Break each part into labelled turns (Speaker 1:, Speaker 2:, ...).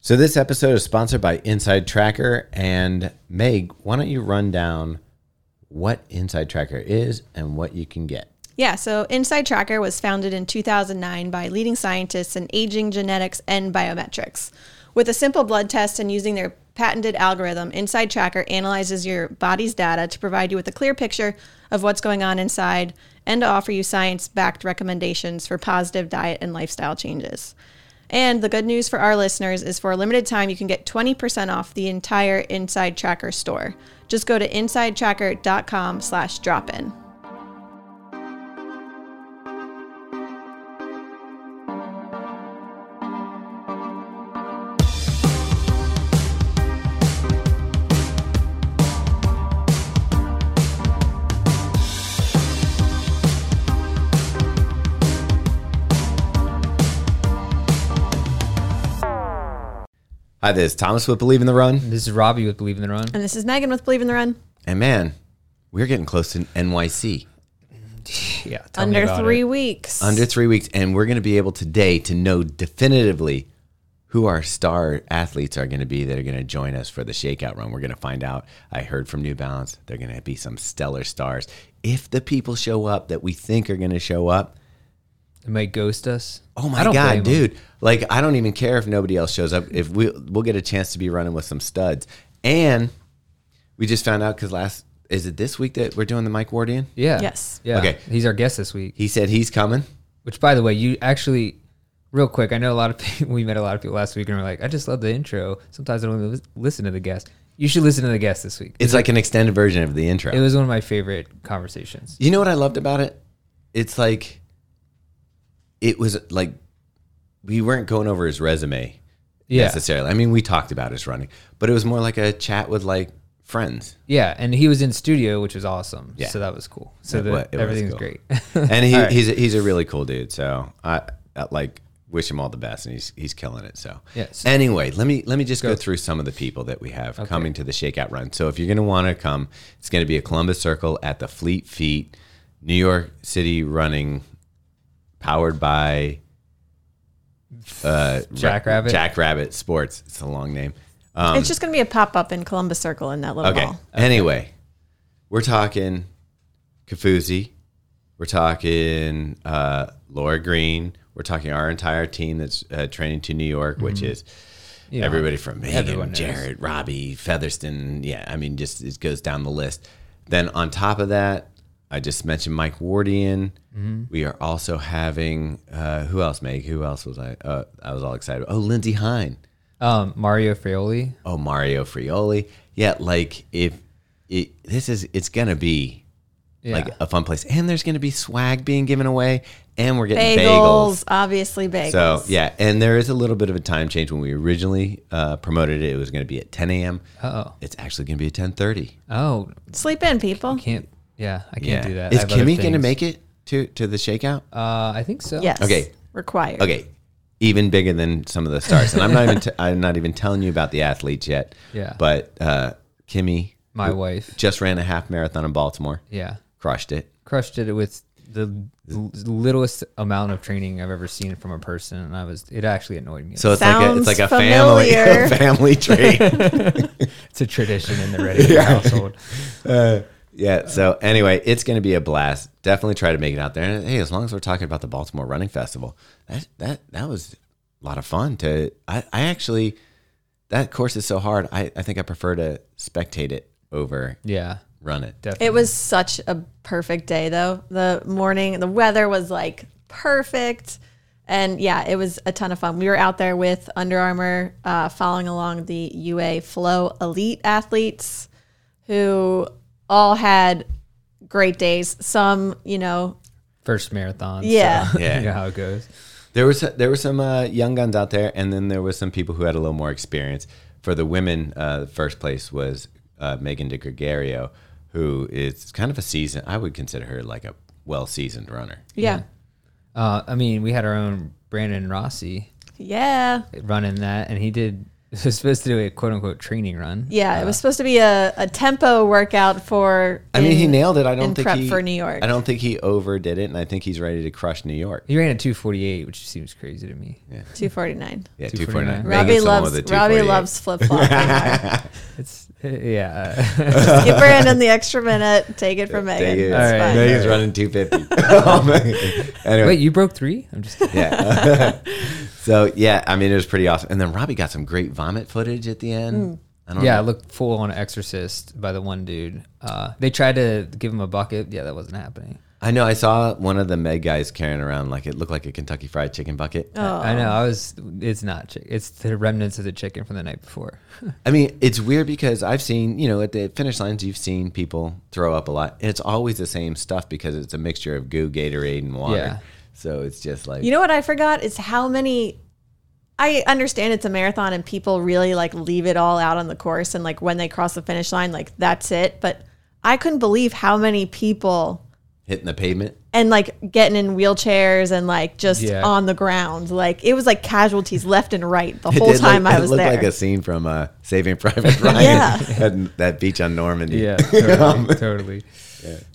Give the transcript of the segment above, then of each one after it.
Speaker 1: So this episode is sponsored by Inside Tracker and Meg, why don't you run down what Inside Tracker is and what you can get?
Speaker 2: Yeah, so Inside Tracker was founded in 2009 by leading scientists in aging genetics and biometrics. With a simple blood test and using their patented algorithm, Inside Tracker analyzes your body's data to provide you with a clear picture of what's going on inside and to offer you science backed recommendations for positive diet and lifestyle changes. And the good news for our listeners is for a limited time, you can get 20% off the entire Inside Tracker store. Just go to insidetracker.com slash drop in.
Speaker 1: Hi, this is Thomas with Believe in the Run.
Speaker 3: This is Robbie with Believe in the Run.
Speaker 2: And this is Megan with Believe in the Run.
Speaker 1: And man, we're getting close to NYC.
Speaker 3: Yeah, tell me
Speaker 2: Under
Speaker 3: about
Speaker 2: three
Speaker 3: it.
Speaker 2: weeks.
Speaker 1: Under three weeks, and we're going to be able today to know definitively who our star athletes are going to be that are going to join us for the shakeout run. We're going to find out. I heard from New Balance, they're going to be some stellar stars. If the people show up that we think are going to show up,
Speaker 3: It might ghost us.
Speaker 1: Oh
Speaker 3: I
Speaker 1: my
Speaker 3: don't blame
Speaker 1: god,
Speaker 3: 'em.
Speaker 1: dude! Like I don't even care if nobody else shows up. If we we'll get a chance to be running with some studs, and we just found out because last is it this week that we're doing the Mike Wardian?
Speaker 3: Yeah.
Speaker 2: Yes.
Speaker 3: Yeah.
Speaker 1: Okay.
Speaker 3: He's our guest this week.
Speaker 1: He said he's coming.
Speaker 3: Which, by the way, you actually, real quick, I know a lot of people, we met a lot of people last week and were like, I just love the intro. Sometimes I don't even lis- listen to the guest. You should listen to the guest this week.
Speaker 1: It's like an extended version of the intro.
Speaker 3: It was one of my favorite conversations.
Speaker 1: you know what I loved about it? It's like it was like we weren't going over his resume
Speaker 3: Yeah.
Speaker 1: necessarily. I mean, we talked about his running, but it was more like a chat with like friends.
Speaker 3: Yeah. And he was in studio, which was awesome.
Speaker 1: Yeah.
Speaker 3: So that was cool. So
Speaker 1: It
Speaker 3: the,
Speaker 1: wa- it was
Speaker 3: everything's
Speaker 1: cool.
Speaker 3: great.
Speaker 1: and he,
Speaker 3: All right.
Speaker 1: he's a, he's a really cool dude. So I, I like wish him all the best, and he's he's killing it. So
Speaker 3: Yes.
Speaker 1: Anyway, let me let me just go, through some of the people that we have coming to the Shakeout Run. So if you're going to want to come, it's going to be a Columbus Circle at the Fleet Feet, New York City Running, powered by uh,
Speaker 3: Jackrabbit?
Speaker 1: Jackrabbit Sports. It's a long name.
Speaker 2: it's just going to be a pop up in Columbus Circle in that little
Speaker 1: Okay.
Speaker 2: mall.
Speaker 1: Anyway, we're talking Kafuzi. We're talking uh, Laura Green. We're talking our entire team that's uh, training to New York, which is
Speaker 3: You know,
Speaker 1: everybody from
Speaker 3: everyone
Speaker 1: Megan,
Speaker 3: knows.
Speaker 1: Jared, Robbie, Featherston. Yeah, I mean, just it goes down the list. Then on top of that, I just mentioned Mike Wardian. We are also having uh, who else? Meg? Who else was I? Uh, I was all excited. Oh, Lindsey Hine
Speaker 3: Um, Mario Frioli.
Speaker 1: oh Mario Frioli. Yeah, like if it this is it's gonna be
Speaker 3: Yeah.
Speaker 1: like a fun place, and there's gonna be swag being given away, and we're getting bagels.
Speaker 2: Bagels, obviously bagels.
Speaker 1: So yeah, and there is a little bit of a time change. When we originally uh, promoted it, it was going to be at 10 a.m.
Speaker 3: oh.
Speaker 1: It's actually going to be at 10:30.
Speaker 3: Oh,
Speaker 2: Sleep in, people.
Speaker 3: can't. Yeah. I can't
Speaker 1: Yeah,
Speaker 3: do that. I
Speaker 1: Is
Speaker 3: have other
Speaker 1: Kimmy going to
Speaker 3: things.
Speaker 1: make it to to the shakeout?
Speaker 3: Uh, I think so.
Speaker 2: Yes.
Speaker 1: Okay.
Speaker 2: Required.
Speaker 1: Okay, even bigger than some of the stars, and I'm not even t- I'm not even telling you about the athletes yet.
Speaker 3: Yeah.
Speaker 1: but uh, Kimmy
Speaker 3: My wife.
Speaker 1: just ran a half marathon in Baltimore,
Speaker 3: Yeah.
Speaker 1: crushed it.
Speaker 3: crushed it with the l- littlest amount of training I've ever seen from a person, and I was it actually annoyed me.
Speaker 1: So it's
Speaker 2: Sounds
Speaker 1: like a it's like a family a
Speaker 2: familiar.
Speaker 1: family trait.
Speaker 3: it's a tradition in the Reddit household.
Speaker 1: yeah. So anyway, it's going to be a blast. Definitely try to make it out there. And hey, as long as we're talking about the Baltimore Running Festival, that that that was a lot of fun. To I, I actually that course is so hard. I I think I prefer to spectate it over
Speaker 3: Yeah,
Speaker 1: run it.
Speaker 3: definitely.
Speaker 2: It was such a perfect day, though. The morning, the weather was like perfect. And yeah, it was a ton of fun. We were out there with Under Armour, uh, following along the UA Flow Elite athletes who all had great days. Some, you know,
Speaker 3: First marathon. so
Speaker 2: Yeah.
Speaker 1: Yeah.
Speaker 3: you know how it goes.
Speaker 1: There was there were some uh, young guns out there, and then there was some people who had a little more experience. For the women, uh, the first place was uh, Megan De Gregorio, who is kind of a season. I would consider her like a well seasoned runner.
Speaker 2: yeah.
Speaker 3: Uh, I mean, we had our own Brandon Rossi
Speaker 2: Yeah.
Speaker 3: running that, and he did. It was supposed to do a quote unquote training run.
Speaker 2: Yeah, it was supposed to be a, a tempo workout for.
Speaker 1: Uh, I mean, he
Speaker 2: in-
Speaker 1: nailed it. I
Speaker 2: in
Speaker 1: don't think
Speaker 2: prep
Speaker 1: he,
Speaker 2: for New York.
Speaker 1: I don't think he overdid it, and I think he's ready to crush New York.
Speaker 3: He ran a 248, which seems crazy to me.
Speaker 2: 249.
Speaker 1: Yeah,
Speaker 3: 249.
Speaker 1: 249.
Speaker 2: Robbie loves Robbie loves flip flopping.
Speaker 3: It's yeah.
Speaker 2: Give Brandon the extra minute. Take it from Megan.
Speaker 1: Vegas.
Speaker 2: It's
Speaker 3: All right.
Speaker 2: fine.
Speaker 1: Vegas running 250. oh, man. Anyway,
Speaker 3: Wait, you broke three? I'm just kidding.
Speaker 1: yeah. so yeah, I mean it was pretty awesome. And then Robbie got some great vomit footage at the end.
Speaker 2: Hmm.
Speaker 1: I don't
Speaker 3: yeah. I
Speaker 1: know.
Speaker 3: looked full on Exorcist by the one dude. Uh, they tried to give him a bucket. Yeah, that wasn't happening.
Speaker 1: I know. I saw one of the Meg guys carrying around like it looked like a Kentucky Fried Chicken bucket.
Speaker 2: Oh.
Speaker 3: I know. I was. It's not. chick- It's the remnants of the chicken from the night before.
Speaker 1: I mean, it's weird because I've seen you know at the finish lines you've seen people throw up a lot, and it's always the same stuff because it's a mixture of goo, Gatorade, and water.
Speaker 3: Yeah.
Speaker 1: So it's just like
Speaker 2: You know what I forgot is how many. I understand it's a marathon and people really like leave it all out on the course and like when they cross the finish line, like that's it. But I couldn't believe how many people
Speaker 1: hitting the pavement.
Speaker 2: and like getting in wheelchairs and like just
Speaker 3: Yeah.
Speaker 2: on the ground. Like it was like casualties left and right the
Speaker 1: It
Speaker 2: whole
Speaker 1: did
Speaker 2: time
Speaker 1: look,
Speaker 2: I
Speaker 1: it
Speaker 2: was
Speaker 1: looked
Speaker 2: there.
Speaker 1: like a scene from uh, Saving Private Ryan
Speaker 2: Yeah.
Speaker 1: at that beach on Normandy.
Speaker 3: Yeah, totally. totally.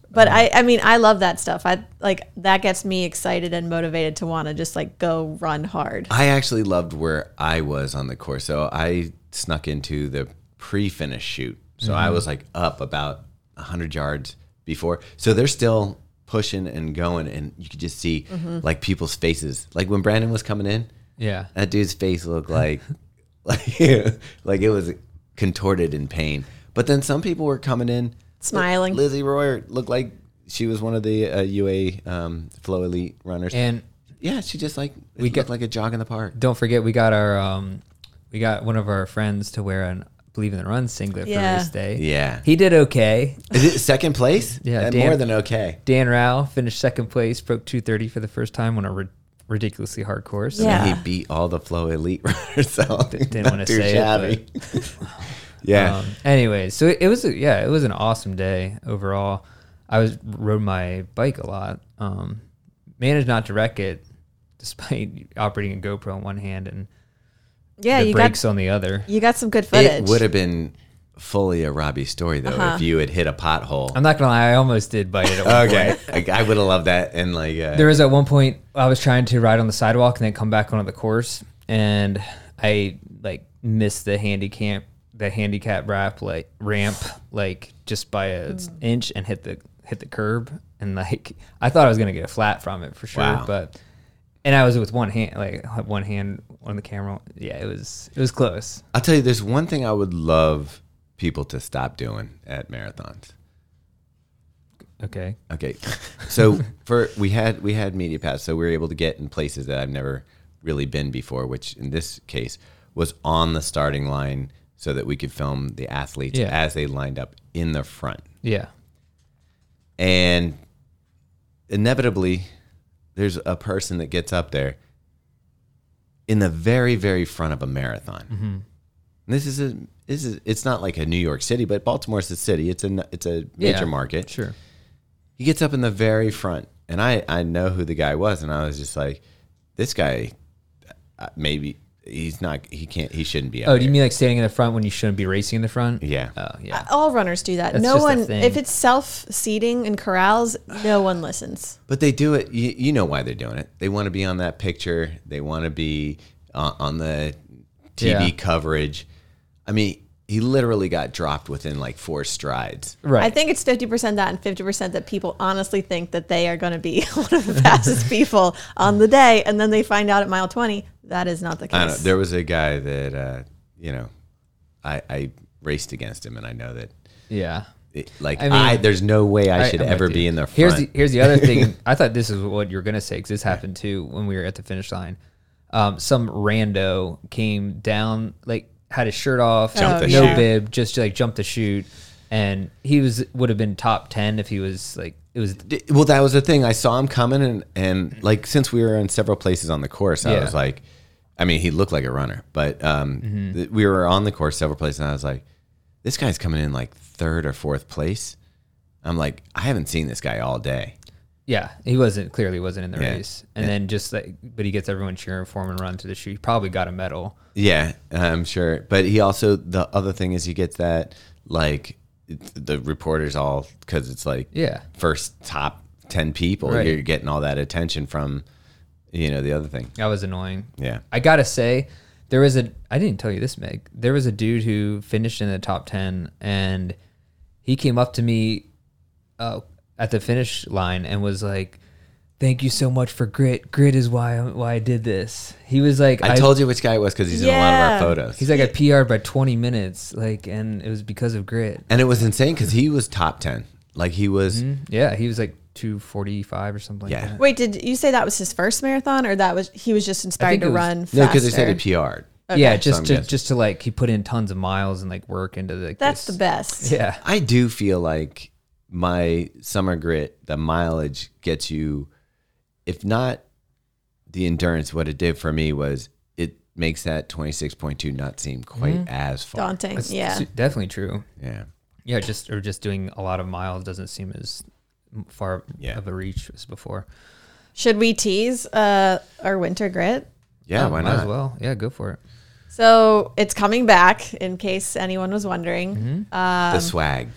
Speaker 2: but I, I mean, I love that stuff. I like that gets me excited and motivated to want to just like go run hard.
Speaker 1: I actually loved where I was on the course. So I snuck into the pre finish shoot. So I was like up about 100 yards before. So they're still pushing and going. And you could just see like people's faces. Like when Brandon was coming in,
Speaker 3: Yeah.
Speaker 1: that dude's face looked like, like, like it was contorted in pain. But then some people were coming in
Speaker 2: Smiling.
Speaker 1: Lizzie Royer looked like she was one of the uh, UA um, Flow Elite runners.
Speaker 3: And
Speaker 1: yeah, she just like we
Speaker 3: We
Speaker 1: looked
Speaker 3: got-
Speaker 1: like a jog in the park.
Speaker 3: don't forget, we got our um, we got one of our friends to wear an "Believe in the Run" singlet
Speaker 2: Yeah.
Speaker 3: for this day.
Speaker 1: Yeah.
Speaker 3: He did okay.
Speaker 1: Is it second place?
Speaker 3: Yeah,
Speaker 1: Uh,
Speaker 3: Dan-
Speaker 1: more than okay.
Speaker 3: Dan Rao finished second place, broke 230 for the first time on a ri- ridiculously hard course.
Speaker 2: Yeah.
Speaker 1: He beat all the flow elite runners. So
Speaker 3: didn't
Speaker 1: not
Speaker 3: wanna
Speaker 1: too
Speaker 3: say it,
Speaker 1: shabby. yeah.
Speaker 3: Um, anyways, so it was a, yeah, it was an awesome day overall. I was rode my bike a lot. Um, managed not to wreck it, despite operating a GoPro on one hand and
Speaker 2: Yeah,
Speaker 3: the
Speaker 2: you got
Speaker 3: brakes on the other.
Speaker 2: you got some good footage.
Speaker 1: it would have been fully a Robbie story though if you had hit a pothole.
Speaker 3: I'm not gonna lie, I almost did bite it. At one
Speaker 1: okay.
Speaker 3: point.
Speaker 1: like, I would have loved that. And like, uh,
Speaker 3: There was at one point I was trying to ride on the sidewalk and then come back onto the course, and I like missed the handicap the handicap wrap like ramp like just by an inch and hit the hit the curb and like I thought I was gonna get a flat from it for sure,
Speaker 1: Wow.
Speaker 3: but and I was with one hand like I had one hand on the camera. Yeah, it was it was close.
Speaker 1: I'll tell you, there's one thing I would love people to stop doing at marathons.
Speaker 3: Okay,
Speaker 1: Okay. So for we had we had media pass, so we were able to get in places that I've never really been before, which in this case was on the starting line so that we could film the athletes
Speaker 3: Yeah.
Speaker 1: as they lined up in the front.
Speaker 3: yeah,
Speaker 1: And inevitably there's a person that gets up there in the very, very front of a marathon.
Speaker 3: Mm-hmm.
Speaker 1: And this is a this is it's not like a New York City, but Baltimore's a city. It's a it's a major
Speaker 3: Yeah.
Speaker 1: market
Speaker 3: sure.
Speaker 1: he gets up in the very front and i i know who the guy was and i was just like this guy uh, maybe he's not he can't he shouldn't be up
Speaker 3: Oh, do you
Speaker 1: here.
Speaker 3: mean like standing in the front when you shouldn't be racing in the front?
Speaker 1: yeah
Speaker 3: Oh, yeah.
Speaker 2: All runners do that. no
Speaker 3: just a
Speaker 2: one,
Speaker 3: thing.
Speaker 2: if it's self seating and corrals, no one listens.
Speaker 1: but they do it you, you know why they're doing it they want to be on that picture they want to be uh, on the tv
Speaker 3: Yeah.
Speaker 1: coverage i mean he literally got dropped within like four strides
Speaker 3: Right.
Speaker 2: I think it's 50% that and 50% that people honestly think that they are going to be one of the fastest people on the day. And then they find out at mile 20, that is not the
Speaker 1: I don't know.
Speaker 2: case.
Speaker 1: There was a guy that uh, you know, I, I raced against him, and I know that
Speaker 3: yeah.
Speaker 1: it, like I,
Speaker 3: I mean-
Speaker 1: there's no way I
Speaker 3: I-
Speaker 1: should
Speaker 3: I'm with
Speaker 1: ever
Speaker 3: you.
Speaker 1: be in the front.
Speaker 3: Here's the here's the other thing. I thought this is what you were gonna say because this happened too when we were at the finish line. Um, some rando came down, like had his shirt off,
Speaker 1: Jumped the
Speaker 3: no
Speaker 1: chute.
Speaker 3: bib, just like jumped the chute, and he was would have been top ten if he was like it was
Speaker 1: D- well that was the thing i saw him coming and and like since we were in several places on the course i
Speaker 3: Yeah. Mm-hmm.
Speaker 1: was like i mean he looked like a runner but um th- we were on the course several places and i was like this guy's coming in like third or fourth place i'm like i haven't seen this guy all day
Speaker 3: Yeah, he wasn't clearly wasn't in the
Speaker 1: Yeah.
Speaker 3: race, and
Speaker 1: Yeah.
Speaker 3: then just like, but he gets everyone cheering for him and running through the shoe. He probably got a medal.
Speaker 1: Yeah, I'm sure. But he also the other thing is he gets that like it's- the reporters all because it's like
Speaker 3: Yeah.
Speaker 1: first top ten people
Speaker 3: Right.
Speaker 1: you're getting all that attention from you know the other thing
Speaker 3: That was annoying.
Speaker 1: yeah
Speaker 3: I gotta say, there was a. I didn't tell you this, Meg. There was a dude who finished in the top ten, and he came up to me uh, at the finish line and was like, "Thank you so much for grit. Grit is why I, why I did this." He was like,
Speaker 1: I, told you which guy it was because he's in a lot of
Speaker 2: Yeah.
Speaker 1: our photos
Speaker 3: He's like, "I PR'd by twenty minutes, like, and it was because of grit."
Speaker 1: and it was insane because he was top ten like he was
Speaker 3: Yeah, he was like two forty five or something.
Speaker 1: Yeah.
Speaker 3: like that.
Speaker 2: Wait, did you say that was his first marathon, or that was he was just inspired
Speaker 3: think
Speaker 2: to
Speaker 3: it was-
Speaker 2: run?
Speaker 1: no because they said
Speaker 2: faster?
Speaker 1: he PR'd
Speaker 3: yeah,
Speaker 1: So
Speaker 3: just
Speaker 1: I'm
Speaker 3: to
Speaker 1: guessing.
Speaker 3: just to like he put in tons of miles and like work into the.
Speaker 2: That's the best.
Speaker 3: Yeah,
Speaker 1: I do feel like my summer grit, the mileage gets you, if not the endurance, what it did for me was it makes that 26.2 not seem quite
Speaker 3: Mm-hmm.
Speaker 1: as far.
Speaker 2: Daunting.
Speaker 3: That's
Speaker 2: yeah.
Speaker 3: su- definitely true.
Speaker 1: Yeah.
Speaker 3: Yeah, just or just doing a lot of miles doesn't seem as far
Speaker 1: Yeah.
Speaker 3: of a reach as before.
Speaker 2: Should we tease uh, our winter grit?
Speaker 1: Yeah,
Speaker 3: Oh,
Speaker 1: why
Speaker 3: might
Speaker 1: not?
Speaker 3: As well, yeah, go for it.
Speaker 2: So it's coming back, in case anyone was wondering.
Speaker 1: Mm-hmm.
Speaker 3: Um,
Speaker 1: the swag.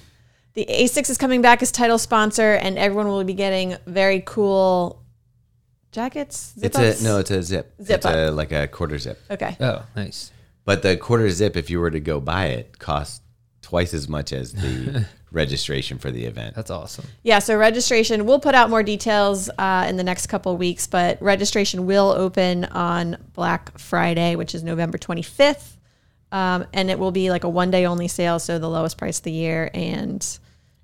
Speaker 2: The ASICS is coming back as title sponsor, and everyone will be getting very cool jackets.
Speaker 1: It's
Speaker 2: zip-ups?
Speaker 1: a no, it's a zip.
Speaker 2: Zip
Speaker 1: it's a like a quarter zip.
Speaker 2: Okay.
Speaker 3: Oh, nice.
Speaker 1: But the quarter zip if you were to go buy it costs twice as much as the registration for the event.
Speaker 3: That's awesome.
Speaker 2: Yeah, so registration, we'll put out more details uh, in the next couple weeks, but registration will open on Black Friday, which is November 25th. Um, and it will be like a one day only sale, so the lowest price of the year. And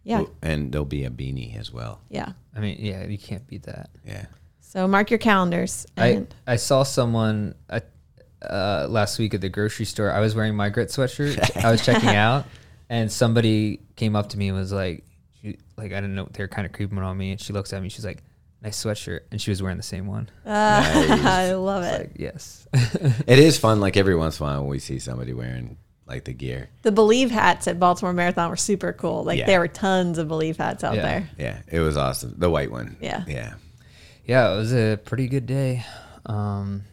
Speaker 2: yeah,
Speaker 1: And there'll be a beanie as well.
Speaker 2: yeah.
Speaker 3: I mean, yeah, you can't beat that.
Speaker 1: Yeah.
Speaker 2: So mark your calendars.
Speaker 3: I
Speaker 2: And
Speaker 3: I saw someone uh, uh, last week at the grocery store. I was wearing my grit sweatshirt. I was checking out, and somebody came up to me and was like, she, like I didn't know they were kind of creeping on me. And she looks at me. She's like, "Nice sweatshirt," and she was wearing the same one.
Speaker 2: I love it.
Speaker 3: Like, yes,
Speaker 1: It is fun. Like every once in a while, we see somebody wearing like the gear.
Speaker 2: The Believe hats at Baltimore Marathon were super cool. Like
Speaker 1: Yeah.
Speaker 2: there were tons of Believe hats out
Speaker 3: Yeah.
Speaker 2: there.
Speaker 1: Yeah, it was awesome. The white one.
Speaker 2: Yeah.
Speaker 1: yeah.
Speaker 3: yeah, it was a pretty good day. Um,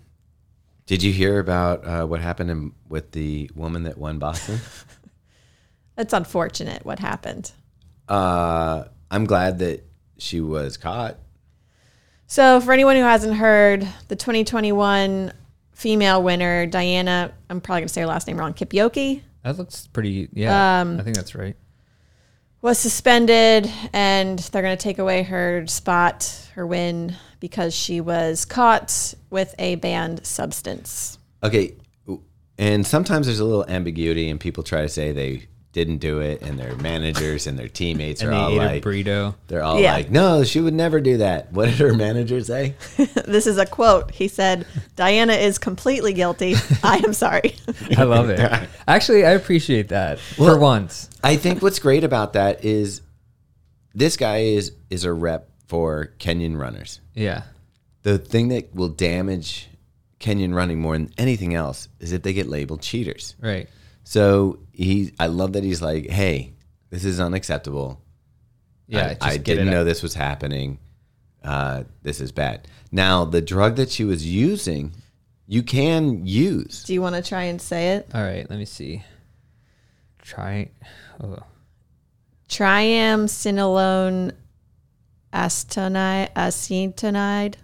Speaker 1: Did you hear about uh, what happened in, with the woman that won Boston?
Speaker 2: That's unfortunate what happened.
Speaker 1: uh, I'm glad that she was caught.
Speaker 2: So, for anyone who hasn't heard, the 2021 female winner, Diana, I'm probably going to say her last name wrong, Kipyoki,
Speaker 3: That looks pretty. Yeah, I think that's right.
Speaker 2: was suspended and they're going to take away her spot, her win, because she was caught with a banned substance.
Speaker 1: Okay, and sometimes there's a little ambiguity, and people try to say they didn't do it, and their managers and their teammates
Speaker 3: And
Speaker 1: are all
Speaker 3: they ate a
Speaker 1: like,
Speaker 3: burrito.
Speaker 1: they're all
Speaker 2: Yeah.
Speaker 1: like, no, she would never do that. What did her manager say?
Speaker 2: this is a quote. He said, Diana is completely guilty. I am sorry.
Speaker 3: I love it. Actually, I appreciate that for once.
Speaker 1: I think what's great about that is this guy is is a rep for Kenyan runners.
Speaker 3: Yeah,
Speaker 1: The thing that will damage Kenyan running more than anything else is if they get labeled cheaters.
Speaker 3: right.
Speaker 1: So he, I love that he's like, "Hey, this is unacceptable.
Speaker 3: Yeah,
Speaker 1: I, I
Speaker 3: just get
Speaker 1: didn't
Speaker 3: it
Speaker 1: know
Speaker 3: out.
Speaker 1: this was happening. Uh, this is bad." Now, the drug that she was using, you can use.
Speaker 2: Do you want to try and say it?
Speaker 3: All right, let me see. Try. Oh,
Speaker 2: Triam sinolone acetonide, acetonide,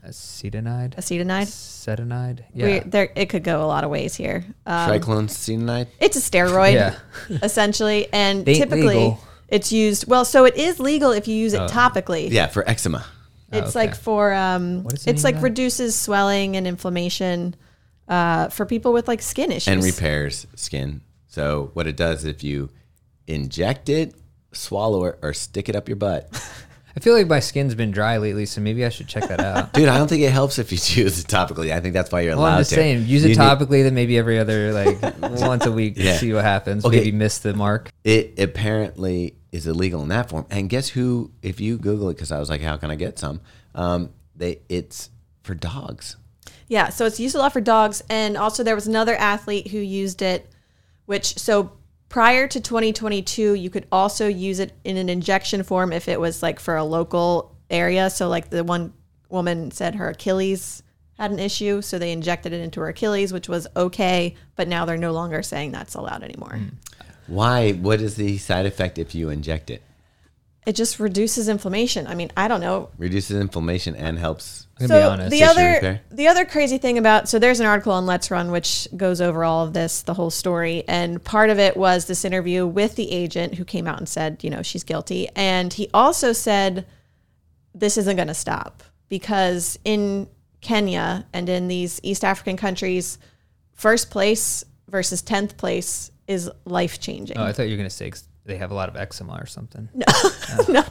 Speaker 2: acetonide.
Speaker 3: acetonide, acetonide. Yeah,
Speaker 2: we there, it could go a lot of ways here. Um,
Speaker 1: Triclosenide.
Speaker 2: it's a steroid,
Speaker 3: yeah.
Speaker 2: essentially, and
Speaker 3: They ain't
Speaker 2: typically
Speaker 3: legal. Oh.
Speaker 2: it's used. Well, so it is legal if you use it topically.
Speaker 1: Yeah, for eczema.
Speaker 2: it's
Speaker 3: okay.
Speaker 2: like for um,
Speaker 3: What is the
Speaker 2: it's
Speaker 3: name of
Speaker 2: like
Speaker 3: that?
Speaker 2: reduces swelling and inflammation uh, for people with like skin issues.
Speaker 1: and repairs skin. So what it does if you inject it, swallow it, or stick it up your butt,
Speaker 3: I feel like my skin's been dry lately, so maybe I should check that out.
Speaker 1: dude. I don't think it helps if you use it topically. I think that's why you're
Speaker 3: Well,
Speaker 1: allowed
Speaker 3: I'm just
Speaker 1: to
Speaker 3: saying, use
Speaker 1: You need-
Speaker 3: it topically, then maybe every other like once a week,
Speaker 1: Yeah.
Speaker 3: see what happens.
Speaker 1: Okay.
Speaker 3: Maybe miss the mark.
Speaker 1: it apparently is illegal in that form. And guess who? If you Google it, because I was like, how can I get some? Um, they it's for dogs.
Speaker 2: Yeah, so it's used a lot for dogs, and also there was another athlete who used it, which so prior to 2022, you could also use it in an injection form if it was like for a local the area. So like the one woman said her Achilles had an issue, so they injected it into her Achilles, which was okay, but now they're no longer saying that's allowed anymore.
Speaker 1: Why? What is the side effect if you inject it?
Speaker 2: It just reduces inflammation. I mean, I don't know.
Speaker 1: Reduces inflammation and helps.
Speaker 3: I'm gonna
Speaker 2: so
Speaker 3: be honest.
Speaker 2: the
Speaker 1: Tissue
Speaker 2: other
Speaker 1: repair.
Speaker 2: the other crazy thing about so there's an article on Let's Run which goes over all of this, the whole story, and part of it was this interview with the agent who came out and said, you know, she's guilty, and he also said this isn't going to stop because in Kenya and in these East African countries, first place versus 10th place is life changing.
Speaker 3: oh, I thought you were gonna say 'cause they have a lot of eczema or something.
Speaker 2: no.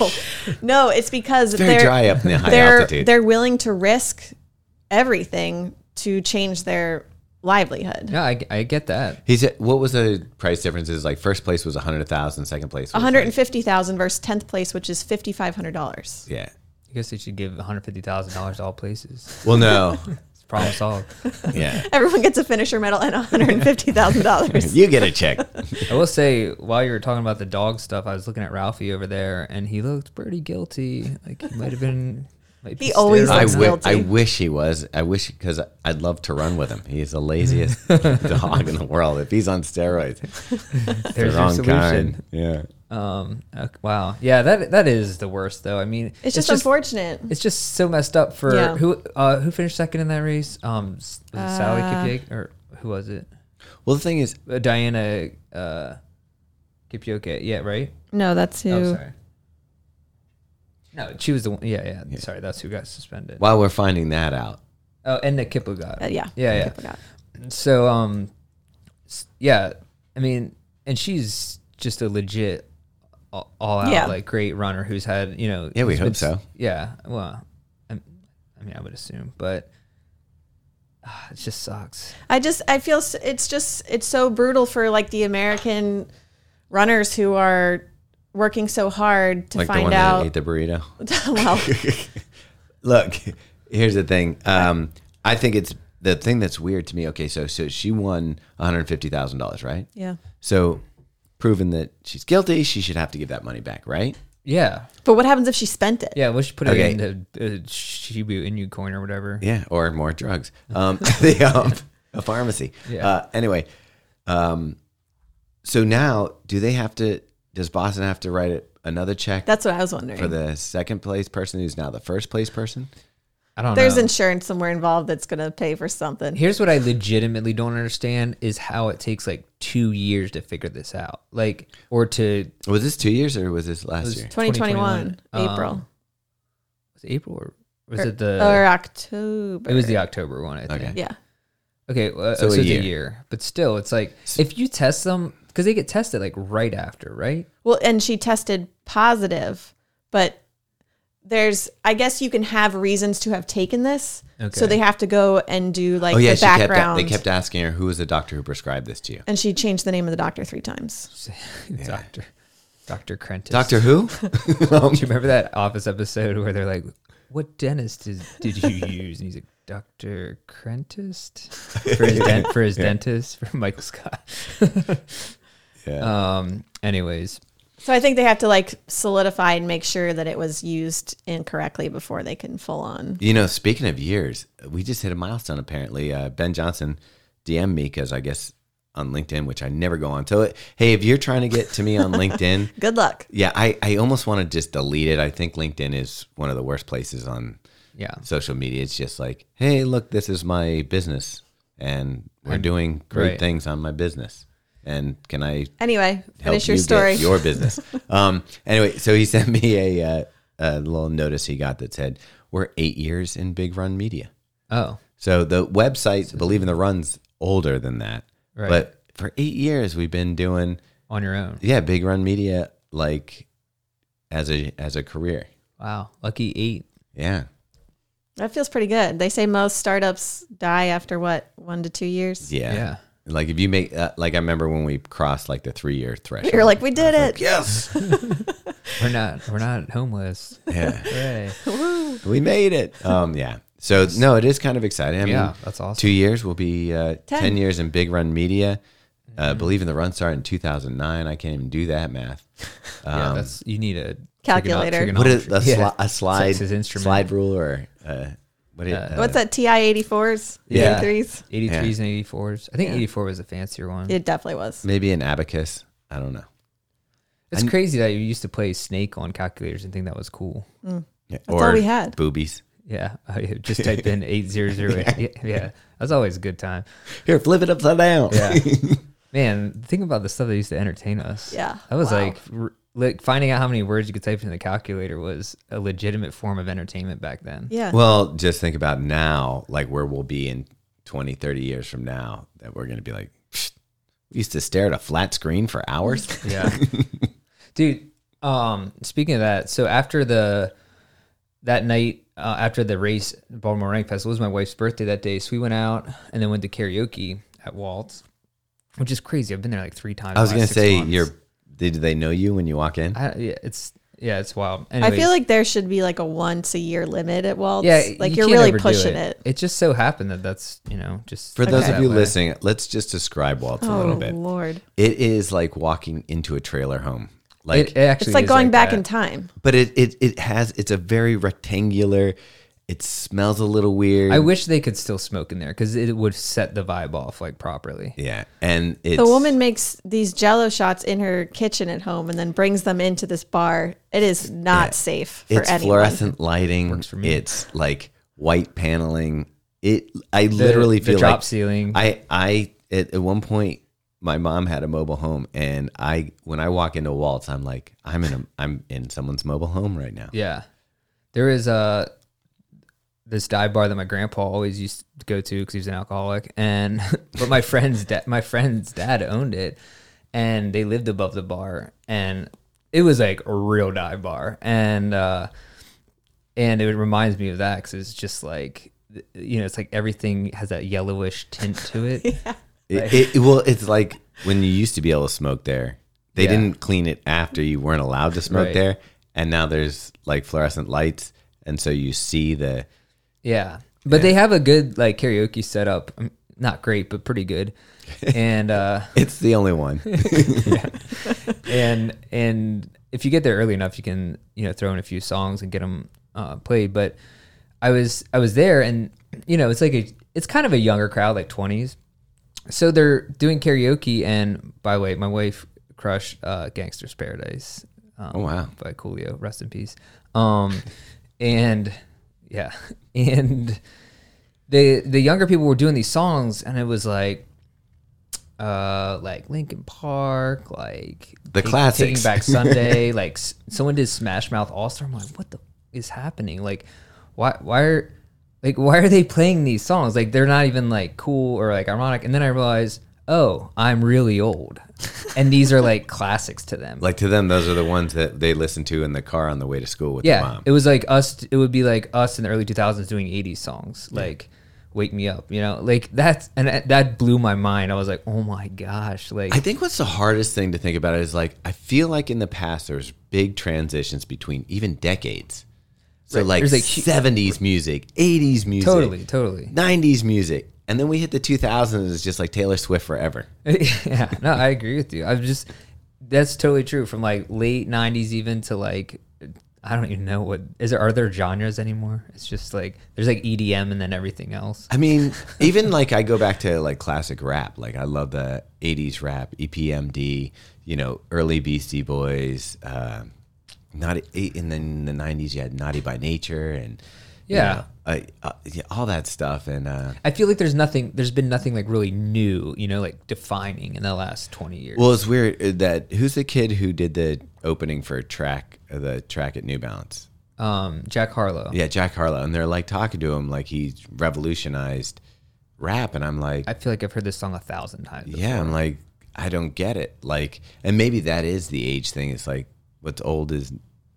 Speaker 2: No, it's because
Speaker 1: Very
Speaker 2: they're
Speaker 1: dry up in the high
Speaker 2: they're
Speaker 1: altitude.
Speaker 2: they're willing to risk everything to change their livelihood.
Speaker 3: No, I, I get that.
Speaker 1: He said, "What was the price differences? Like first place was a hundred thousand, second place was
Speaker 2: One hundred and fifty thousand versus tenth place, which is fifty five hundred dollars.
Speaker 1: like- yeah.
Speaker 3: I guess they should give one hundred fifty thousand dollars to all places.
Speaker 1: Well, no,
Speaker 3: It's problem solved.
Speaker 1: yeah,
Speaker 2: Everyone gets a finisher medal and one hundred and fifty thousand dollars.
Speaker 1: you get a check.
Speaker 3: I will say, while you were talking about the dog stuff, I was looking at Ralphie over there, and he looked pretty guilty. Like he might have been. Might be
Speaker 2: He always
Speaker 1: I,
Speaker 3: steroids.
Speaker 2: looks
Speaker 1: w-
Speaker 2: guilty.
Speaker 1: I wish he was. I wish because I'd love to run with him. He's the laziest dog in the world. If he's on steroids,
Speaker 3: There's
Speaker 1: the
Speaker 3: your
Speaker 1: wrong
Speaker 3: solution.
Speaker 1: kind. Yeah.
Speaker 3: Um. uh, wow. Yeah. That that is the worst, though. I mean,
Speaker 2: It's just unfortunate.
Speaker 3: It's just so messed up for
Speaker 2: Yeah.
Speaker 3: who uh, who finished second in that race. Um, s- was it Sally
Speaker 2: Uh,
Speaker 3: Kipchoge or who was it?
Speaker 1: Well, the thing is,
Speaker 3: Uh, Diana uh, Kipchoge. Yeah. Right.
Speaker 2: No, that's who.
Speaker 3: Oh, sorry. No, she was the one. Yeah, yeah. Sorry, that's who got suspended.
Speaker 1: while we're finding that out,
Speaker 3: Oh, and the Kipple got.
Speaker 2: Uh, yeah,
Speaker 3: Yeah,
Speaker 2: I
Speaker 3: yeah.
Speaker 2: forgot.
Speaker 3: So, um, s- yeah, I mean, and she's just a legit all out
Speaker 2: Yeah.
Speaker 3: like great runner who's had you know
Speaker 1: Yeah, we
Speaker 3: who's
Speaker 1: hope
Speaker 3: been s-
Speaker 1: so.
Speaker 3: yeah well i I mean I would assume but ah, it just sucks
Speaker 2: I just I feel s- it's just it's so brutal for like the American runners who are working so hard to
Speaker 1: like the one
Speaker 2: find
Speaker 1: that
Speaker 2: out.
Speaker 1: ate the burrito.
Speaker 2: well,
Speaker 1: Look, here's the thing. Um, I think it's the thing that's weird to me. Okay, so so she won one hundred fifty thousand dollars, right?
Speaker 2: yeah.
Speaker 1: So, proven that she's guilty, she should have to give that money back, right?
Speaker 3: yeah
Speaker 2: But what happens if she spent it?
Speaker 3: yeah we should put
Speaker 1: Okay.
Speaker 3: it into uh, Shibu Inu coin or whatever
Speaker 1: Yeah, or more drugs. Um, the um, a pharmacy.
Speaker 3: Yeah.
Speaker 1: Uh, anyway, um, so now do they have to? Does Boston have to write it, another check
Speaker 2: That's what I was wondering.
Speaker 1: for the second place person who's now the first place person?
Speaker 3: I don't
Speaker 2: There's
Speaker 3: know
Speaker 2: insurance somewhere involved that's going to pay for something.
Speaker 3: Here's what I legitimately don't understand is how it takes like two years to figure this out, like or to
Speaker 1: Was this two years or was this last year?
Speaker 2: 2021,
Speaker 3: 2021, um,
Speaker 2: April.
Speaker 3: was it April or was
Speaker 2: or,
Speaker 3: it the
Speaker 2: or October?
Speaker 3: it was the October one? I think.
Speaker 1: Okay.
Speaker 3: Okay,
Speaker 2: yeah.
Speaker 3: uh,
Speaker 1: So
Speaker 3: so,
Speaker 1: a
Speaker 3: it's
Speaker 1: year.
Speaker 3: a year, but still, it's like if you test them because they get tested like right after, right?
Speaker 2: Well, and she tested positive, but there's I guess you can have reasons to have taken this. So
Speaker 3: Okay.
Speaker 2: they have to go and do like
Speaker 1: Oh yeah,
Speaker 2: the
Speaker 1: she kept
Speaker 2: background.
Speaker 1: they kept asking her who was the doctor who prescribed this to you.
Speaker 2: and she changed the name of the doctor three times.
Speaker 3: Doctor Doctor Crentis.
Speaker 1: Doctor who? Um,
Speaker 3: do you remember that Office episode where they're like, "What dentist is, did you use?" And he's like, "Doctor Crentist for his, dent for his dentist for Michael Scott."
Speaker 1: yeah.
Speaker 3: Um. Anyways,
Speaker 2: So I think they have to like solidify and make sure that it was used incorrectly before they can full on.
Speaker 1: You know, speaking of years, we just hit a milestone. Apparently, uh, Ben Johnson DM'd me because I guess on LinkedIn, which I never go on. So, hey, if you're trying to get to me on LinkedIn,
Speaker 2: Good luck.
Speaker 1: yeah, I, I almost want to just delete it. I think LinkedIn is one of the worst places on
Speaker 3: yeah.
Speaker 1: social media. It's just like, hey, look, this is my business, and we're doing great
Speaker 3: right.
Speaker 1: things on my business. And can I
Speaker 2: Anyway,
Speaker 1: help
Speaker 2: finish your
Speaker 1: you get
Speaker 2: story.
Speaker 1: your business. um, anyway, so he sent me a, uh, a little notice he got that said, "We're eight years in Big Run Media."
Speaker 3: Oh,
Speaker 1: So the website, Believe in the Run's older than that,
Speaker 3: Right.
Speaker 1: but for eight years we've been doing
Speaker 3: on your own.
Speaker 1: yeah Big Run Media like as a as a career.
Speaker 3: Wow. Lucky eight.
Speaker 1: Yeah,
Speaker 2: That feels pretty good. They say most startups die after what one to two years.
Speaker 1: yeah.
Speaker 3: Yeah.
Speaker 1: Like if you make uh, like I remember when we crossed like the three year threshold.
Speaker 2: You're like, we did it.
Speaker 1: yes,
Speaker 3: We're not. We're not homeless.
Speaker 1: yeah,
Speaker 3: Hooray.
Speaker 1: we made it. Um, yeah. So no, it is kind of exciting. I mean,
Speaker 3: yeah. That's awesome.
Speaker 1: two years will be uh, 10.
Speaker 2: Ten. Mm-hmm.
Speaker 1: years in big run media Uh, believe in the Run Start in 2009. I can't even do that math. Uh,
Speaker 3: yeah, that's you need a trigono-
Speaker 2: Calculator.
Speaker 1: um, What is a,
Speaker 3: trigonometry. Yeah.
Speaker 1: sli- a slide
Speaker 3: his instrument.
Speaker 1: slide rule or uh, what? It, uh,
Speaker 2: What's that? Ti eighty fours,
Speaker 1: Yeah.
Speaker 2: eighty threes.
Speaker 3: 83s and 84s. I think 84 was a fancier one.
Speaker 2: It definitely was.
Speaker 1: maybe an abacus. I don't know.
Speaker 3: it's crazy that you used to play Snake on calculators and think that was cool.
Speaker 1: Yeah.
Speaker 2: That's all we had.
Speaker 1: Boobies.
Speaker 3: Yeah, I just type in 800. yeah. yeah, that's always a good time.
Speaker 1: Here, flip it upside down.
Speaker 3: Yeah. Man, think about the stuff that used to entertain us.
Speaker 2: Yeah.
Speaker 3: That was
Speaker 2: Wow.
Speaker 3: like, r- like finding out how many words you could type in the calculator was a legitimate form of entertainment back then.
Speaker 2: Yeah.
Speaker 1: Well, just think about now, like where we'll be in 20, 30 years from now, that we're going to be like, "Pfft, we used to stare at a flat screen for hours.
Speaker 3: Yeah. Dude, um speaking of that, so after the that night uh, after the race Baltimore Running Festival it was my wife's birthday that day, so we went out and then went to karaoke at Waltz, which is crazy. I've been there like 3 times.
Speaker 1: I was going
Speaker 3: going
Speaker 1: to say, you're, did they know you when you walk in?
Speaker 3: I, yeah, it's yeah, it's wild.
Speaker 2: I
Speaker 3: Anyways,
Speaker 2: feel like there should be like a once a year limit at Waltz.
Speaker 3: yeah,
Speaker 2: like
Speaker 3: you
Speaker 2: you are
Speaker 3: can't
Speaker 2: really
Speaker 3: overdo
Speaker 2: pushing
Speaker 3: it.
Speaker 2: it.
Speaker 3: It just so happened that that's, you know, just
Speaker 1: For those
Speaker 3: that
Speaker 1: of you
Speaker 3: way.
Speaker 1: listening, let's just describe Waltz a
Speaker 2: Oh
Speaker 1: little bit.
Speaker 2: Lord,
Speaker 1: It is like walking into a trailer home. Like,
Speaker 3: it, it actually
Speaker 2: it's like
Speaker 3: is
Speaker 2: going back
Speaker 3: that.
Speaker 2: in time.
Speaker 1: but it, it it has it's a very rectangular. It smells a little weird.
Speaker 3: I wish they could still smoke in there cuz it would set the vibe off like properly.
Speaker 1: yeah, and it's
Speaker 2: The woman makes these Jello shots in her kitchen at home and then brings them into this bar. It is not safe for
Speaker 1: it's
Speaker 2: anyone.
Speaker 1: fluorescent lighting. It's like white paneling. It I literally
Speaker 3: the
Speaker 1: feel
Speaker 3: drop
Speaker 1: like
Speaker 3: ceiling.
Speaker 1: I I at, at one point my mom had a mobile home, and I when I walk into Waltz, I'm like I'm in a I'm in someone's mobile home right now.
Speaker 3: Yeah. There is a this dive bar that my grandpa always used to go to because he was an alcoholic, and but my friend's dad, my friend's dad owned it, and they lived above the bar, and it was like a real dive bar, and uh, and it reminds me of that because it's just like you know it's like everything has that yellowish tint to it.
Speaker 1: It, it, well, it's like when you used to be able to smoke there. They
Speaker 3: Yeah.
Speaker 1: didn't clean it after you weren't allowed to smoke
Speaker 3: Right.
Speaker 1: there, and now there's like fluorescent lights, and so you see the
Speaker 3: Yeah. But they have a good like karaoke setup. Um, Not great, but pretty good. And uh
Speaker 1: it's the only one.
Speaker 3: and and if you get there early enough, you can you know throw in a few songs and get them uh, played. But I was I was there, and you know it's like a it's kind of a younger crowd, like twenties. So they're doing karaoke, and by the way, my wife crushed uh, "Gangster's Paradise." Um,
Speaker 1: Oh, wow.
Speaker 3: By Coolio, rest in peace. Um, and yeah, and the the younger people were doing these songs, and it was like. Uh, like Linkin Park, like
Speaker 1: The
Speaker 3: Take-
Speaker 1: classics.
Speaker 3: Taking Back Sunday. like s- someone did Smash Mouth All Star. I'm like, what the f- is happening? Like, why why are like why are they playing these songs? Like they're not even like cool or like ironic. And then I realized, oh, I'm really old, and these are like classics to them.
Speaker 1: Like to them, those are the ones that they listen to in the car on the way to school with
Speaker 3: yeah,
Speaker 1: their mom.
Speaker 3: it was like us. It would be like us in the early 2000s doing 80s songs, like "Wake Me Up," you know, like that's and that- that blew my mind. I was like, oh my gosh, like
Speaker 1: I think what's the hardest thing to think about is like I feel like in the past there's big transitions between even decades. So like
Speaker 3: There's, like, hu-
Speaker 1: seventies music, eighties music,
Speaker 3: totally, totally.
Speaker 1: nineties music, and then we hit the two thousands. It's just like Taylor Swift forever.
Speaker 3: yeah, no, I agree with you. I'm just that's totally true. From like late '90s even to like I don't even know what is there. Are there genres anymore? It's just like there's like EDM and then everything else.
Speaker 1: I mean, even like I go back to like classic rap. Like I love the '80s rap, E EPMD, you know, early Beastie Boys. Um, not in the, in the '90s, you had Naughty by Nature and you
Speaker 3: Yeah.
Speaker 1: know, uh, uh, yeah, all that stuff. And uh,
Speaker 3: I feel like there's nothing. There's been nothing like really new, you know, like defining in the last 20 years.
Speaker 1: well, it's weird uh, that who's the kid who did the opening for track uh, the track at New Balance?
Speaker 3: um, Jack Harlow.
Speaker 1: Yeah, Jack Harlow, and they're like talking to him like he's revolutionized rap, and I'm like,
Speaker 3: I feel like I've heard this song a thousand times.
Speaker 1: Yeah, I'm like, I don't get it. Like, and maybe that is the age thing. It's like what's old is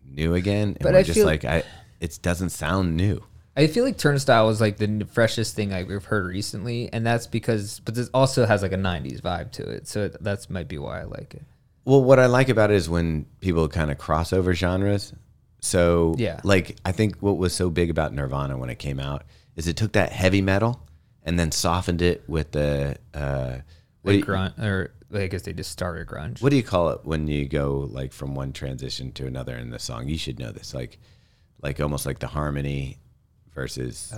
Speaker 1: new again, and
Speaker 3: But
Speaker 1: we're
Speaker 3: I
Speaker 1: just
Speaker 3: feel-
Speaker 1: like, I it doesn't sound new.
Speaker 3: I feel like Turnstile was like the n- freshest thing I've we've heard recently, and that's because, but this also has like a '90s vibe to it, so that's might be why I like it.
Speaker 1: Well, what I like about it is when people kind of cross over genres. So,
Speaker 3: Yeah.
Speaker 1: like I think what was so big about Nirvana when it came out is it took that heavy metal and then softened it with the uh, what do you-
Speaker 3: Grunt or I guess they just started grunge.
Speaker 1: What do you call it when you go like from one transition to another in the song? You should know this, like, like almost like the harmony versus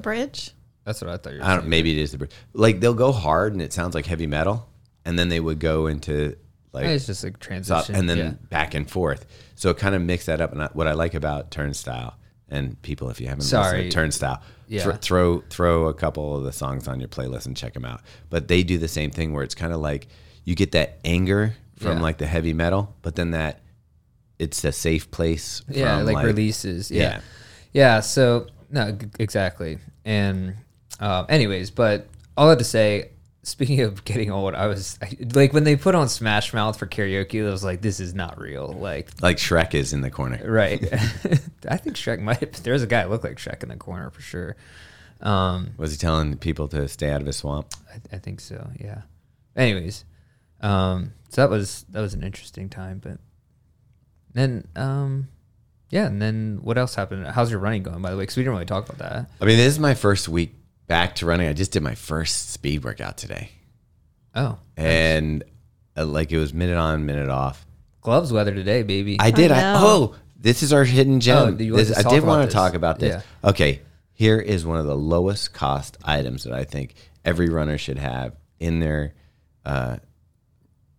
Speaker 2: Bridge.
Speaker 3: That's what I thought you were
Speaker 1: I
Speaker 3: saying.
Speaker 1: don't. Maybe it is the bridge. Like they'll go hard and it sounds like heavy metal, and then they would go into like
Speaker 3: It's just a
Speaker 1: stop
Speaker 3: transition.
Speaker 1: and then
Speaker 3: yeah.
Speaker 1: back and forth. So it kind of mix that up. And I, what I like about Turnstile and people, if you haven't listened
Speaker 3: Sorry.
Speaker 1: to Turnstile,
Speaker 3: Yeah.
Speaker 1: thro- throw throw a couple of the songs on your playlist and check them out. But they do the same thing where it's kind of like you get that anger from
Speaker 3: Yeah.
Speaker 1: like the heavy metal, but then that it's a safe place.
Speaker 3: yeah,
Speaker 1: from,
Speaker 3: like, releases. Yeah.
Speaker 1: yeah.
Speaker 3: yeah. so no, g- exactly. And um, anyways, but all that to say, speaking of getting old, I was I, like when they put on Smash Mouth for karaoke, I was like, this is not real. Like,
Speaker 1: Like Shrek is in the corner.
Speaker 3: right? I think Shrek might. There was a guy that looked like Shrek in the corner for sure. Um,
Speaker 1: Was he telling people to stay out of his swamp?
Speaker 3: I, I think so. Yeah. Anyways, um, so that was that was an interesting time, but then um, yeah, and then what else happened? How's your running going, by the way? Because we didn't really talk about that.
Speaker 1: I mean, this is my first week back to running. I just did my first speed workout today,
Speaker 3: Oh,
Speaker 1: and uh, like it was minute on, minute off.
Speaker 3: gloves weather today, baby.
Speaker 1: I did. I,
Speaker 2: know.
Speaker 1: oh, this is our hidden
Speaker 3: Oh,
Speaker 1: gem.
Speaker 3: do you want
Speaker 1: this,
Speaker 3: to
Speaker 1: I
Speaker 3: talk
Speaker 1: did
Speaker 3: about
Speaker 1: want
Speaker 3: this?
Speaker 1: to talk about this. Okay, here is one of the lowest cost items that I think every runner should have in their uh,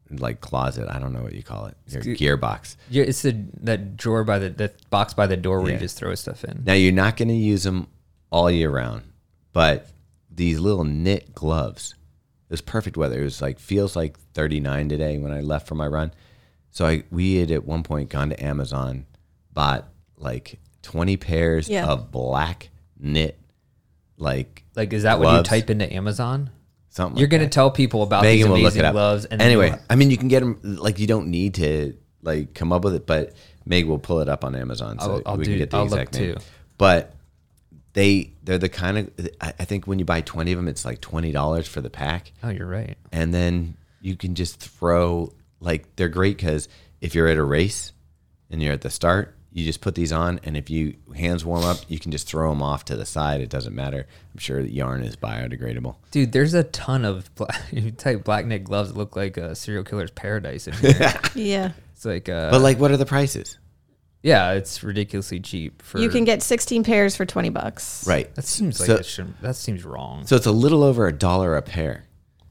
Speaker 1: like closet. I don't know what you call it. Your gearbox.
Speaker 3: yeah, it's the that drawer by the that box by the door where
Speaker 1: Yeah.
Speaker 3: you just throw stuff in.
Speaker 1: Now you're not going to use them all year round, but these little knit gloves. It was perfect weather. It was like feels like 39 today when I left for my run. So I we had at one point gone to Amazon, bought like 20 pairs
Speaker 2: Yeah.
Speaker 1: of black knit, like
Speaker 3: Like, is that what you
Speaker 1: Gloves.
Speaker 3: type into Amazon?
Speaker 1: something.
Speaker 3: You're
Speaker 1: like
Speaker 3: gonna
Speaker 1: that.
Speaker 3: tell people about these
Speaker 1: Megan will
Speaker 3: amazing
Speaker 1: look it up.
Speaker 3: gloves. And then
Speaker 1: anyway,
Speaker 3: you'll-
Speaker 1: I mean you can get them. Like you don't need to like come up with it, but Meg will pull it up on Amazon so
Speaker 3: I'll- I'll
Speaker 1: we
Speaker 3: do-
Speaker 1: can get the
Speaker 3: I'll look
Speaker 1: exact name.
Speaker 3: too.
Speaker 1: But they they're the kind of I I think when you buy twenty of them, it's like twenty dollars for the pack,
Speaker 3: oh, you're right.
Speaker 1: and then you can just throw like they're great because if you're at a race and you're at the start. You just put these on, and if you hands warm up, you can just throw them off to the side. It doesn't matter. I'm sure the yarn is biodegradable.
Speaker 3: Dude, there's a ton of black, you type black knit gloves that look like a serial killer's paradise in here.
Speaker 2: Yeah.
Speaker 3: it's like uh,
Speaker 1: But like, what are the prices?
Speaker 3: Yeah, it's ridiculously cheap for
Speaker 2: You can get 16 pairs for 20 bucks.
Speaker 1: Right.
Speaker 3: That seems like
Speaker 1: So-
Speaker 3: it should, that seems wrong.
Speaker 1: So it's a little over a dollar a pair.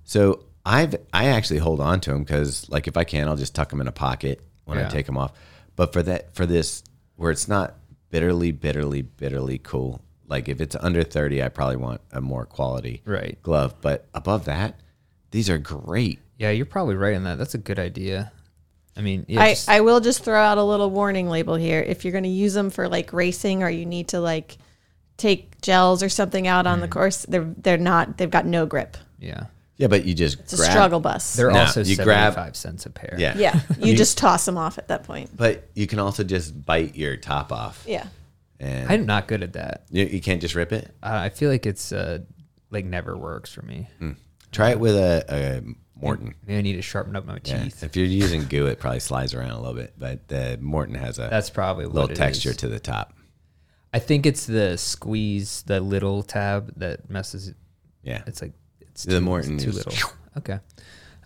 Speaker 1: So I've I actually hold on to them because like if I can, I'll just tuck them in a pocket when I
Speaker 3: Yeah.
Speaker 1: take them off. But for that for this where it's not bitterly bitterly bitterly cool. Like if it's under thirty, I probably want a more quality
Speaker 3: Right.
Speaker 1: glove. But above that, these are great.
Speaker 3: Yeah, you're probably right on that. That's a good idea. I mean, yeah,
Speaker 2: I,
Speaker 3: just-
Speaker 2: I will just throw out a little warning label here. If you're going to use them for like racing or you need to like take gels or something out
Speaker 3: Mm.
Speaker 2: on the course, they're they're not they've got no grip.
Speaker 3: yeah,
Speaker 1: Yeah, but you just
Speaker 2: It's a
Speaker 1: grab-
Speaker 2: struggle bus.
Speaker 3: they're
Speaker 1: No,
Speaker 3: also
Speaker 1: you grab-
Speaker 3: seventy-five cents a pair.
Speaker 1: Yeah.
Speaker 2: yeah, you, just toss them off at that point.
Speaker 1: But you can also just bite your top off,
Speaker 2: Yeah.
Speaker 1: and
Speaker 3: I'm not good at that.
Speaker 1: you, you can't just rip it.
Speaker 3: Uh, I feel like it's uh, like never works for me.
Speaker 1: Hmm. Try it with a, a Morton.
Speaker 3: Maybe I need to sharpen up my
Speaker 1: Yeah,
Speaker 3: teeth.
Speaker 1: If you're using goo, it probably slides around a little bit, but the Morton has a
Speaker 3: That's probably what
Speaker 1: little
Speaker 3: it
Speaker 1: texture
Speaker 3: is.
Speaker 1: to the top.
Speaker 3: I think it's the squeeze, the little tab that messes. it-
Speaker 1: Yeah.
Speaker 3: It's like it's
Speaker 1: The
Speaker 3: too,
Speaker 1: Morton
Speaker 3: it's too
Speaker 1: is-
Speaker 3: little. Okay.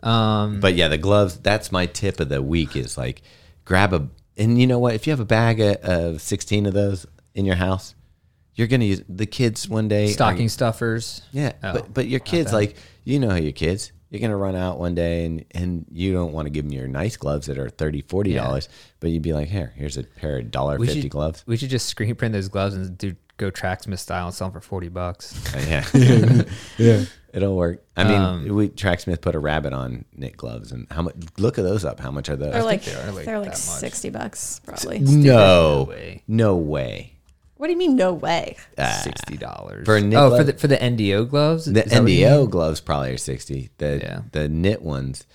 Speaker 3: Um,
Speaker 1: But yeah, the gloves, that's my tip of the week is like grab a, and you know what? If you have a bag of, of 16 of those in your house, you're going to use the kids one day. are-
Speaker 3: stocking stuffers.
Speaker 1: Yeah.
Speaker 3: Oh,
Speaker 1: but, but your kids, like, you know, your kids, you're going to run out one day and, and you don't want to give them your nice gloves that are 30 $40, but you'd be like, here, here's a pair of dollar
Speaker 3: We
Speaker 1: 50
Speaker 3: should-
Speaker 1: gloves.
Speaker 3: We should just screen print those gloves and do go Tracksmith style and sell them for forty bucks.
Speaker 1: Oh, Yeah. yeah. It'll work. I mean,
Speaker 3: Um,
Speaker 1: we Tracksmith put a rabbit on knit gloves and how much look at those up. How much are
Speaker 2: They're
Speaker 1: those?
Speaker 2: like,
Speaker 3: they are, like,
Speaker 2: they're like
Speaker 3: that much.
Speaker 2: 60 bucks probably.
Speaker 1: no,
Speaker 3: No way.
Speaker 1: no way.
Speaker 2: What do you mean no way?
Speaker 3: Sixty dollars
Speaker 1: Ah. for a knit
Speaker 3: Oh,
Speaker 1: glove?
Speaker 3: for the for the NDO gloves.
Speaker 1: The
Speaker 3: Is that what you mean?
Speaker 1: NDO gloves probably are 60. The
Speaker 3: Yeah.
Speaker 1: the knit ones,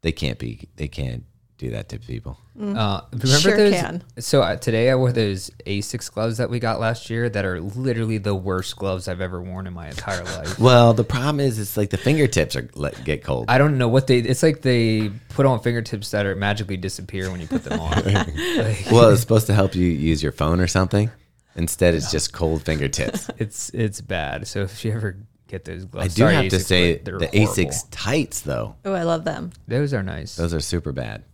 Speaker 1: they can't be they can't do that to people.
Speaker 3: Uh, remember
Speaker 2: Sure
Speaker 3: those?
Speaker 2: can.
Speaker 3: So uh, today I wore those Asics gloves that we got last year that are literally the worst gloves I've ever worn in my entire life.
Speaker 1: Well, the problem is it's like the fingertips are let, get cold.
Speaker 3: I don't know what they. It's like they put on fingertips that are magically disappear when you put them on. Like,
Speaker 1: well, it's supposed to help you use your phone or something. Instead, it's just cold fingertips.
Speaker 3: it's it's bad. So if you ever get those
Speaker 1: I
Speaker 3: gloves.
Speaker 1: do
Speaker 3: Sorry,
Speaker 1: have to
Speaker 3: ASICs,
Speaker 1: say
Speaker 3: but they're
Speaker 1: the
Speaker 3: horrible.
Speaker 1: Asics tights though;
Speaker 2: Oh, I love them.
Speaker 3: Those are nice.
Speaker 1: those are super bad,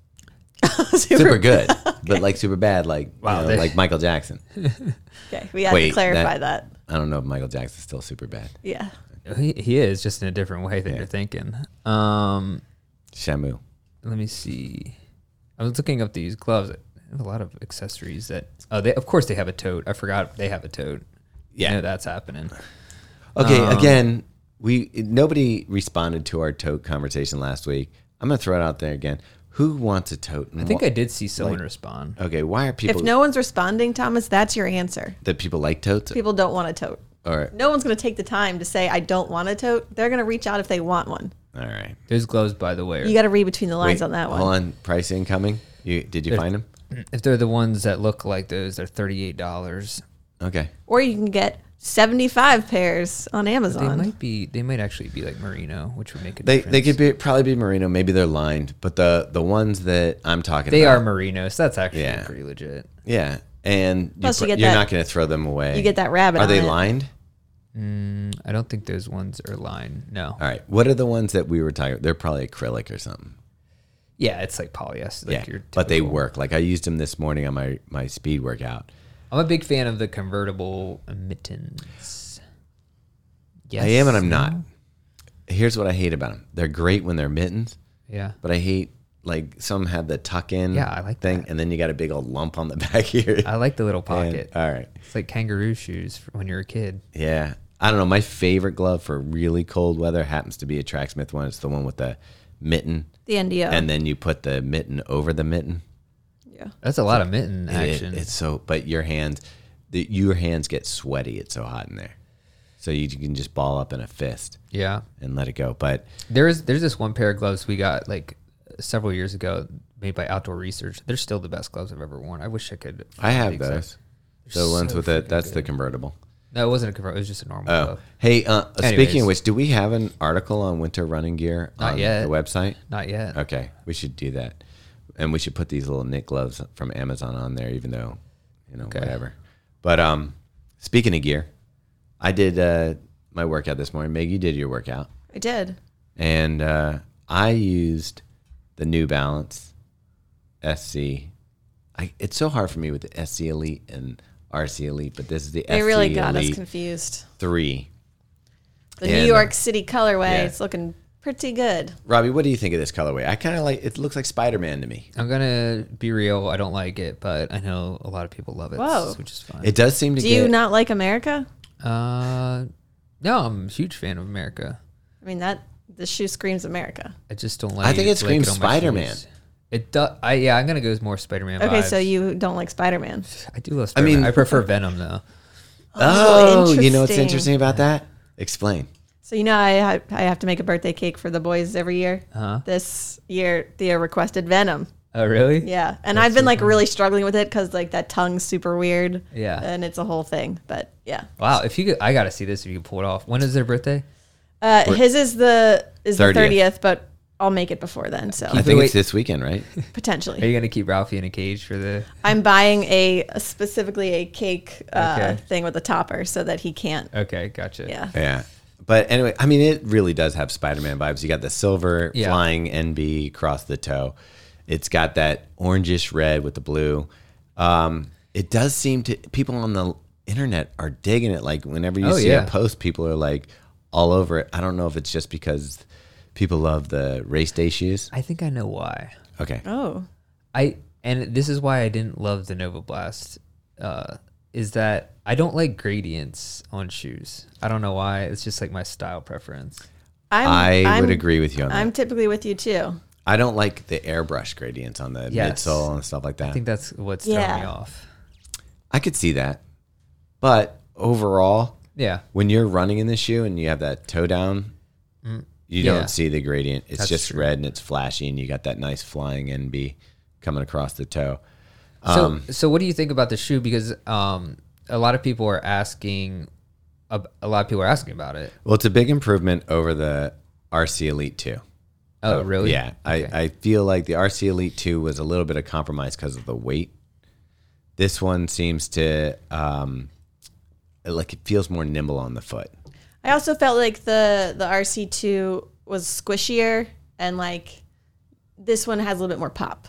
Speaker 2: Super,
Speaker 1: super good, but like super bad, like
Speaker 3: Wow,
Speaker 1: you know,
Speaker 3: they-
Speaker 1: like Michael Jackson.
Speaker 2: Okay, we had
Speaker 1: Wait,
Speaker 2: to clarify that.
Speaker 1: I don't know if Michael Jackson's still super bad.
Speaker 2: Yeah.
Speaker 3: He, he is just in a different way than you're thinking. Um,
Speaker 1: Shamu.
Speaker 3: let me see. I was looking up these gloves. They have a lot of accessories that. Oh, they of course they have a tote. I forgot they have a tote.
Speaker 1: Yeah.
Speaker 3: I know that's happening.
Speaker 1: Okay,
Speaker 2: Um,
Speaker 1: again, we nobody responded to our tote conversation last week. I'm gonna throw it out there again. Who wants a tote?
Speaker 3: I think I did see someone respond.
Speaker 1: Okay, why are people
Speaker 2: If no one's responding, Thomas, that's your answer.
Speaker 1: that people like totes?
Speaker 2: People don't want a tote.
Speaker 1: all right,
Speaker 2: No one's going to take the time to say, I don't want a tote. They're going to reach out if they want one.
Speaker 1: all right.
Speaker 3: Those gloves, by the way, are,
Speaker 2: You got to read between the lines
Speaker 1: Wait,
Speaker 2: on that one.
Speaker 1: Hold on, price incoming. You did you find them?
Speaker 3: if they're the ones that look like those, they're thirty eight dollars.
Speaker 1: Okay,
Speaker 2: Or you can get 75 pairs on
Speaker 3: They
Speaker 2: Amazon.
Speaker 3: might be. They might actually be like merino, which would make a
Speaker 1: they
Speaker 3: difference.
Speaker 1: they could be probably be merino. Maybe they're lined, but the the ones that I'm talking
Speaker 3: They are
Speaker 1: about,
Speaker 3: merino, so that's actually
Speaker 1: Yeah.
Speaker 3: pretty legit.
Speaker 1: yeah. And you
Speaker 2: Plus you
Speaker 1: pro-
Speaker 2: get
Speaker 1: you're
Speaker 2: that-
Speaker 1: not gonna throw them away.
Speaker 2: you get that rabbit
Speaker 1: Are
Speaker 2: on
Speaker 1: they
Speaker 2: it.
Speaker 1: lined?
Speaker 3: I don't think those ones are lined. No.
Speaker 1: All right. What are the ones that we were talking? They're probably acrylic or something.
Speaker 3: Yeah, it's like polyester. Like
Speaker 1: yeah,
Speaker 3: your
Speaker 1: but they
Speaker 3: typical-
Speaker 1: work. Like I used them this morning on my my speed workout.
Speaker 3: I'm a big fan of the convertible mittens. Yes.
Speaker 1: I am and I'm not. Here's what I hate about them. They're great when they're mittens,
Speaker 3: Yeah.
Speaker 1: but I hate like some have the tuck in.
Speaker 3: Yeah, I like
Speaker 1: thing, and then you got a big old lump on the back here.
Speaker 3: I like the little
Speaker 1: And-
Speaker 3: pocket.
Speaker 1: all right.
Speaker 3: it's like kangaroo shoes for when you're a kid.
Speaker 1: Yeah. I don't know. My favorite glove for really cold weather happens to be a Tracksmith one. It's the one with the mitten,
Speaker 2: The
Speaker 3: Oh.
Speaker 2: NDO.
Speaker 1: and then you put the mitten over the mitten.
Speaker 2: yeah.
Speaker 3: That's a lot of mitten
Speaker 1: It-
Speaker 3: action.
Speaker 1: it's so, but your hands, the, your hands get sweaty. It's so hot in there, so you, can just ball up in a fist
Speaker 3: yeah.
Speaker 1: and let it go. But
Speaker 3: There is there's this one pair of gloves we got like several years ago made by Outdoor Research. They're still the best gloves I've ever worn. I wish I could.
Speaker 1: I
Speaker 3: find the
Speaker 1: have
Speaker 3: exact-
Speaker 1: those. The ones
Speaker 3: so
Speaker 1: with the that's the convertible.
Speaker 3: No, it wasn't a convertible. It was just a normal
Speaker 1: Oh,
Speaker 3: glove.
Speaker 1: hey. Uh, speaking
Speaker 3: Anyways.
Speaker 1: of which, do we have an article on winter running gear
Speaker 3: Not
Speaker 1: on
Speaker 3: yet.
Speaker 1: the website?
Speaker 3: Not yet.
Speaker 1: Okay, we should do that, and we should put these little knit gloves from Amazon on there, even though, you know, whatever. But um, speaking of gear, I did uh, my workout this morning. Meg, you did your workout.
Speaker 2: I did.
Speaker 1: and uh, I used the New Balance SC. I, it's so hard for me with the SC Elite and RC Elite, but this is the
Speaker 2: They
Speaker 1: SC
Speaker 2: really got us
Speaker 1: E Elite
Speaker 2: confused.
Speaker 1: three.
Speaker 2: The
Speaker 1: And-
Speaker 2: New York City colorway.
Speaker 1: Yeah.
Speaker 2: It's looking pretty good.
Speaker 1: Robbie, what do you think of this colorway? I kind of like. It looks like Spider Man to me.
Speaker 3: I'm gonna be real. I don't like it, but I know a lot of people love it,
Speaker 2: Whoa.
Speaker 3: which is fine.
Speaker 1: It does seem to
Speaker 2: Do
Speaker 1: get.
Speaker 2: you not like America?
Speaker 3: Uh, no, I'm a huge fan of America.
Speaker 2: I mean, that the shoe screams America.
Speaker 3: I just don't like.
Speaker 1: I think it
Speaker 3: like
Speaker 1: screams
Speaker 3: on my
Speaker 1: Spider-Man.
Speaker 3: shoes. It does. I yeah, I'm gonna go with more Spider-Man.
Speaker 2: Okay,
Speaker 3: vibes.
Speaker 2: so you don't like Spider Man.
Speaker 3: I do love. Spider-Man. I
Speaker 1: mean-
Speaker 3: prefer Venom though.
Speaker 1: oh, you know what's
Speaker 2: interesting.
Speaker 1: interesting about that? Explain.
Speaker 2: So you know, I I have to make a birthday cake for the boys every year.
Speaker 3: Uh-huh.
Speaker 2: This year, Thea requested Venom.
Speaker 3: Oh really?
Speaker 2: Yeah, and I've been like really struggling with it because like that tongue's super weird.
Speaker 3: Yeah.
Speaker 2: and it's a whole thing. But yeah,
Speaker 3: Wow. If you could, I gotta see this. If you could pull it off. When is their birthday?
Speaker 2: uh, his is the is
Speaker 1: 30th.
Speaker 2: the thirtieth, but I'll make it before then. So
Speaker 1: I think
Speaker 3: wait.
Speaker 1: it's this weekend, right?
Speaker 3: Are
Speaker 2: potentially,
Speaker 3: you gonna keep Ralphie in a cage for the?
Speaker 2: I'm buying a specifically a cake uh,
Speaker 3: Okay.
Speaker 2: thing with a topper so that he can't.
Speaker 3: Okay, gotcha.
Speaker 2: Yeah,
Speaker 1: yeah. But anyway, I mean, it really does have Spider Man vibes. You got the silver
Speaker 3: Yeah.
Speaker 1: flying NB across the toe. It's got that orangish red with the blue. Um, it does seem to people on the internet are digging it. Like whenever you
Speaker 3: Oh,
Speaker 1: see
Speaker 3: yeah.
Speaker 1: a post, people are like all over it. I don't know if it's just because people love the race day shoes.
Speaker 3: I think I know why.
Speaker 1: Okay.
Speaker 2: Oh,
Speaker 3: I and this is why I didn't love the Nova Blast. Uh, is that I don't like gradients on shoes. I don't know why. It's just like my style preference.
Speaker 2: I'm,
Speaker 1: I
Speaker 2: I'm-
Speaker 1: would agree with you on
Speaker 2: I'm
Speaker 1: that.
Speaker 2: typically with you too.
Speaker 1: I don't like the airbrush gradients on the
Speaker 3: Yes.
Speaker 1: midsole and stuff like that.
Speaker 3: I think that's what's throwing me
Speaker 2: Yeah.
Speaker 3: off.
Speaker 1: I could see that. But overall,
Speaker 3: Yeah.
Speaker 1: when you're running in the shoe and you have that toe down, you
Speaker 3: Mm, Yeah.
Speaker 1: don't see the gradient. It's
Speaker 3: That's
Speaker 1: just
Speaker 3: true.
Speaker 1: red and it's flashy, and you got that nice flying NB coming across the toe.
Speaker 3: So, so what do you think about the shoe? Because um, a lot of people are asking, a, a lot of people are asking about it.
Speaker 1: Well, it's a big improvement over the RC Elite 2.
Speaker 3: Oh, really?
Speaker 1: Yeah, I, I feel like the RC Elite 2 was a little bit of compromise because of the weight. This one seems to, um, like, it feels more nimble on the foot.
Speaker 2: I also felt like the the RC2 was squishier and like this one has a little bit more pop.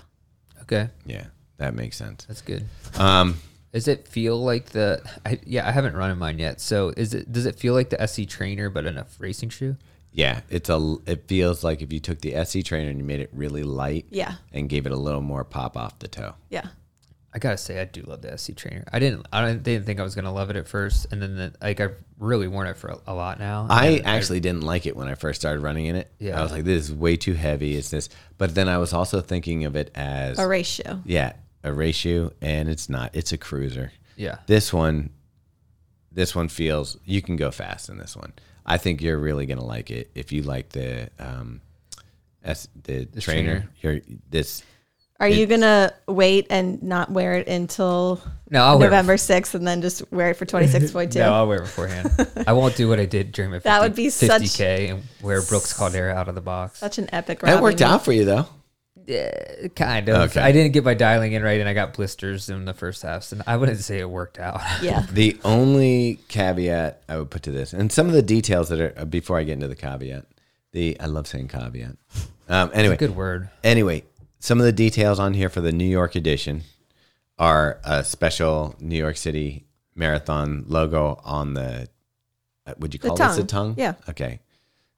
Speaker 3: Okay,
Speaker 1: Yeah, that makes sense.
Speaker 3: that's good.
Speaker 1: Um,
Speaker 3: Does it feel like the? I, yeah, I haven't run in mine yet. So is it? Does it feel like the SC trainer but in a racing shoe?
Speaker 1: yeah, it's a. It feels like if you took the SC trainer and you made it really light,
Speaker 2: Yeah.
Speaker 1: and gave it a little more pop off the toe.
Speaker 2: Yeah.
Speaker 3: I gotta say, I do love the SC trainer. I didn't. I didn't, didn't think I was gonna love it at first, and then the, like I've really worn it for a, a lot now.
Speaker 1: I
Speaker 3: And
Speaker 1: actually didn't like it when I first started running in it.
Speaker 3: Yeah.
Speaker 1: I was like, this is way too heavy. It's this, but then I was also thinking of it as
Speaker 2: A ratio.
Speaker 1: yeah, a ratio, and it's not. It's a cruiser.
Speaker 3: yeah,
Speaker 1: This one, this one feels you can go fast in this one. I think you're really gonna like it if you like the um, S, the, trainer. You're this.
Speaker 2: Are you gonna wait and not wear it until
Speaker 3: no, I'll wear it
Speaker 2: November sixth and then just wear it for twenty six point two?
Speaker 3: No, I'll wear it beforehand. I won't do what I did during my 50,
Speaker 2: That would be such-
Speaker 3: 50k and wear Brooks Caldera out of the box.
Speaker 2: Such an epic
Speaker 1: That
Speaker 2: Robin
Speaker 1: worked
Speaker 2: move.
Speaker 1: out for you though.
Speaker 3: Yeah, kind of.
Speaker 1: Okay.
Speaker 3: I didn't get my dialing in right, and I got blisters in the first half, and I wouldn't say it worked out.
Speaker 2: Yeah.
Speaker 1: The only caveat I would put to this, and some of the details that are before I get into the caveat, the I love saying caveat. Um, anyway,
Speaker 3: Good word.
Speaker 1: anyway, some of the details on here for the New York edition are a special New York City Marathon logo on the. uh, Would you
Speaker 2: The
Speaker 1: call this a tongue?
Speaker 2: tongue. Yeah.
Speaker 1: Okay.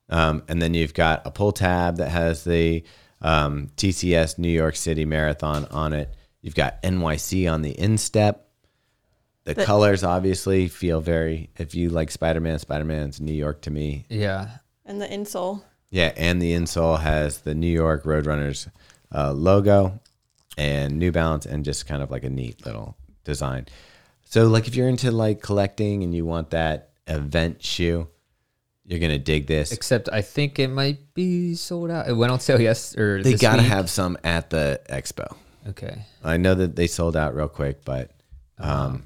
Speaker 1: Um, and then you've got a pull tab that has the um, TCS New York City Marathon on it. You've got NYC on the instep. The,
Speaker 2: The-
Speaker 1: colors obviously feel very. If you like Spider Man, Spider Man's New York to me.
Speaker 3: Yeah,
Speaker 2: And the insole.
Speaker 1: Yeah, and the insole has the New York Roadrunners uh, logo and New Balance, and just kind of like a neat little design. So, like, if you're into like collecting and you want that event shoe, you're gonna dig this.
Speaker 3: except I think it might be sold out. It went on sale yes or
Speaker 1: They
Speaker 3: this
Speaker 1: gotta
Speaker 3: week.
Speaker 1: have some at the expo.
Speaker 3: Okay,
Speaker 1: I know that they sold out real quick, but um,
Speaker 3: Uh-huh.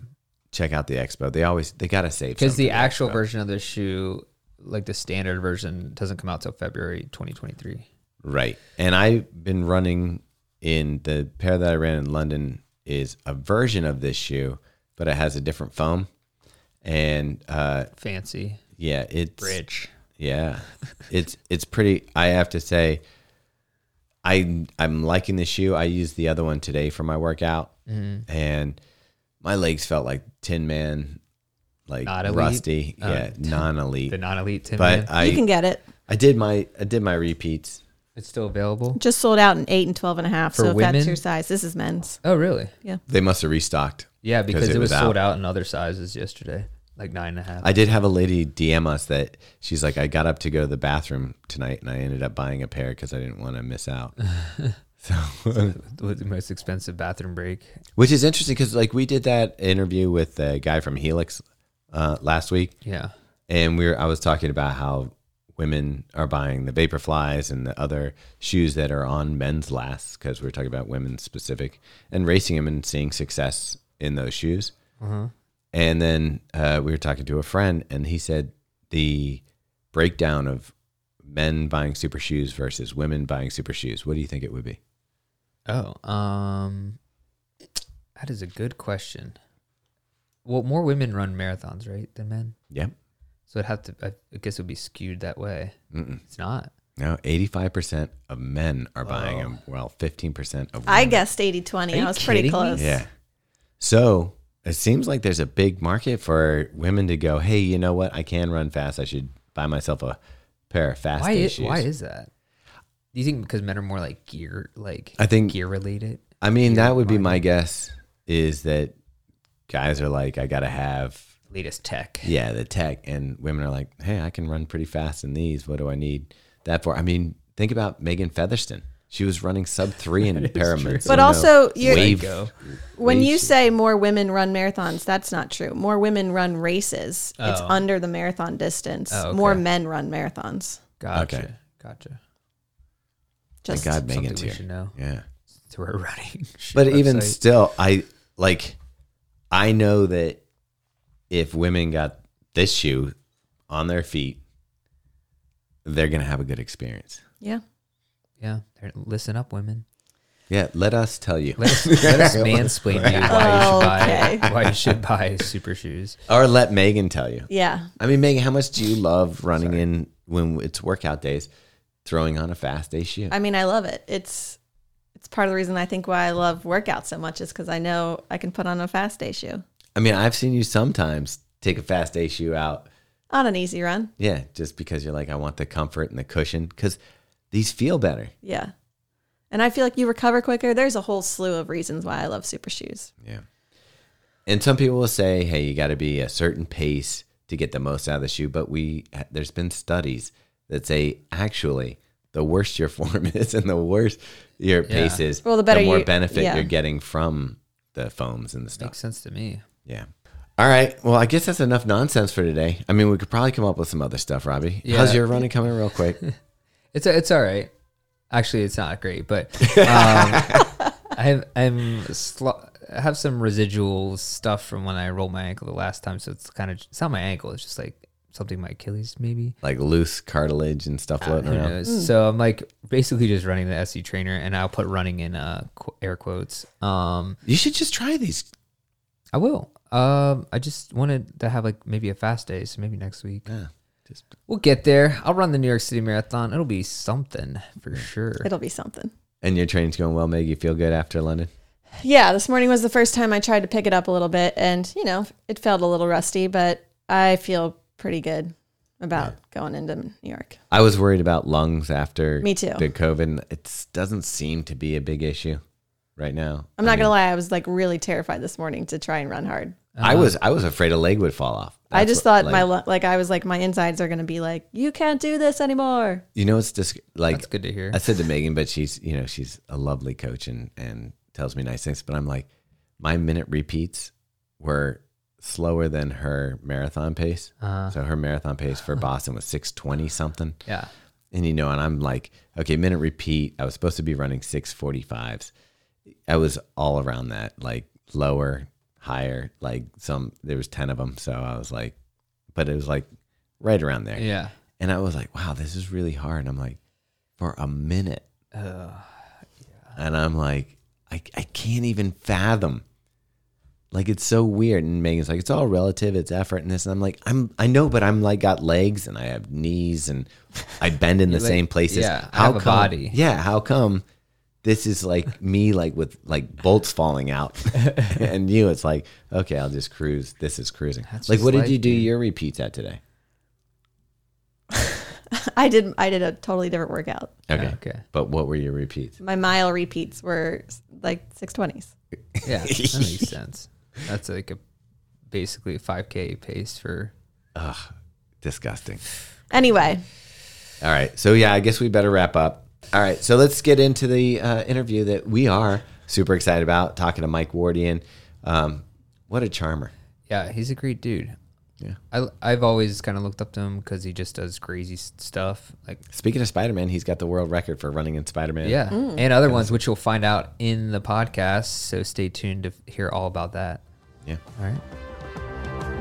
Speaker 1: check out the expo. They always they gotta save
Speaker 3: because
Speaker 1: some
Speaker 3: the
Speaker 1: for
Speaker 3: actual version of the shoe, like the standard version, doesn't come out till February 2023.
Speaker 1: Right. And I've been running in the pair that I ran in London is a version of this shoe, but it has a different foam. And uh,
Speaker 3: Fancy
Speaker 1: yeah, it's
Speaker 3: rich.
Speaker 1: yeah, it's it's pretty. I have to say, I I'm liking the shoe. I used the other one today for my workout, and my legs felt like Tin Man, like
Speaker 3: Not elite?
Speaker 1: rusty, yeah, non
Speaker 3: The
Speaker 1: elite.
Speaker 3: non-elite Tin
Speaker 1: But
Speaker 3: Man.
Speaker 1: I
Speaker 2: you can get it.
Speaker 1: I did my I did my repeats.
Speaker 3: it's still available.
Speaker 2: Just sold out in eight and twelve and a half.
Speaker 3: For
Speaker 2: so if
Speaker 3: women?
Speaker 2: that's your size, this is men's.
Speaker 3: Oh, really?
Speaker 1: They must have restocked.
Speaker 3: Yeah, because
Speaker 1: it
Speaker 3: it was,
Speaker 1: was
Speaker 3: sold out in other sizes yesterday, like nine and a half.
Speaker 1: I did have a lady DM us that she's like, I got up to go to the bathroom tonight and I ended up buying a pair because I didn't want to miss out. so,
Speaker 3: with the most expensive bathroom break.
Speaker 1: which is interesting because like we did that interview with the guy from Helix uh, last week,
Speaker 3: Yeah.
Speaker 1: and we were I was talking about how women are buying the Vaporflies and the other shoes that are on men's lasts because we were talking about women specific and racing them and seeing success in those shoes. And then uh, we were talking to a friend, and he said the breakdown of men buying super shoes versus women buying super shoes. What do you think it would be?
Speaker 3: Oh, um, that is a good question. Well, more women run marathons, right, than men?
Speaker 1: Yep.
Speaker 3: So it'd have to, I I guess it would be skewed that way.
Speaker 1: Mm-mm.
Speaker 3: It's not.
Speaker 1: No, eighty-five percent of men are buying
Speaker 3: Wow.
Speaker 1: them. Well, fifteen percent of women.
Speaker 2: I guessed 80
Speaker 3: Are
Speaker 2: 20.
Speaker 3: you
Speaker 2: I was pretty
Speaker 3: kidding me?
Speaker 2: close.
Speaker 1: Yeah. So it seems like there's a big market for women to go, hey, you know what? I can run fast. I should buy myself a pair of fast
Speaker 3: Why
Speaker 1: day
Speaker 3: is,
Speaker 1: shoes.
Speaker 3: why is that? Do you think because men are more like gear, like
Speaker 1: I think-
Speaker 3: gear related?
Speaker 1: I mean, that would be my guess is that guys are like, I got to have,
Speaker 3: Latest tech.
Speaker 1: yeah, the tech. And women are like, hey, I can run pretty fast in these. What do I need that for? I mean, think about Megan Featherston. She was running sub three in pyramids.
Speaker 2: But also, you're,
Speaker 1: wave.
Speaker 3: Go.
Speaker 2: when you
Speaker 1: race.
Speaker 2: say more women run marathons, that's not true. More women run races. It's
Speaker 3: Oh.
Speaker 2: under the marathon distance.
Speaker 3: Oh, okay.
Speaker 2: More men run marathons.
Speaker 3: Gotcha.
Speaker 1: Okay.
Speaker 3: Gotcha.
Speaker 1: Thank
Speaker 2: Just
Speaker 1: God Megan's
Speaker 3: Something we
Speaker 1: here.
Speaker 3: should know.
Speaker 1: Yeah.
Speaker 3: So we're running.
Speaker 1: but even
Speaker 3: website.
Speaker 1: still i like i know that if women got this shoe on their feet they're gonna have a good experience
Speaker 2: Yeah.
Speaker 3: yeah, they're- listen up, women.
Speaker 1: Yeah, let us tell you.
Speaker 3: Let us, let us mansplain to you why you should buy
Speaker 2: Okay.
Speaker 3: why you should buy super shoes.
Speaker 1: or let Megan tell you.
Speaker 2: Yeah.
Speaker 1: I mean, Megan, how much do you love running in when it's workout days, throwing on a fast day shoe?
Speaker 2: I mean, I love it. It's it's part of the reason I think why I love workouts so much is because I know I can put on a fast day shoe
Speaker 1: I mean, I've seen you sometimes take a fast day shoe out.
Speaker 2: on an easy run.
Speaker 1: Yeah, just because you're like, I want the comfort and the cushion because these feel better.
Speaker 2: Yeah. And I feel like you recover quicker. There's a whole slew of reasons why I love super shoes.
Speaker 1: Yeah. And some people will say, hey, you got to be a certain pace to get the most out of the shoe. But we, there's been studies that say actually, the worse your form is and the worse your pace is,
Speaker 2: Well, the better
Speaker 1: more
Speaker 2: you-
Speaker 1: benefit
Speaker 2: yeah.
Speaker 1: you're getting from the foams and the stuff.
Speaker 3: Makes sense to me.
Speaker 1: Yeah. All right. Well, I guess that's enough nonsense for today. I mean, we could probably come up with some other stuff, Robbie.
Speaker 3: Yeah.
Speaker 1: How's your running coming, real quick?
Speaker 3: It's it's all right. Actually, it's not great, but um, I have I'm sl- I have some residual stuff from when I rolled my ankle the last time. So it's kind of it's not my ankle. It's just like something my Achilles maybe.
Speaker 1: like loose cartilage and stuff floating
Speaker 3: Who
Speaker 1: around.
Speaker 3: knows? So I'm like basically just running the SC trainer, and I'll put running in uh, qu- air quotes. Um,
Speaker 1: You should just try these.
Speaker 3: I will. Um, I just wanted to have like maybe a fast day, so maybe next week
Speaker 1: Yeah. Just
Speaker 3: we'll get there. I'll run the New York City Marathon. It'll be something for sure.
Speaker 2: It'll be something.
Speaker 1: and your training's going well, Meg. You feel good after London?
Speaker 2: Yeah, this morning was the first time I tried to pick it up a little bit and, you know, it felt a little rusty, but I feel pretty good about going into New York.
Speaker 1: I was worried about lungs after
Speaker 2: Me too.
Speaker 1: the COVID. and It doesn't seem to be a big issue right now.
Speaker 2: I'm not going to lie, I was like really terrified this morning to try and run hard.
Speaker 1: I was I was afraid a leg would fall off.
Speaker 2: I
Speaker 1: That's
Speaker 2: just
Speaker 1: what-
Speaker 2: thought
Speaker 1: like,
Speaker 2: my lu- like I was like my insides are going to be like you can't do this anymore.
Speaker 1: you know it's just like
Speaker 3: That's good to hear.
Speaker 1: I said to Megan, but she's you know she's a lovely coach and and tells me nice things. But I'm like, my minute repeats were slower than her marathon pace.
Speaker 3: Uh,
Speaker 1: So her marathon pace for Boston was six twenty something,
Speaker 3: yeah.
Speaker 1: and you know, and I'm like, okay, minute repeat. I was supposed to be running six forty fives. I was all around that, like lower, higher, like some. There was ten of them, so I was like, but it was like right around there.
Speaker 3: Yeah.
Speaker 1: And I was like, wow, this is really hard. And I'm like, for a minute. And I'm like, I, I can't even fathom. Like it's so weird. And Megan's like, it's all relative, it's effort and this. And I'm like, I'm I know, but I'm like got legs and I have knees and I bend in the
Speaker 3: like-
Speaker 1: same places.
Speaker 3: yeah, I have a
Speaker 1: come,
Speaker 3: body.
Speaker 1: Yeah, how come this is like me like with like bolts falling out and you it's like, okay, I'll just cruise. This is cruising.
Speaker 3: That's
Speaker 1: like
Speaker 3: just
Speaker 1: what did
Speaker 3: life,
Speaker 1: you do
Speaker 3: dude.
Speaker 1: your repeats at today?
Speaker 2: I did I did a totally different workout.
Speaker 1: Okay.
Speaker 3: Oh, Okay.
Speaker 1: But what were your repeats?
Speaker 2: My mile repeats were like 620s.
Speaker 3: Yeah. that makes sense. That's like a basically a 5K pace for.
Speaker 1: Disgusting.
Speaker 2: Anyway,
Speaker 1: All right. So, yeah, I guess we better wrap up. All right. So, let's get into the uh, interview that we are super excited about talking to Mike Wardian. Um, what a charmer.
Speaker 3: Yeah, he's a great dude.
Speaker 1: Yeah.
Speaker 3: I, I've always kind of looked up to him because he just does crazy s- stuff. Like,
Speaker 1: Speaking of Spider Man, he's got the world record for running in Spider Man.
Speaker 3: yeah. And other ones, which you'll find out in the podcast. So stay tuned to f- hear all about that.
Speaker 1: Yeah.
Speaker 3: All right.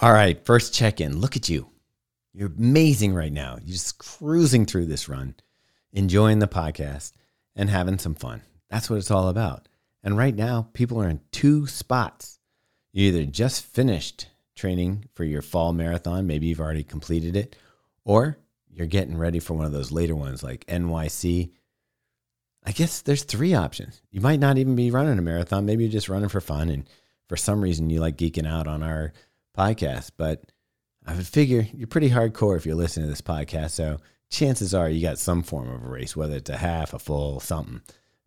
Speaker 1: All right. First check in. Look at you. You're amazing right now. You're just cruising through this run, enjoying the podcast and having some fun. That's what it's all about. And right now, people are in two spots. You either just finished training for your fall marathon, maybe you've already completed it, or you're getting ready for one of those later ones like NYC. I guess there's three options. You might not even be running a marathon. Maybe you're just running for fun. And for some reason, you like geeking out on our podcast. But I would figure you're pretty hardcore if you're listening to this podcast. So chances are you got some form of a race, whether it's a half, a full, something.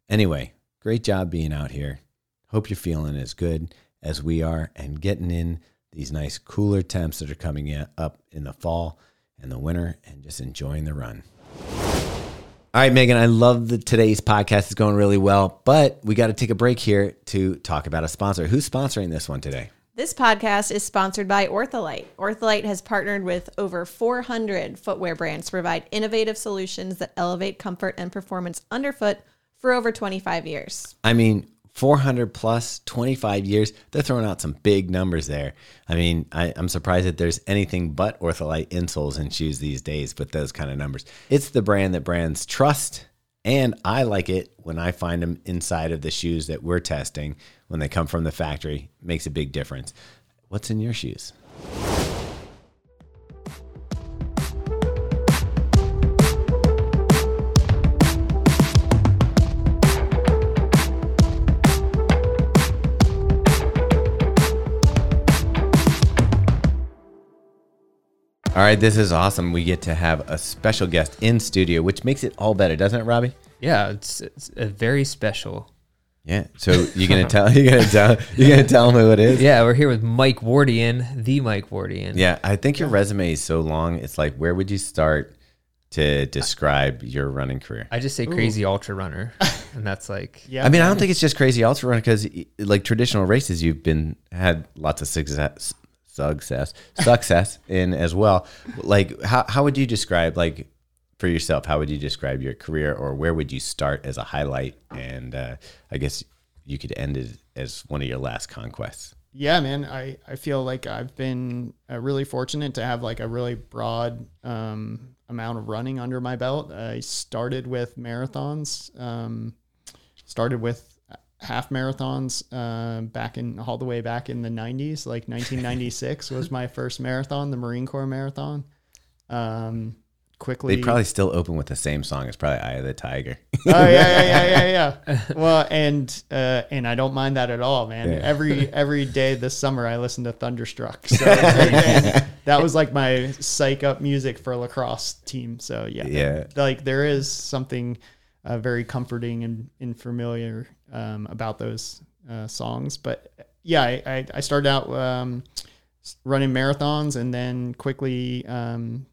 Speaker 1: Anyway, great job being out here. Hope you're feeling as good as we are and getting in these nice cooler temps that are coming in- up in the fall and the winter and just enjoying the run. All right, Megan, I love that today's podcast is going really well, but we got to take a break here to talk about a sponsor. Who's sponsoring this one today?
Speaker 2: this podcast is sponsored by Ortholite. Ortholite has partnered with over 400 footwear brands to provide innovative solutions that elevate comfort and performance underfoot for over 25 years.
Speaker 1: I mean, 400 plus 25 years they're throwing out some big numbers there i mean I, i'm surprised that there's anything but ortholite insoles in shoes these days with those kind of numbers it's the brand that brands trust and i like it when i find them inside of the shoes that we're testing when they come from the factory makes a big difference what's in your shoes all right this is awesome we get to have a special guest in studio which makes it all better doesn't it robbie
Speaker 3: Yeah, it's, it's a very special.
Speaker 1: yeah so you're gonna tell you're gonna tell you're gonna tell them who it is
Speaker 3: Yeah, we're here with Mike Wardian, the Mike Wardian.
Speaker 1: Yeah, I think your resume is so long. It's like, where would you start to describe your running career? I,
Speaker 3: I just say crazy ultra runner, and that's like
Speaker 4: Yeah.
Speaker 1: mean, I don't think it's just crazy ultra runner because, e, like traditional races, you've been had lots of success, success, success in as well. Like, how how would you describe like for yourself? How would you describe your career, or where would you start as a highlight? And uh, I guess you could end it as one of your last conquests.
Speaker 4: yeah man i i feel like i've been uh, really fortunate to have like a really broad um amount of running under my belt i started with marathons um started with half marathons uh, back in all the way back in the 90s like 1996 was my first marathon the marine corps marathon um quickly
Speaker 1: They probably still open with the same song. It's probably "Eye of the Tiger."
Speaker 4: oh yeah, yeah, yeah, yeah, yeah. Well, and uh, and I don't mind that at all, man. Every every day this summer, I listen to Thunderstruck. So and that was like my psych up music for lacrosse team. So yeah,
Speaker 1: Yeah.
Speaker 4: Like there is something uh, very comforting and, and familiar um, about those uh, songs. But yeah, I, I, I started out um, s- running marathons and then quickly um,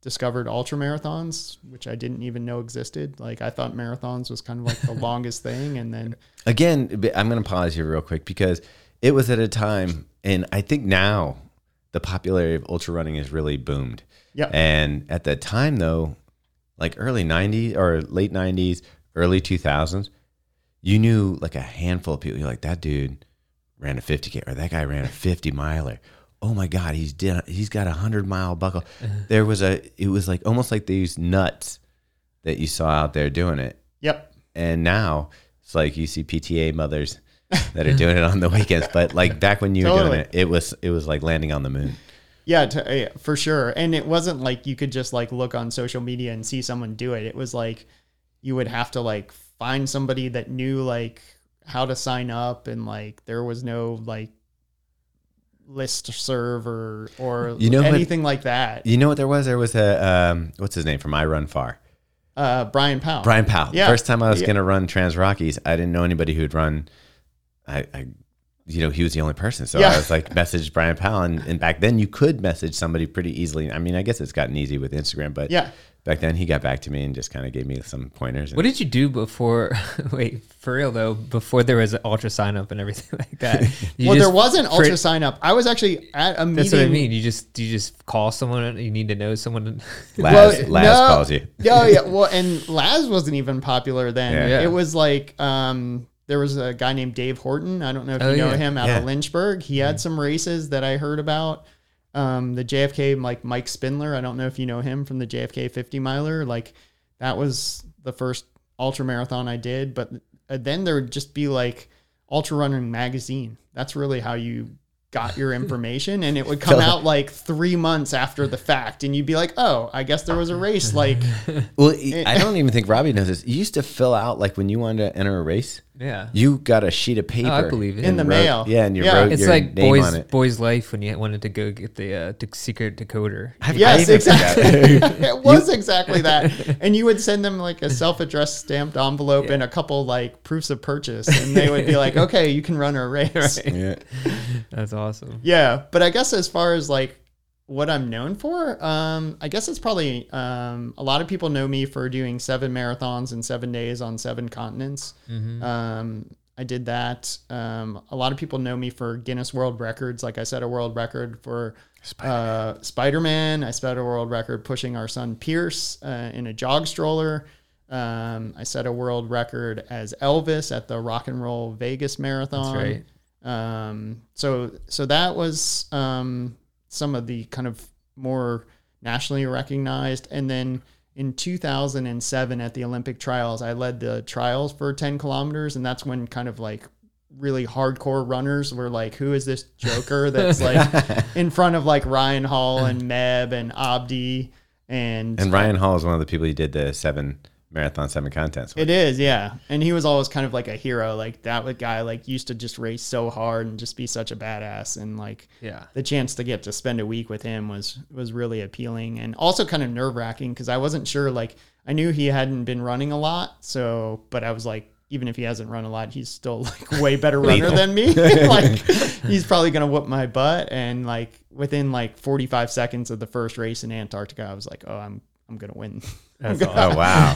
Speaker 4: discovered ultra marathons, which I didn't even know existed. Like I thought marathons was kind of like the longest thing, and then
Speaker 1: again, b- I'm going to pause here real quick because it was at a time, and I think now the popularity of ultra running has really boomed.
Speaker 4: Yep.
Speaker 1: And at the time, though, like early 90s or late 90s, early 2000s, you knew like a handful of people. You're like, that dude ran a 50K or that guy ran a 50 miler. Oh my God, he's did, he's got a 100 mile buckle. There was a, it was like almost like these nuts that you saw out there doing it.
Speaker 4: yep,
Speaker 1: And now it's like you see PTA mothers that are doing it on the weekends, but like back when you were
Speaker 4: Totally.
Speaker 1: doing it, it was it was like landing on the moon.
Speaker 4: yeah, t- yeah, for sure. And it wasn't like you could just like look on social media and see someone do it. It was like you would have to like find somebody that knew like how to sign up, and like there was no like list serve or or
Speaker 1: You know what-
Speaker 4: anything like that.
Speaker 1: You know what there was? There was a um, what's his name from I Run Far,
Speaker 4: Uh, Brian Powell.
Speaker 1: Brian Powell.
Speaker 4: Yeah.
Speaker 1: First time I was
Speaker 4: Yeah.
Speaker 1: gonna run Trans Rockies, I didn't know anybody who'd run. I, I you know he was the only person, so I
Speaker 4: Yeah.
Speaker 1: was like messaged Brian Powell, and, and back then you could message somebody pretty easily. I mean, I guess it's gotten easy with Instagram, but
Speaker 4: Yeah.
Speaker 1: back then he got back to me and just kind of gave me some pointers.
Speaker 3: What did you do before? Wait, for real though, before there was an ultra sign up and everything like that. You
Speaker 4: Well,
Speaker 3: just
Speaker 4: there was an ultra
Speaker 3: fr-
Speaker 4: sign up. I was actually at a meeting.
Speaker 3: That's what I mean. You just you just call someone. and You need to know someone.
Speaker 1: Laz,
Speaker 4: Well,
Speaker 1: Laz
Speaker 4: no.
Speaker 1: calls you.
Speaker 4: Yeah, yeah. Well, and Laz wasn't even popular then.
Speaker 1: Yeah.
Speaker 3: Yeah.
Speaker 4: It was like um, there was a guy named Dave Horton. I don't know if
Speaker 3: Oh,
Speaker 4: you know
Speaker 3: yeah.
Speaker 4: him out
Speaker 1: Yeah.
Speaker 4: of Lynchburg. He had some races that I heard about. Um, the JFK, like Mike Spindler. I don't know if you know him from the JFK 50 miler. Like that was the first ultra marathon I did. But uh, then there would just be like Ultra Running Magazine. That's really how you got your information and it would come out like three months after the fact and you'd be like oh i guess there was a race like
Speaker 1: Well, I don't even think Robbie knows this. You used to fill out like when you wanted to enter a race,
Speaker 3: yeah,
Speaker 1: you got a sheet of paper.
Speaker 3: Oh, I believe it.
Speaker 4: In the
Speaker 1: and
Speaker 4: mail.
Speaker 1: Yeah, and you
Speaker 4: Yeah.
Speaker 1: wrote
Speaker 3: it's
Speaker 1: your
Speaker 3: like
Speaker 1: name
Speaker 3: boys
Speaker 1: on it.
Speaker 3: boys life when you wanted to go get the uh, dec- secret decoder.
Speaker 1: I've- I
Speaker 4: Yes,
Speaker 1: even forgot.
Speaker 4: exactly. it was exactly that. And you would send them like a self-addressed stamped envelope and a couple like proofs of purchase, and they would be like, "Okay, you can run our race."
Speaker 1: yeah.
Speaker 3: That's awesome.
Speaker 4: Yeah, but I guess as far as like what I'm known for, um, I guess it's probably um, a lot of people know me for doing seven marathons in seven days on seven continents. Um, I did that. Um, a lot of people know me for Guinness World Records. Like I set a world record for uh, Spider Man. I set a world record pushing our son Pierce uh, in a jog stroller. Um, I set a world record as Elvis at the Rock and Roll Vegas Marathon.
Speaker 3: right.
Speaker 4: Um, so so that was um, some of the kind of more nationally recognized. And then in 2007 at the Olympic trials, I led the trials for 10 kilometers, and that's when kind of like really hardcore runners were like, "Who is this joker that's like in front of like Ryan Hall and Meb and Abdi?" And,
Speaker 1: And Ryan Hall is one of the people who did the seven marathon, seven contests. with.
Speaker 4: It is, yeah. And he was always kind of like a hero. Like that would- guy like used to just race so hard and just be such a badass and like
Speaker 3: Yeah.
Speaker 4: the chance to get to spend a week with him was was really appealing and also kind of nerve-wracking cuz I wasn't sure like I knew he hadn't been running a lot, so but I was like even if he hasn't run a lot, he's still like way better runner than me. like he's probably going to whoop my butt and like within like 45 seconds of the first race in Antarctica, I was like, "Oh, I'm I'm going to win."
Speaker 3: That's awesome.
Speaker 1: oh wow!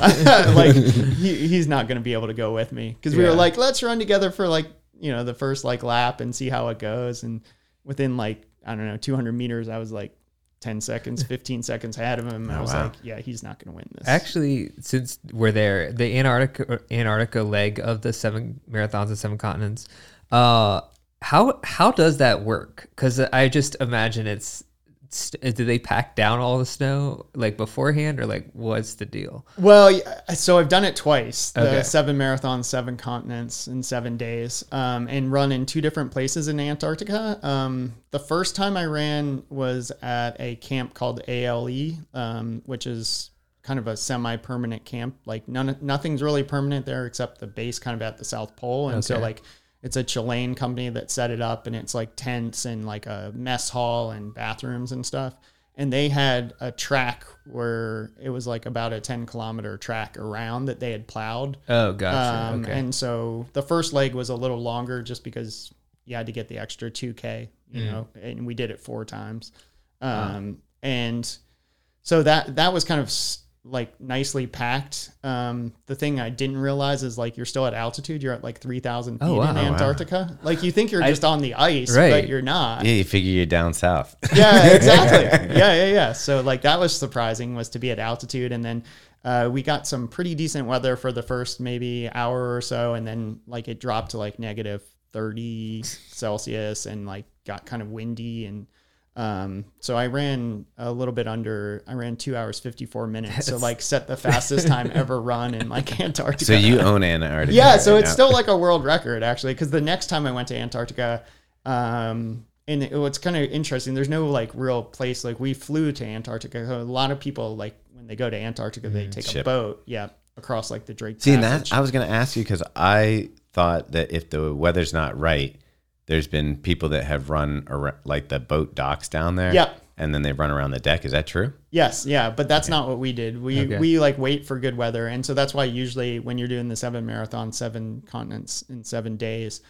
Speaker 4: like he, he's not going to be able to go with me because we
Speaker 3: Yeah.
Speaker 4: were like let's run together for like you know the first like lap and see how it goes and within like i don't know 200 meters i was like 10 seconds 15 seconds ahead of him and i
Speaker 1: Oh,
Speaker 4: was
Speaker 1: wow.
Speaker 4: like yeah he's not going to win this
Speaker 3: Actually, since we're there, the Antarctica Antarctica leg of the seven marathons and seven continents, uh, how how does that work? Because I just imagine it's, st- uh, do they pack down all the snow like beforehand or like what's the deal?
Speaker 4: Well, yeah, so I've done it twice: the
Speaker 3: Okay.
Speaker 4: seven marathons, seven continents in seven days, um, and run in two different places in Antarctica. Um, the first time I ran was at a camp called ALE, um, which is kind of a semi-permanent camp. Like none, nothing's really permanent there except the base, kind of at the South Pole, and so
Speaker 3: Okay.
Speaker 4: like. It's a Chilean company that set it up, and it's like tents and like a mess hall and bathrooms and stuff and they had a track where it was like about a 10 kilometer track around that they had plowed
Speaker 3: Oh, gotcha.
Speaker 4: um,
Speaker 3: okay.
Speaker 4: and so the first leg was a little longer just because you had to get the extra 2k
Speaker 3: Mm.
Speaker 4: you know and we did it four times
Speaker 3: Ah.
Speaker 4: um, and so that that was kind of s- like nicely packed um, the thing i didn't realize is like you're still at altitude you're at like 3000 feet
Speaker 3: Oh, wow.
Speaker 4: in
Speaker 3: Wow.
Speaker 4: antarctica like you think you're just on the ice
Speaker 3: Right.
Speaker 4: but you're not
Speaker 1: yeah, you figure you're down south.
Speaker 4: yeah, exactly. yeah, yeah, yeah. So like that was surprising was to be at altitude, and then uh, we got some pretty decent weather for the first maybe hour or so, and then like it dropped to like negative thirty Celsius, and like got kind of windy, and um, so I ran a little bit under. I ran two hours fifty four minutes, so like set the fastest time ever run in like Antarctica.
Speaker 1: so you own Antarctica.
Speaker 4: Yeah, so
Speaker 1: right
Speaker 4: it's
Speaker 1: now.
Speaker 4: still like a world record actually, because the next time I went to Antarctica, um, and it, what's kind of interesting, there's no like real place. Like we flew to Antarctica. So a lot of people like when they go to Antarctica, they take a
Speaker 1: Mm, Ship.
Speaker 4: boat, yeah, across like the Drake.
Speaker 1: See, and
Speaker 4: Passage.
Speaker 1: that I was going to ask you because I thought that if the weather's not right, there's been people that have run around, like the boat docks down there.
Speaker 4: Yep.
Speaker 1: And then they run around the deck. Is that true?
Speaker 4: Yes, yeah, but that's not what we did. We
Speaker 3: Okay.
Speaker 4: we like wait for good weather, and so that's why usually when you're doing the seven marathon, seven continents in seven days,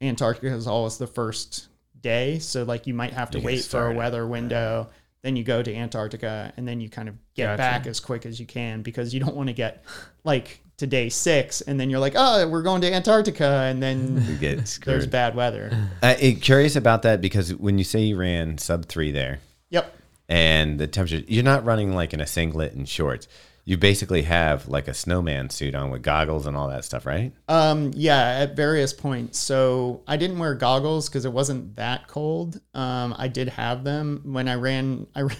Speaker 4: Antarctica is always the first day. So like you might have to
Speaker 1: You get
Speaker 4: wait for a
Speaker 1: started.
Speaker 4: weather window, then you go to Antarctica, and then you kind of get
Speaker 3: Gotcha.
Speaker 4: back as quick as you can because you don't want to get like to day six, and then you're like, oh, we're going to Antarctica, and
Speaker 1: You
Speaker 4: then
Speaker 1: get
Speaker 4: there's
Speaker 1: screwed.
Speaker 4: bad weather.
Speaker 1: I, I'm Uh, curious about that because when you say you ran sub three there
Speaker 4: Yep.
Speaker 1: and the temperature, you're not running like in a singlet and shorts. You basically have like a snowman suit on with goggles and all that stuff, right?
Speaker 4: Um, yeah, at various points. So I didn't wear goggles because it wasn't that cold. Um, I did have them when I ran. I, ra-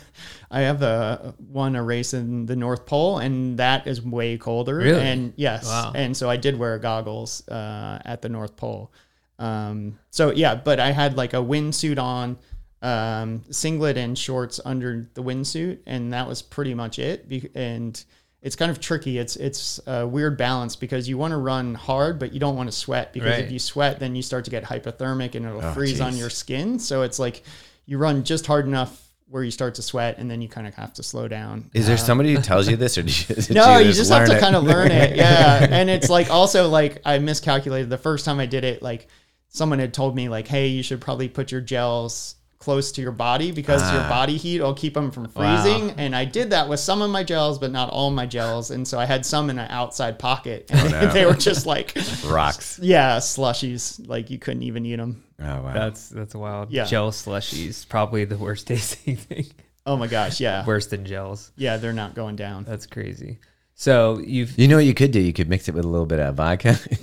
Speaker 4: I have a won a race in the North Pole, and that is way colder.
Speaker 3: Really?
Speaker 4: And yes,
Speaker 3: Wow.
Speaker 4: and so I did wear goggles uh, at the North Pole. Um, so yeah, but I had like a windsuit on, um, singlet and shorts under the windsuit, and that was pretty much it. Be- and it's kind of tricky. It's it's a weird balance because you want to run hard, but you don't want to sweat because
Speaker 3: Right.
Speaker 4: if you sweat, then you start to get hypothermic and it'll
Speaker 1: Oh,
Speaker 4: freeze on
Speaker 1: geez.
Speaker 4: your skin. So it's like you run just hard enough where you start to sweat, and then you kind of have to slow down.
Speaker 1: Is there somebody who tells you this, or do you, did
Speaker 4: Uh, No, you just have
Speaker 1: learn
Speaker 4: to
Speaker 1: it?
Speaker 4: kind of learn it. Yeah. and it's like also like I miscalculated the first time I did it, like someone had told me like, hey, you should probably put your gels close to your body because
Speaker 1: Ah.
Speaker 4: your body heat will keep them from freezing. And I did that with some of my gels, but not all my gels. And so I had some in an outside pocket and
Speaker 1: Oh, no.
Speaker 4: they were just like,
Speaker 1: rocks?
Speaker 4: yeah, slushies. Like you couldn't even eat them.
Speaker 1: Oh wow,
Speaker 3: that's that's wild.
Speaker 4: Yeah.
Speaker 3: Gel slushies, probably the worst tasting thing.
Speaker 4: Oh my gosh. Yeah.
Speaker 3: Worse than gels.
Speaker 4: Yeah. They're not going down.
Speaker 3: That's crazy. So you've
Speaker 1: You know what you could do? You could mix it with a little bit of vodka.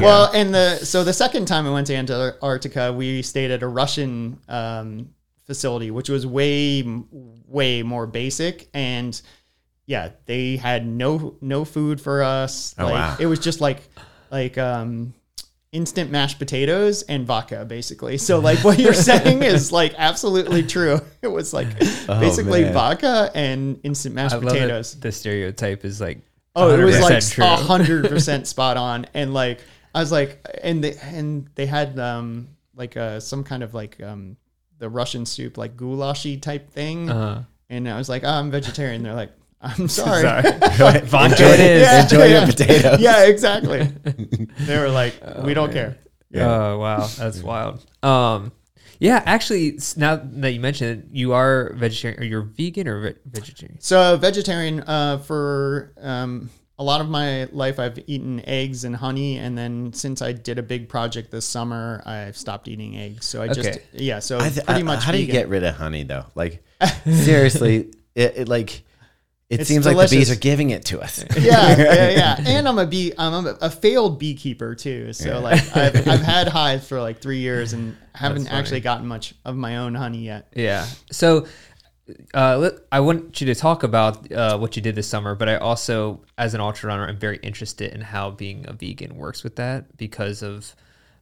Speaker 4: Well, and the so the second time I went to Antarctica, we stayed at a Russian um, facility, which was way way more basic, and yeah, they had no no food for us.
Speaker 1: Oh,
Speaker 4: like,
Speaker 1: wow.
Speaker 4: It was just like like um, instant mashed potatoes and vodka, basically. So like what you're saying is like absolutely true. It was like basically
Speaker 1: Oh, man.
Speaker 4: vodka and instant mashed
Speaker 3: I love that
Speaker 4: potatoes.
Speaker 3: the stereotype is like
Speaker 4: Oh, it was
Speaker 3: 100%
Speaker 4: like
Speaker 3: true.
Speaker 4: a hundred percent spot on, and like I was like, and they and they had um like uh some kind of like um the Russian soup like goulashy type thing,
Speaker 3: Uh-huh.
Speaker 4: and I was like, oh, I'm vegetarian. They're like, I'm sorry.
Speaker 1: Enjoy,
Speaker 3: vodka it is.
Speaker 4: Yeah,
Speaker 1: enjoy
Speaker 4: yeah.
Speaker 1: your potatoes.
Speaker 4: yeah, exactly. they were like,
Speaker 1: Oh,
Speaker 4: we don't care.
Speaker 1: Yeah.
Speaker 3: Oh wow, that's wild. Um, yeah, actually, s- now that you mentioned it, you are vegetarian or you're vegan or ve- vegetarian.
Speaker 4: So vegetarian uh, for um, a lot of my life, I've eaten eggs and honey, and then since I did a big project this summer, I've stopped eating eggs. So I just
Speaker 3: Okay.
Speaker 4: yeah, so
Speaker 1: I th-
Speaker 4: pretty
Speaker 1: I-
Speaker 4: much.
Speaker 1: How do you
Speaker 4: vegan.
Speaker 1: get rid of honey though? Like seriously, it, it like it
Speaker 4: It's
Speaker 1: seems like the bees
Speaker 4: delicious.
Speaker 1: are giving it to us.
Speaker 4: yeah, yeah, yeah. And I'm a bee. I'm a, a failed beekeeper too. So like, I've, I've had hives for like three years and haven't actually gotten much of my own honey yet.
Speaker 3: Yeah. So, uh, let, I want you to talk about uh, what you did this summer, but I also, as an ultra runner, I'm very interested in how being a vegan works with that because of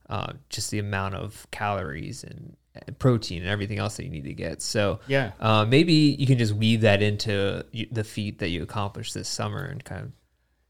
Speaker 3: uh, just the amount of calories and and protein and everything else that you need to get. So,
Speaker 4: Yeah.
Speaker 3: uh, maybe you can just weave that into y- the feat that you accomplished this summer and kind of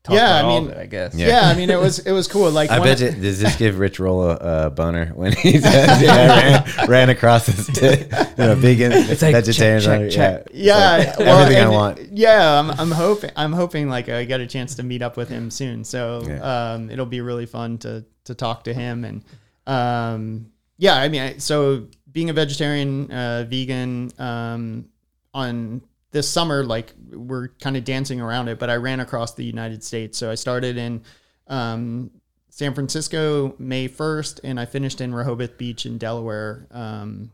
Speaker 3: talk about
Speaker 4: Yeah, I
Speaker 3: all
Speaker 4: mean-
Speaker 3: of it, I guess.
Speaker 4: Yeah. I mean, it was it was cool. Like,
Speaker 1: I
Speaker 4: when-
Speaker 1: bet you, does this give Rich Roll a uh, boner when he says, yeah, I ran, ran across this t- you know, vegan
Speaker 3: like,
Speaker 1: vegetarian?
Speaker 3: check,
Speaker 1: runner."
Speaker 3: check,
Speaker 1: yeah.
Speaker 4: yeah,
Speaker 1: It's like,
Speaker 4: well,
Speaker 1: everything I
Speaker 4: and-
Speaker 1: want.
Speaker 4: Yeah, I'm, I'm hoping I'm hoping like I get a chance to meet up with him soon. So
Speaker 1: Yeah.
Speaker 4: um, it'll be really fun to to talk to him and um, yeah, I mean, I, so being a vegetarian, uh, vegan um, on this summer, like we're kind of dancing around it, but I ran across the United States. So I started in um, San Francisco May 1st, and I finished in Rehoboth Beach in Delaware um,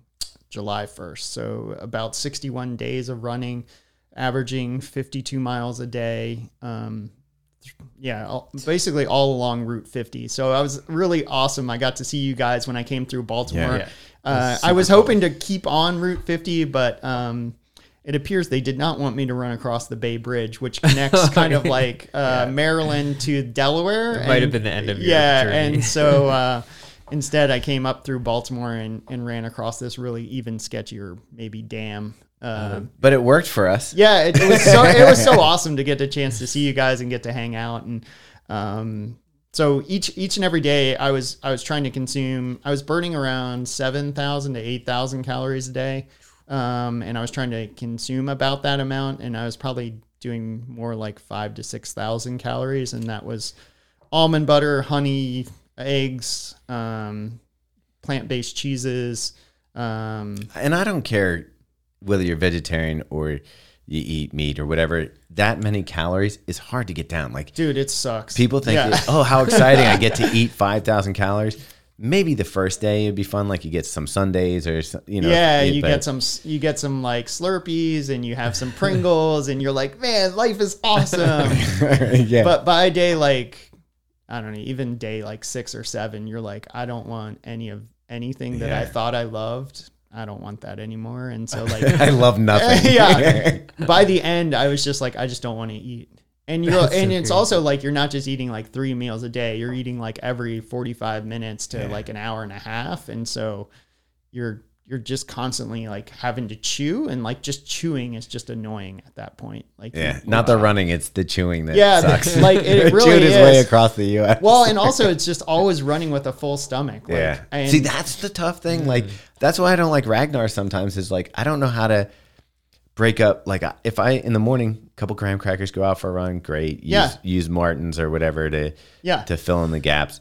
Speaker 4: July 1st. So about 61 days of running, averaging 52 miles a day. Um, th- yeah, all, basically all along Route 50. So I was really awesome. I got to see you guys when I came through Baltimore.
Speaker 1: Yeah.
Speaker 3: Yeah.
Speaker 4: Uh, I was hoping to keep on Route 50, but um, it appears they did not want me to run across the Bay Bridge, which connects kind of like uh, Maryland to Delaware.
Speaker 3: It might have been the end of your
Speaker 4: yeah,
Speaker 3: journey.
Speaker 4: and so uh, instead, I came up through Baltimore and, and ran across this really even sketchier, maybe dam.
Speaker 3: Uh-huh.
Speaker 4: Uh,
Speaker 1: But it worked for us.
Speaker 4: yeah, it, it was so it was so awesome to get a chance to see you guys and get to hang out and um so each each and every day I was I was trying to consume I was burning around 7,000 to 8,000 calories a day um and I was trying to consume about that amount and I was probably doing more like 5 to 6,000 calories and that was almond butter, honey, eggs, um plant-based cheeses um
Speaker 1: And I don't care whether you're vegetarian or you eat meat or whatever, that many calories is hard to get down. Like,
Speaker 4: dude it sucks
Speaker 1: People think,
Speaker 4: Yeah.
Speaker 1: oh, how exciting! I get to eat five thousand calories. Maybe the first day it'd be fun, like you get some Sundays or some- you know.
Speaker 4: yeah, you
Speaker 1: but-
Speaker 4: get some s- you get some like Slurpees and you have some Pringles and you're like, man, life is awesome.
Speaker 1: yeah,
Speaker 4: but by day like I don't know, even day like six or seven, you're like, I don't want any of anything that
Speaker 1: Yeah.
Speaker 4: I thought I loved. I don't want that anymore. And so
Speaker 1: I
Speaker 4: like
Speaker 1: love nothing.
Speaker 4: yeah. By the end, I was just like, I just don't want to eat. And you're and it's also like you're not just eating like three meals a day. You're eating like every forty five minutes to like an hour and a half. And so you're you're just constantly like having to chew and like just chewing is just annoying at that point. Like
Speaker 1: Yeah, not the running; it's the chewing that
Speaker 4: Yeah,
Speaker 1: sucks.
Speaker 4: like, it really
Speaker 1: chewed his way
Speaker 4: is.
Speaker 1: across the U.S.
Speaker 4: Well, and also it's just always running with a full stomach. Like, Mm.
Speaker 1: yeah.
Speaker 4: And,
Speaker 1: See, that's the tough thing. Like, that's why I don't like Ragnar. Sometimes is like I don't know how to break up. Like, I- if I in the morning, couple graham crackers, go out for a run, great. Use,
Speaker 4: Yeah.
Speaker 1: use Martins or whatever to
Speaker 4: yeah,
Speaker 1: to fill in the gaps.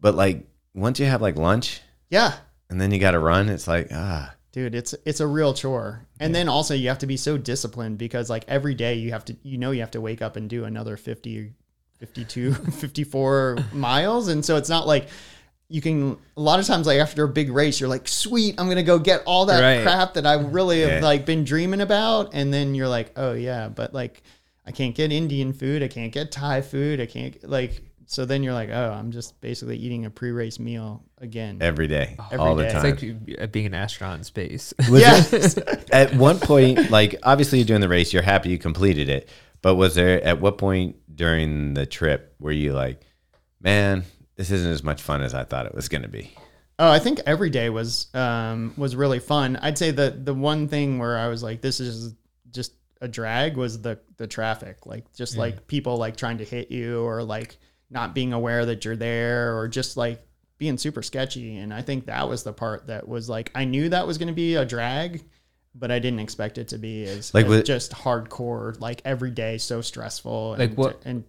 Speaker 1: But like once you have like lunch
Speaker 4: yeah.
Speaker 1: and then you got to run, it's like ah,
Speaker 4: dude it's it's a real chore and then also you have to be so disciplined because like every day you have to you know you have to wake up and do another 50 52 54 miles and so it's not like you can a lot of times like after a big race you're like sweet i'm gonna go get all that
Speaker 3: Right.
Speaker 4: crap that i really have
Speaker 1: Yeah.
Speaker 4: like been dreaming about and then you're like oh yeah but like I can't get Indian food. I can't get Thai food. I can't like. So then you're like, oh, I'm just basically eating a pre-race meal again.
Speaker 1: every day,
Speaker 4: Every
Speaker 1: all the
Speaker 4: day.
Speaker 1: time.
Speaker 4: It's
Speaker 3: It's like uh, being an astronaut in space.
Speaker 1: Was
Speaker 4: Yeah.
Speaker 1: there- at one point, like obviously you're doing the race, you're happy you completed it. But was there at what point during the trip were you like, man, this isn't as much fun as I thought it was going to be?
Speaker 4: Oh, I think every day was um, was really fun. I'd say the the one thing where I was like, this is just a drag was the the traffic, like just like people like trying to hit you or like not being aware that you're there or just like being super sketchy. And I think that was the part that was like I knew that was going to be a drag, but I didn't expect it to be as
Speaker 1: Like
Speaker 4: as
Speaker 1: with-
Speaker 4: just hardcore, like every day so stressful
Speaker 3: Like
Speaker 4: and,
Speaker 3: what-
Speaker 4: and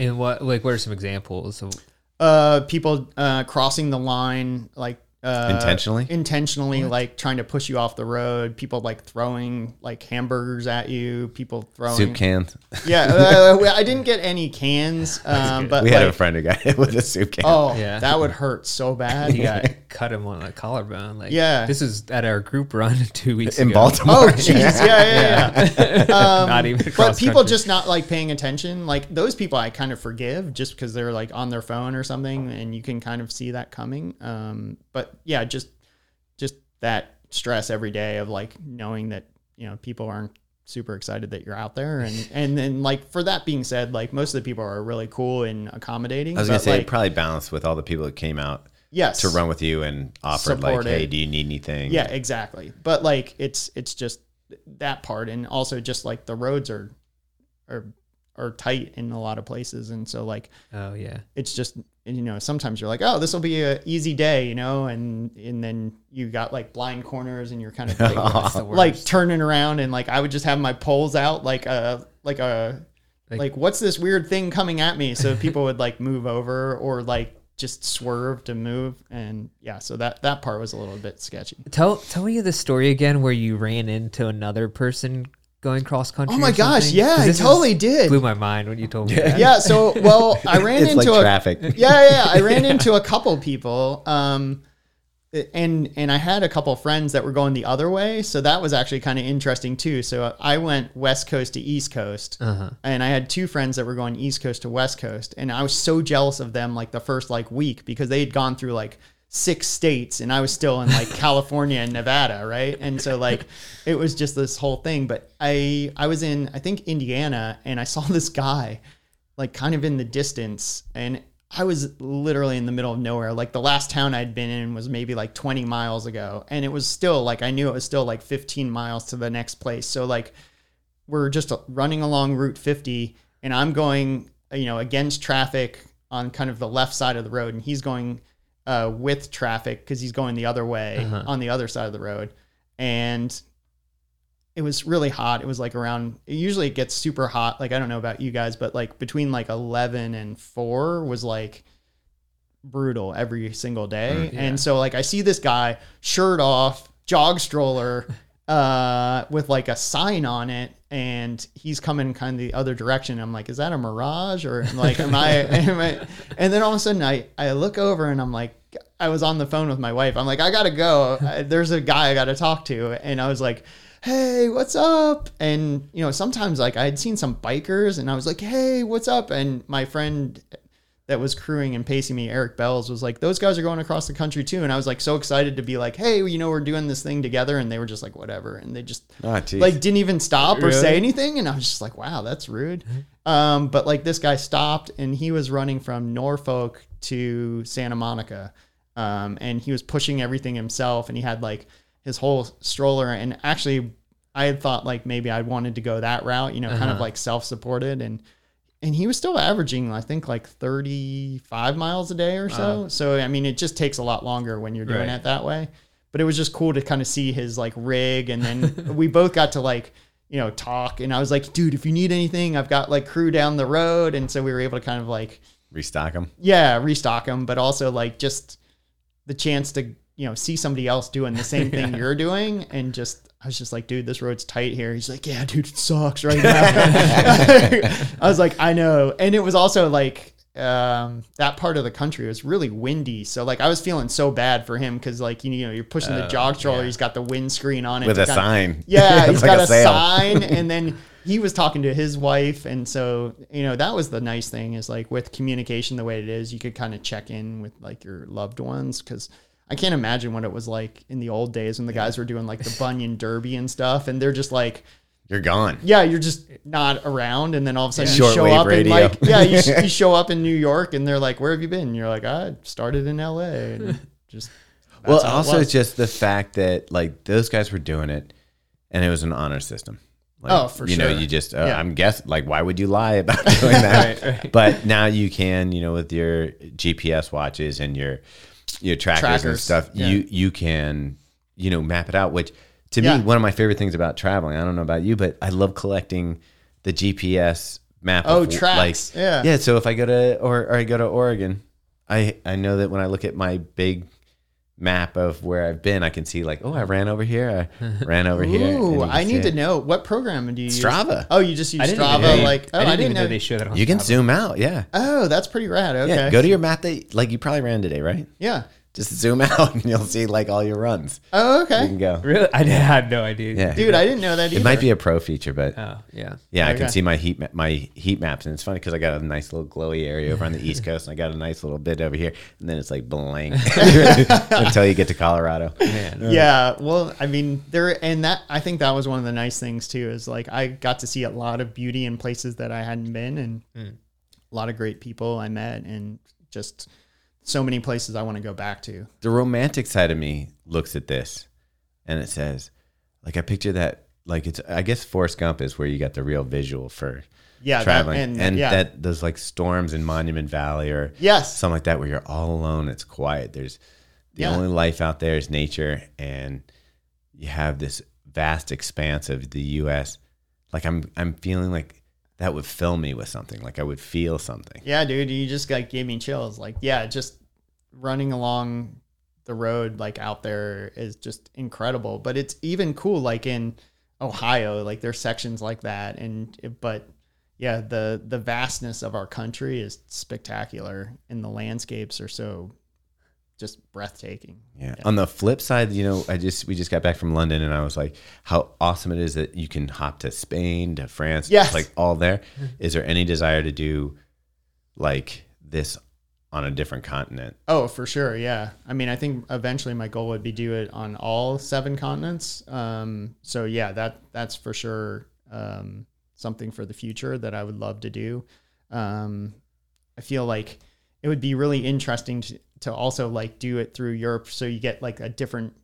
Speaker 3: and what like what are some examples of
Speaker 4: uh people uh crossing the line like uh
Speaker 1: Intentionally?
Speaker 4: intentionally like trying to push you off the road people like throwing like hamburgers at you people throwing
Speaker 1: Soup cans.
Speaker 4: Oh, yeah uh, well, i didn't get any cans um but
Speaker 1: We had
Speaker 4: like,
Speaker 1: a friend who got hit with a soup can.
Speaker 4: oh
Speaker 3: Yeah.
Speaker 4: that would hurt so bad
Speaker 3: you
Speaker 4: yeah
Speaker 3: got cut him on the collarbone? Like
Speaker 4: Yeah.
Speaker 3: this is at our group run two weeks
Speaker 1: in
Speaker 3: ago.
Speaker 1: Baltimore.
Speaker 4: oh jeez yeah yeah, yeah.
Speaker 3: Not even
Speaker 4: Um, but
Speaker 3: cross
Speaker 4: people
Speaker 3: country.
Speaker 4: just not like paying attention like those people i kind of forgive just because they're like on their phone or something and you can kind of see that coming um but yeah just just that stress every day of like knowing that you know people aren't super excited that you're out there and and then like for that being said like most of the people are really cool and accommodating
Speaker 1: I was going
Speaker 4: but,
Speaker 1: to say,
Speaker 4: like,
Speaker 1: it probably balanced with all the people that came out
Speaker 4: yes
Speaker 1: to run with you and offered, like,
Speaker 4: Supported.
Speaker 1: hey, do you need anything?
Speaker 4: yeah exactly but like it's it's just that part and also just like the roads are are are tight in a lot of places and so like
Speaker 3: Oh yeah.
Speaker 4: it's just you know sometimes you're like oh this will be a easy day you know and and then you got like blind corners and you're kind of like,
Speaker 3: That's the worst.
Speaker 4: Uh, like turning around and like i would just have my poles out like a like a
Speaker 3: Like-
Speaker 4: like, what's this weird thing coming at me so people would like move over or like just swerve to move and yeah so that that part was a little bit sketchy
Speaker 3: Tell tell me the story again where you ran into another person going cross country.
Speaker 4: oh my
Speaker 3: or
Speaker 4: gosh
Speaker 3: something?
Speaker 4: yeah
Speaker 3: 'Cause
Speaker 4: i
Speaker 3: this is-
Speaker 4: totally did
Speaker 3: blew my mind when you told me. that.
Speaker 4: yeah so well i ran
Speaker 1: It's like
Speaker 4: into a
Speaker 1: traffic.
Speaker 4: yeah, yeah, yeah. I ran into a couple people. Um, and and I had a couple friends that were going the other way, so that was actually kind of interesting too. So uh, I went west coast to east coast, and I had two friends that were going east coast to west coast, and I was so jealous of them like the first like week because they had gone through like six states and I was still in like California and Nevada, right? And so like it was just this whole thing. But I I was in I think Indiana, and I saw this guy like kind of in the distance and I was literally in the middle of nowhere. Like the last town I'd been in was maybe like 20 miles ago and it was still like I knew it was still like 15 miles to the next place. So like we're just running along Route 50 and I'm going, you know, against traffic on kind of the left side of the road and he's going uh, with traffic cuz he's going the other way on the other side of the road. And it was really hot. It was like around. Usually it gets super hot. Like I don't know about you guys, but like between like eleven and four was like brutal every single day. And so like I see this guy shirt off, jog stroller, uh, with like a sign on it, and he's coming kind of the other direction. I'm like, is that a mirage or like am I? Am I? And then all of a sudden I I look over and I'm like. I was on the phone with my wife. I'm like, I gotta go. I- There's a guy I gotta talk to, and I was like, hey, what's up? And you know, sometimes like I had seen some bikers and I was like, hey, what's up? And my friend that was crewing and pacing me, Eric Bells, was like, those guys are going across the country too. And I was like so excited to be like, hey, you know, we're doing this thing together. And they were just like, whatever. And they just
Speaker 1: Oh, geez.
Speaker 4: like didn't even stop or
Speaker 3: Really?
Speaker 4: say anything. And I was just like, wow, that's rude. Um, but like this guy stopped and he was running from Norfolk to Santa Monica. Um, and he was pushing everything himself and he had like his whole stroller. And actually, I had thought like maybe I wanted to go that route, you know, kind of like self supported. And and he was still averaging i think like 35 miles a day or so so i mean it just takes a lot longer when you're doing
Speaker 3: Right.
Speaker 4: it that way but it was just cool to kind of see his like rig and then we both got to like you know talk and i was like dude if you need anything i've got like crew down the road and so we were able to kind of like
Speaker 1: Restock them.
Speaker 4: yeah restock them but also like just the chance to you know see somebody else doing the same thing you're doing and just I was just like, dude, this road's tight here. He's like, yeah, dude, it sucks right now. I was like, I know. And it was also like, um, that part of the country was really windy. So like I was feeling so bad for him because like you know you're pushing the jog stroller, he's got the windscreen on it
Speaker 1: Oh, with
Speaker 4: He's
Speaker 1: a
Speaker 4: got-
Speaker 1: sign.
Speaker 4: Yeah,
Speaker 1: It's
Speaker 4: he's
Speaker 1: like
Speaker 4: got
Speaker 1: a
Speaker 4: a,
Speaker 1: sail.
Speaker 4: sign, and then he was talking to his wife, and so you know that was the nice thing is like with communication the way it is, you could kind of check in with like your loved ones because. I can't imagine what it was like in the old days when the guys were doing like the Bunyan Derby and stuff, and they're just like,
Speaker 1: You're gone.
Speaker 4: yeah, you're just not around, and then all of a sudden you show
Speaker 1: Shortwave
Speaker 4: up
Speaker 1: radio.
Speaker 4: and like, yeah, you, sh- you show up in New York, and they're like, "Where have you been?" And you're like, "I started in L.A." And just that's
Speaker 1: well,
Speaker 4: how it
Speaker 1: also
Speaker 4: was.
Speaker 1: just the fact that like those guys were doing it, and it was an honor system. Like,
Speaker 4: Oh, for
Speaker 1: you know,
Speaker 4: sure.
Speaker 1: you just uh,
Speaker 4: Yeah.
Speaker 1: I'm guess like why would you lie about doing that? But now you can, you know, with your GPS watches and your your trackers, and
Speaker 4: Trackers,
Speaker 1: stuff,
Speaker 4: yeah.
Speaker 1: you you can you know map it out. Which to
Speaker 4: Yeah.
Speaker 1: me, one of my favorite things about traveling. I don't know about you, but I love collecting the GPS map.
Speaker 4: Oh,
Speaker 1: of,
Speaker 4: tracks.
Speaker 1: Like,
Speaker 4: Yeah.
Speaker 1: yeah. So if I go to or, or I go to Oregon, I I know that when I look at my big map of where I've been, I can see like, oh, I ran over here, I ran over here. and you
Speaker 4: Ooh,
Speaker 1: can
Speaker 4: I
Speaker 1: see
Speaker 4: need
Speaker 1: it.
Speaker 4: to know what program do you use?
Speaker 1: Strava.
Speaker 4: Oh, you just use
Speaker 3: I didn't
Speaker 4: Strava.
Speaker 3: even know.
Speaker 4: like, oh,
Speaker 3: I didn't, even know,
Speaker 4: know.
Speaker 3: they showed it on.
Speaker 1: You can
Speaker 3: Strava.
Speaker 1: zoom out, yeah.
Speaker 4: oh, that's pretty rad. Okay.
Speaker 1: Yeah, go to your map that like you probably ran today, right?
Speaker 4: Yeah.
Speaker 1: Just zoom out and you'll see like all your runs.
Speaker 4: Oh,
Speaker 1: You
Speaker 4: okay.
Speaker 1: can go.
Speaker 3: Really, I, did- I had no idea.
Speaker 1: Yeah.
Speaker 4: Dude, I didn't know that either.
Speaker 1: It might be a pro feature, but
Speaker 3: Oh, yeah.
Speaker 1: yeah, I can
Speaker 4: Okay.
Speaker 1: see my heat ma- my heat maps, and it's funny because I got a nice little glowy area over on the East Coast, and I got a nice little bit over here, and then it's like blank until you get to Colorado.
Speaker 3: Man.
Speaker 4: yeah well i mean there and that i think that was one of the nice things too is like i got to see a lot of beauty in places that i hadn't been and
Speaker 1: Hmm.
Speaker 4: a lot of great people i met and just so many places i want to go back to
Speaker 1: the romantic side of me looks at this and it says like i picture that like it's i guess forrest gump is where you got the real visual for
Speaker 4: yeah that-
Speaker 1: traveling
Speaker 4: and,
Speaker 1: and,
Speaker 4: yeah
Speaker 1: that those like storms in monument valley or
Speaker 4: yes
Speaker 1: something like that where you're all alone it's quiet there's the
Speaker 4: Yeah.
Speaker 1: only life out there is nature and you have this vast expanse of the us like i'm i'm feeling like that would fill me with something like i would feel something
Speaker 4: Yeah, dude, you just like gave me chills. Like, yeah, just running along the road like out there is just incredible. But it's even cool like in Ohio, like there's sections like that and but yeah, the the vastness of our country is spectacular and the landscapes are so just breathtaking.
Speaker 1: Yeah. On the flip side, you know, I just we just got back from London, and I was like, how awesome it is that you can hop to Spain, to France,
Speaker 4: Yes.
Speaker 1: like all there. Is there any desire to do like this on a different continent?
Speaker 4: Oh, for sure. Yeah. I mean, I think eventually my goal would be do it on all seven continents. Um, so yeah, that that's for sure um, something for the future that I would love to do. Um, I feel like it would be really interesting to, to also like do it through Europe, so you get like a different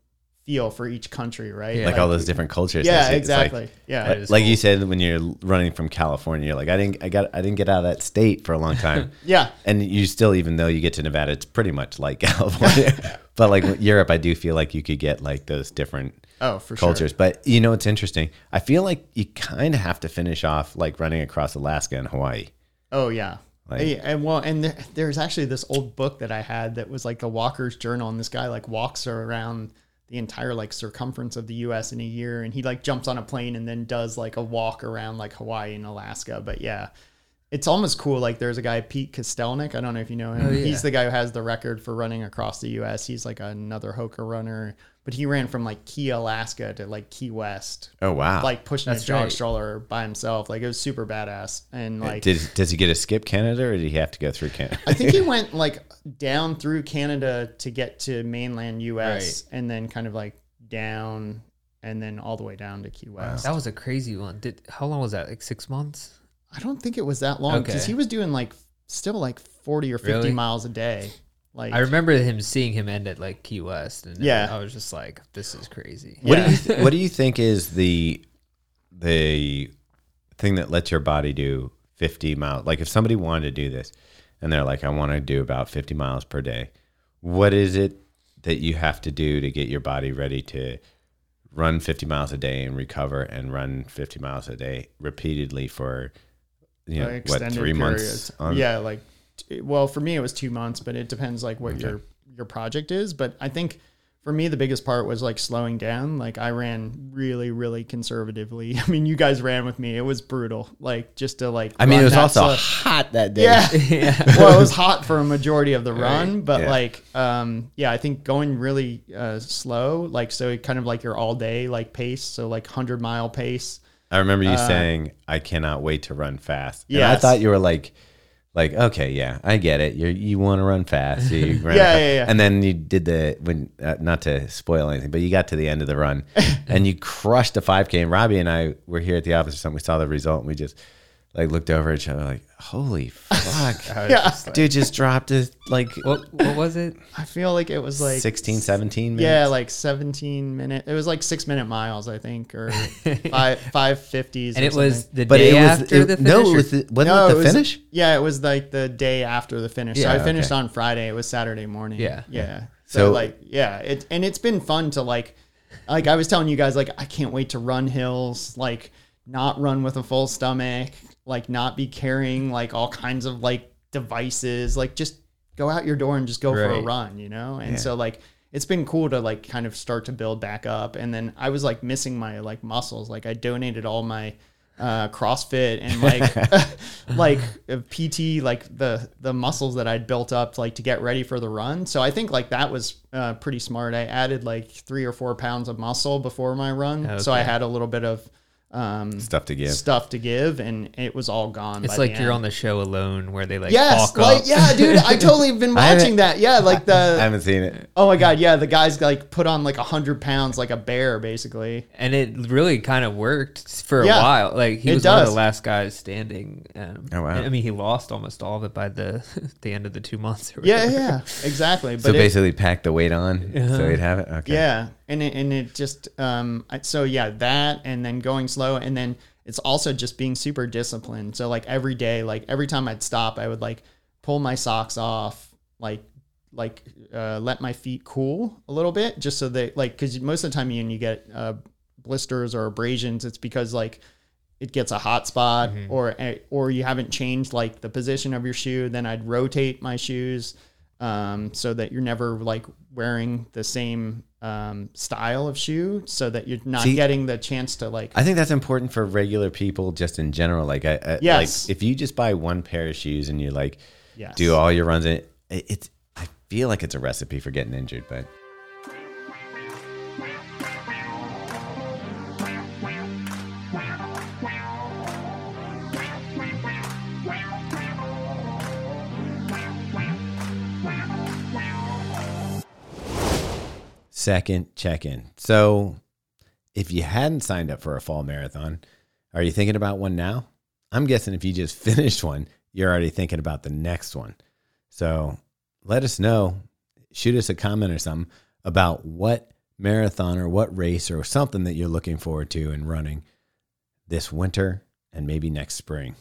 Speaker 4: feel for each country, right?
Speaker 3: Yeah.
Speaker 1: Like all those different cultures.
Speaker 4: Yeah,
Speaker 1: It's like-
Speaker 4: exactly. yeah.
Speaker 1: Like, like you said, when you're running from California, you're like, I didn't, I got, I didn't get out of that state for a long time.
Speaker 4: yeah.
Speaker 1: and you still, even though you get to Nevada, it's pretty much like California. but like Europe, I do feel like you could get like those different
Speaker 4: Oh, for sure.
Speaker 1: cultures. But you know, it's interesting. I feel like you kind of have to finish off like running across Alaska and Hawaii.
Speaker 4: Oh yeah.
Speaker 1: Like-
Speaker 4: Hey, and well, and there, there's actually this old book that I had that was like the Walker's Journal, and this guy like walks around the entire like circumference of the U.S. in a year, and he like jumps on a plane and then does like a walk around like Hawaii and Alaska. But yeah, it's almost cool. Like there's a guy Pete Kostelnik. I don't know if you know him.
Speaker 3: yeah.
Speaker 4: He's the guy who has the record for running across the U.S. He's like another Hoka runner, but he ran from like Key, Alaska to like Key West.
Speaker 1: Oh wow!
Speaker 4: Like pushing
Speaker 3: That's
Speaker 4: a jog
Speaker 3: right.
Speaker 4: stroller by himself, like it was super badass, and like
Speaker 1: Did, does he get to skip Canada, or did he have to go through Canada?
Speaker 4: I think he went like down through Canada to get to mainland US and then kind of like down and then all the way down to Key West.
Speaker 3: that was a crazy one. Did how long was that? Like six months?
Speaker 4: I don't think it was that long because
Speaker 3: Okay.
Speaker 4: he was doing like still like 40 or 50
Speaker 3: Really?
Speaker 4: miles a day. Like,
Speaker 3: I remember him seeing him end at like Key West, and
Speaker 4: Yeah.
Speaker 3: I was just like, "This is crazy."
Speaker 1: What do
Speaker 4: Yeah.
Speaker 1: you th- What do you think is the the thing that lets your body do fifty miles? Like if somebody wanted to do this, and they're like, I want to do about fifty miles per day. What is it that you have to do to get your body ready to run fifty miles a day and recover, and run fifty miles a day repeatedly for you know
Speaker 4: like,
Speaker 1: what
Speaker 4: extended
Speaker 1: three months?
Speaker 4: periods. yeah, like, t- well, for me, it was two months, but it depends like what your, your project is. But I think for me the biggest part was like slowing down. Like I ran really, really conservatively. I mean, you guys ran with me. It was brutal. Like just to like.
Speaker 1: I mean,
Speaker 4: run
Speaker 1: it was
Speaker 4: that
Speaker 1: also
Speaker 4: slow-
Speaker 1: hot that day.
Speaker 4: Yeah.
Speaker 3: yeah.
Speaker 4: well, it was hot for a majority of the run, but
Speaker 1: Yeah.
Speaker 4: like, um, yeah, I think going really uh, slow, like so, it kind of like your all day like pace, so like hundred mile pace.
Speaker 1: I remember you saying, "I cannot wait to run fast." Yeah, I
Speaker 4: Uh, Yes.
Speaker 1: thought you were like, like, okay, yeah, I get it. You you want to run fast, so you ran
Speaker 4: Yeah,
Speaker 1: fast.
Speaker 4: yeah, yeah.
Speaker 1: And then you did the when uh, not to spoil anything, but you got to the end of the run and you crushed the five k. And Robbie and I were here at the office or something. We saw the result and we just like looked over at each other like, "Holy fuck,
Speaker 4: Yeah,
Speaker 1: dude! Just dropped his like
Speaker 3: What, what was it?
Speaker 4: I feel like it was like
Speaker 1: 16, 17 minutes.
Speaker 4: yeah, like seventeen minute. It was like six minute miles, I think, or five five fifties.
Speaker 3: And it was the
Speaker 1: but
Speaker 3: day
Speaker 1: it was
Speaker 3: after
Speaker 1: it-
Speaker 3: the finish.
Speaker 1: no, it
Speaker 3: or-
Speaker 1: was the, wasn't it
Speaker 4: No, it
Speaker 1: the
Speaker 4: was-
Speaker 1: finish?
Speaker 4: yeah, it was like the day after the finish.
Speaker 3: Yeah,
Speaker 4: so I finished
Speaker 1: okay.
Speaker 4: on Friday. It was Saturday morning.
Speaker 3: Yeah.
Speaker 4: yeah. So,
Speaker 1: So-
Speaker 4: like, yeah, it and it's been fun to like, like I was telling you guys, like I can't wait to run hills, like not run with a full stomach, like not be carrying like all kinds of like devices, like just go out your door and just go for a
Speaker 3: Right.
Speaker 4: run, you know. And so like. It's been cool to like kind of start to build back up, and then I was like missing my like muscles. Like I donated all my uh, CrossFit and like like uh, PT, like the the muscles that I'd built up like to get ready for the run. So I think like that was uh, pretty smart. I added like three or four pounds of muscle before my run, so I had a little bit of um,
Speaker 1: Stuff to give.
Speaker 4: stuff to give, and it was all gone.
Speaker 3: It's
Speaker 4: by
Speaker 3: like
Speaker 4: the
Speaker 3: you're
Speaker 4: end.
Speaker 3: on the show alone where they like
Speaker 4: Yes,
Speaker 3: walk up.
Speaker 4: like yeah, dude. I totally have been
Speaker 1: I haven't-
Speaker 4: watching that. Yeah, like
Speaker 1: I
Speaker 4: the
Speaker 1: haven't seen it.
Speaker 4: oh my god, yeah, the guys like put on like a hundred pounds, like a bear, basically.
Speaker 3: And it really kind of worked for a
Speaker 4: Yeah.
Speaker 3: while. Like he
Speaker 4: It
Speaker 3: was one of the
Speaker 4: does.
Speaker 3: last guys standing. Um,
Speaker 1: Oh, wow.
Speaker 3: I mean, he lost almost all of it by the the end of the two months. Or
Speaker 4: Yeah,
Speaker 3: whatever.
Speaker 4: yeah, exactly. But
Speaker 1: So
Speaker 4: it- Uh-huh.
Speaker 1: basically, pack the weight on so he'd have it. Okay.
Speaker 4: Yeah, and it, and it just um I- so yeah that and then going slow and then it's also just being super disciplined. So like every day, like every time I'd stop, I would like pull my socks off, like like uh, let my feet cool a little bit, just so they like because most of the time when you get uh, blisters or abrasions, it's because like it gets a hot spot
Speaker 1: Mm-hmm.
Speaker 4: or eh, or you haven't changed like the position of your shoe then i'd rotate my shoes um, so that you're never like wearing the same um, style of shoe so that you're not
Speaker 1: See-
Speaker 4: getting the chance to like
Speaker 1: I think that's important for regular people just in general. Like, I, I
Speaker 4: Yes.
Speaker 1: like if you just buy one pair of shoes and you like
Speaker 4: Yes.
Speaker 1: do all your runs in it, it- it's I feel like it's a recipe for getting injured. But second check in. So if you hadn't signed up for a fall marathon, are you thinking about one now? I'm guessing if you just finished one, you're already thinking about the next one. So let us know, shoot us a comment or something about what marathon or what race or something that you're looking forward to and running this winter and maybe next spring.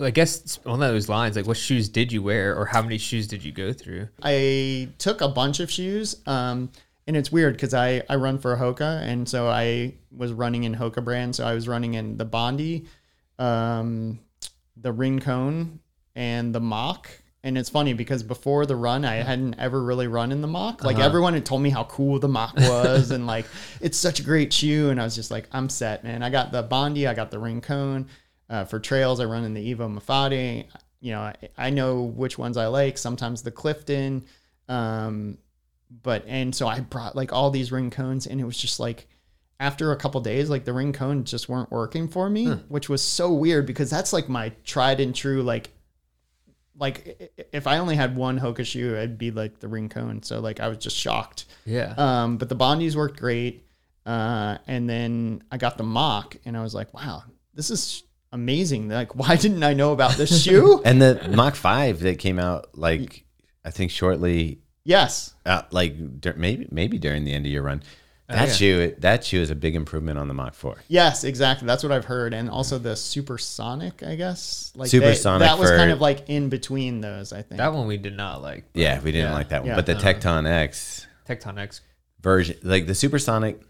Speaker 3: I guess on those lines, like what shoes did you wear, or how many shoes did you go through?
Speaker 4: I took a bunch of shoes. Um, and it's weird because I, I run for Hoka. And so I was running in Hoka brand. So I was running in the Bondi, um, the Ring Cone, and the Mach. And it's funny because before the run, I hadn't ever really run in the Mach. Like everyone had told me how cool the Mach was and like it's such a great shoe. And I was just like, I'm set, man. I got the Bondi, I got the Ring Cone. Uh, for trails, I run in the Evo Mafate. You know, I, I know which ones I like. Sometimes the Clifton, um, but and so I brought like all these ring cones, and it was just like after a couple days, like the ring cones just weren't working for me, which was so weird because that's like my tried and true like. Like i- i- if I only had one Hoka shoe, I'd be like the ring cone. So like I was just shocked.
Speaker 3: Yeah.
Speaker 4: Um, but the Bondies worked great. Uh, and then I got the mock and I was like, wow, this is amazing. Like, why didn't I know about this shoe?
Speaker 1: And the Mach 5 that came out like I think shortly
Speaker 4: yes.
Speaker 1: uh, like dur- maybe maybe during the end of your run. That shoe that shoe is a big improvement on the Mach 4.
Speaker 4: Yes, exactly. That's what I've heard. And also the supersonic, I guess. Like they-
Speaker 1: Supersonic
Speaker 4: that was
Speaker 1: for-
Speaker 4: kind of like in between those, I think.
Speaker 3: that one we did not like.
Speaker 1: Yeah, we didn't like that one.
Speaker 4: yeah.
Speaker 1: but the Tecton X
Speaker 3: Tecton X.
Speaker 1: version, like the supersonic,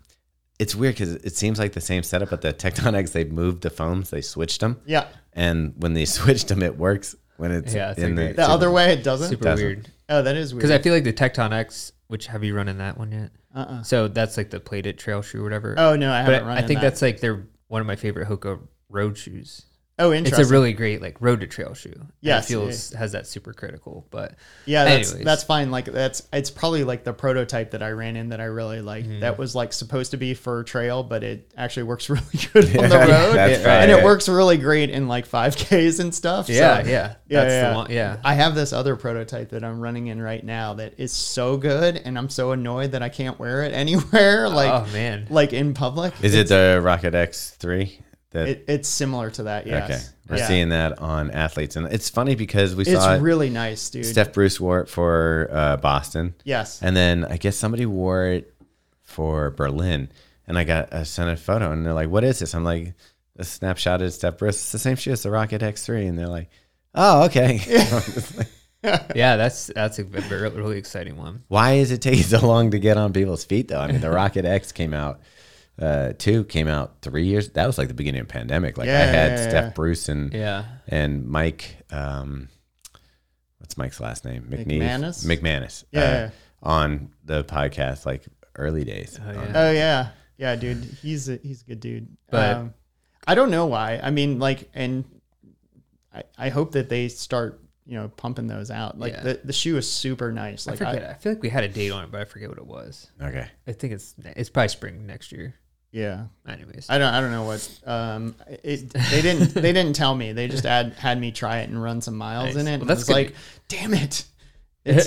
Speaker 1: it's weird because it seems like the same setup, but the Tecton X, they moved the foams, they switched them.
Speaker 4: yeah.
Speaker 1: And when they switched them, it works. When it's
Speaker 3: Yeah, it's
Speaker 1: in
Speaker 3: like
Speaker 1: the,
Speaker 4: The other way it doesn't.
Speaker 3: Super
Speaker 1: doesn't.
Speaker 3: weird.
Speaker 4: Oh, that is weird.
Speaker 3: Because I feel like the Tecton X which have you run in that one yet?
Speaker 4: Uh-uh.
Speaker 3: So that's like the plated trail shoe or whatever.
Speaker 4: Oh no, I
Speaker 3: but
Speaker 4: haven't run.
Speaker 3: I
Speaker 4: in
Speaker 3: think
Speaker 4: that.
Speaker 3: that's like they're one of my favorite Hoka road shoes.
Speaker 4: oh
Speaker 3: It's
Speaker 4: interesting.
Speaker 3: a really great like road to trail shoe. And
Speaker 4: Yes,
Speaker 3: it feels has that super critical, but
Speaker 4: yeah, that's
Speaker 3: anyways.
Speaker 4: that's fine. Like that's it's probably like the prototype that I ran in that I really like.
Speaker 3: Mm-hmm.
Speaker 4: That was like supposed to be for trail, but it actually works really good on the road,
Speaker 1: That's
Speaker 3: Yeah,
Speaker 4: and it
Speaker 1: right.
Speaker 4: works really great in like five Ks and stuff.
Speaker 3: yeah, yeah,
Speaker 4: so, Yeah,
Speaker 3: that's
Speaker 4: yeah.
Speaker 3: the one. Yeah,
Speaker 4: I have this other prototype that I'm running in right now that is so good, and I'm so annoyed that I can't wear it anywhere, like
Speaker 3: oh man,
Speaker 4: like in public.
Speaker 1: Is it the Rocket X three? That
Speaker 4: It, it's similar to that, yes.
Speaker 1: okay, we're
Speaker 4: Yeah.
Speaker 1: seeing that on athletes, and it's funny because we
Speaker 4: It's
Speaker 1: saw it-
Speaker 4: really nice, dude.
Speaker 1: Steph Bruce wore it for uh, Boston.
Speaker 4: yes.
Speaker 1: And then I guess somebody wore it for Berlin. And I got a sent a photo and they're like, What is this? I'm like, a snapshot of Steph Bruce. It's the same shoe, it's the Rocket X three. And they're like, Oh, okay.
Speaker 3: yeah, that's that's a very, really exciting one.
Speaker 1: Why is it taking so long to get on people's feet though? I mean, the Rocket X came out uh two came out three years. That was like the beginning of pandemic. Like I
Speaker 4: Yeah,
Speaker 1: had
Speaker 4: yeah, yeah,
Speaker 1: Steph
Speaker 4: yeah.
Speaker 1: Bruce and
Speaker 3: Yeah,
Speaker 1: and Mike um what's Mike's last name? McNeese.
Speaker 4: McManus?
Speaker 1: McManus.
Speaker 4: Yeah,
Speaker 1: uh,
Speaker 4: yeah.
Speaker 1: on the podcast like early days.
Speaker 3: Oh,
Speaker 1: on
Speaker 3: yeah.
Speaker 4: Oh yeah, yeah, dude. He's a, he's a good dude.
Speaker 3: But-
Speaker 4: um, I don't know why. I mean, like, and I, I hope that they start, you know, pumping those out. Like
Speaker 3: Yeah.
Speaker 4: the, the shoe is super nice.
Speaker 3: I
Speaker 4: Like
Speaker 3: forget.
Speaker 4: I,
Speaker 3: I, feel like we had a date on it, but I forget what it was.
Speaker 1: Okay.
Speaker 3: I think it's it's probably spring next year.
Speaker 4: yeah,
Speaker 3: Anyways,
Speaker 4: I don't I don't know what. Um, it, they didn't they didn't tell me. They just had had me try it and run some
Speaker 3: Nice.
Speaker 4: miles in it.
Speaker 3: Well,
Speaker 4: And
Speaker 3: that's
Speaker 4: it's
Speaker 3: good.
Speaker 4: like, damn it. It's,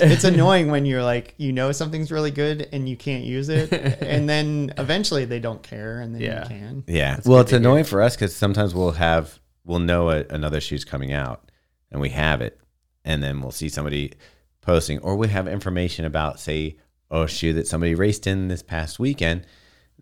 Speaker 4: it's annoying when you're like you know something's really good and you can't use it and then eventually they don't care and then
Speaker 3: Yeah.
Speaker 4: you can
Speaker 1: Yeah. well, it's annoying for us because sometimes we'll have we'll know a, another shoe's coming out, and we have it, and then we'll see somebody posting, or we have information about say oh, a shoe that somebody raced in this past weekend,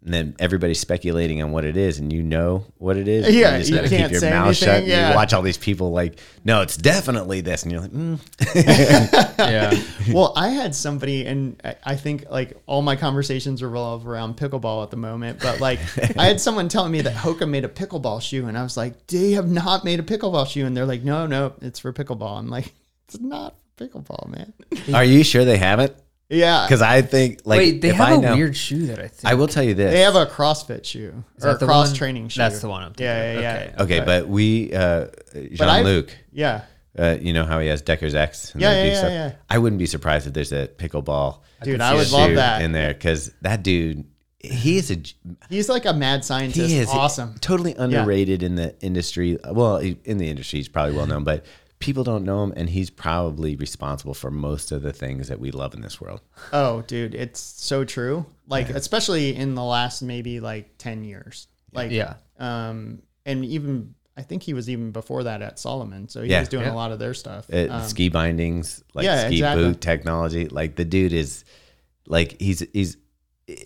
Speaker 1: and then everybody's speculating on what it is, and you know what it is. and
Speaker 4: Yeah, you
Speaker 1: gotta
Speaker 4: can't say anything,
Speaker 1: and
Speaker 4: yeah.
Speaker 1: You watch all these people like, no, it's definitely this, and you're like, mm.
Speaker 3: yeah,
Speaker 4: well, I had somebody, and I- I think like all my conversations revolve around pickleball at the moment. But like, I had someone telling me that Hoka made a pickleball shoe, and I was like, they have not made a pickleball shoe, and they're like, no, no, it's for pickleball. I'm like, it's not for pickleball, man.
Speaker 1: are you sure they haven't?
Speaker 4: Yeah,
Speaker 1: Because I think like
Speaker 3: wait, they
Speaker 1: if
Speaker 3: have
Speaker 1: I
Speaker 3: a
Speaker 1: know,
Speaker 3: weird shoe that I think
Speaker 1: I will tell you this.
Speaker 4: they have a CrossFit shoe
Speaker 3: Is
Speaker 4: or
Speaker 3: that
Speaker 4: a
Speaker 3: the
Speaker 4: cross
Speaker 3: one?
Speaker 4: training shoe.
Speaker 3: That's the one. I'm thinking
Speaker 4: Yeah,
Speaker 3: of.
Speaker 4: yeah, yeah.
Speaker 1: okay, but we uh,
Speaker 4: I-
Speaker 1: Jean Luc.
Speaker 4: Yeah,
Speaker 1: Uh, you know how he has Decker's X. And they
Speaker 4: Yeah,
Speaker 1: do
Speaker 4: yeah, yeah,
Speaker 1: stuff?
Speaker 4: yeah.
Speaker 1: I wouldn't be surprised if there's a pickleball
Speaker 4: dude,
Speaker 3: could
Speaker 4: I
Speaker 3: see
Speaker 4: would
Speaker 3: it.
Speaker 4: love
Speaker 1: shoe
Speaker 4: that.
Speaker 1: in there because that dude, he is a g-
Speaker 4: He's like a mad scientist.
Speaker 1: he is
Speaker 4: awesome.
Speaker 1: totally underrated in the industry. Well, he- in the industry, he's probably well known, but people don't know him, and he's probably responsible for most of the things that we love in this world.
Speaker 4: Oh, dude, it's so true. Like, especially in the last maybe like 10 years. Like,
Speaker 3: Yeah.
Speaker 4: Um, and even, I think he was even before that at Solomon. So he
Speaker 1: Yeah.
Speaker 4: was doing
Speaker 3: Yeah.
Speaker 4: a lot of their stuff.
Speaker 1: Uh,
Speaker 4: Um,
Speaker 1: ski bindings, like
Speaker 4: yeah,
Speaker 1: ski
Speaker 4: exactly.
Speaker 1: boot technology. Like the dude is, like he's he's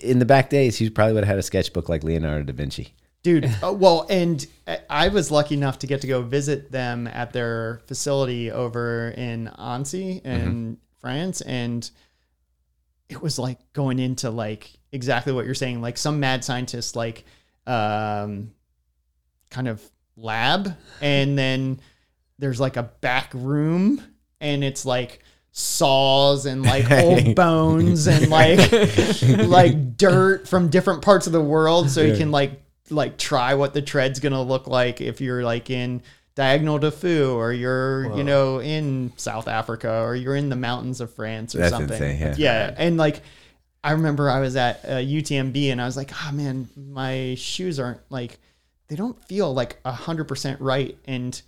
Speaker 1: in the back days, he probably would have had a sketchbook like Leonardo da Vinci.
Speaker 4: dude, oh, well, and I- I was lucky enough to get to go visit them at their facility over in Annecy in
Speaker 3: Mm-hmm.
Speaker 4: France. And it was like going into like exactly what you're saying, like some mad scientist, like, um, kind of lab and then there's like a back room and it's like saws and like old bones and like like dirt from different parts of the world so you can like like try what the tread's going to look like if you're like in diagonal defu or you're you know in south africa or you're in the mountains of france or
Speaker 1: That's
Speaker 4: something
Speaker 1: insane, yeah.
Speaker 4: yeah and like I remember I was at uh, UTMB and I was like, oh man, my shoes aren't like, they don't feel like a hundred percent right. And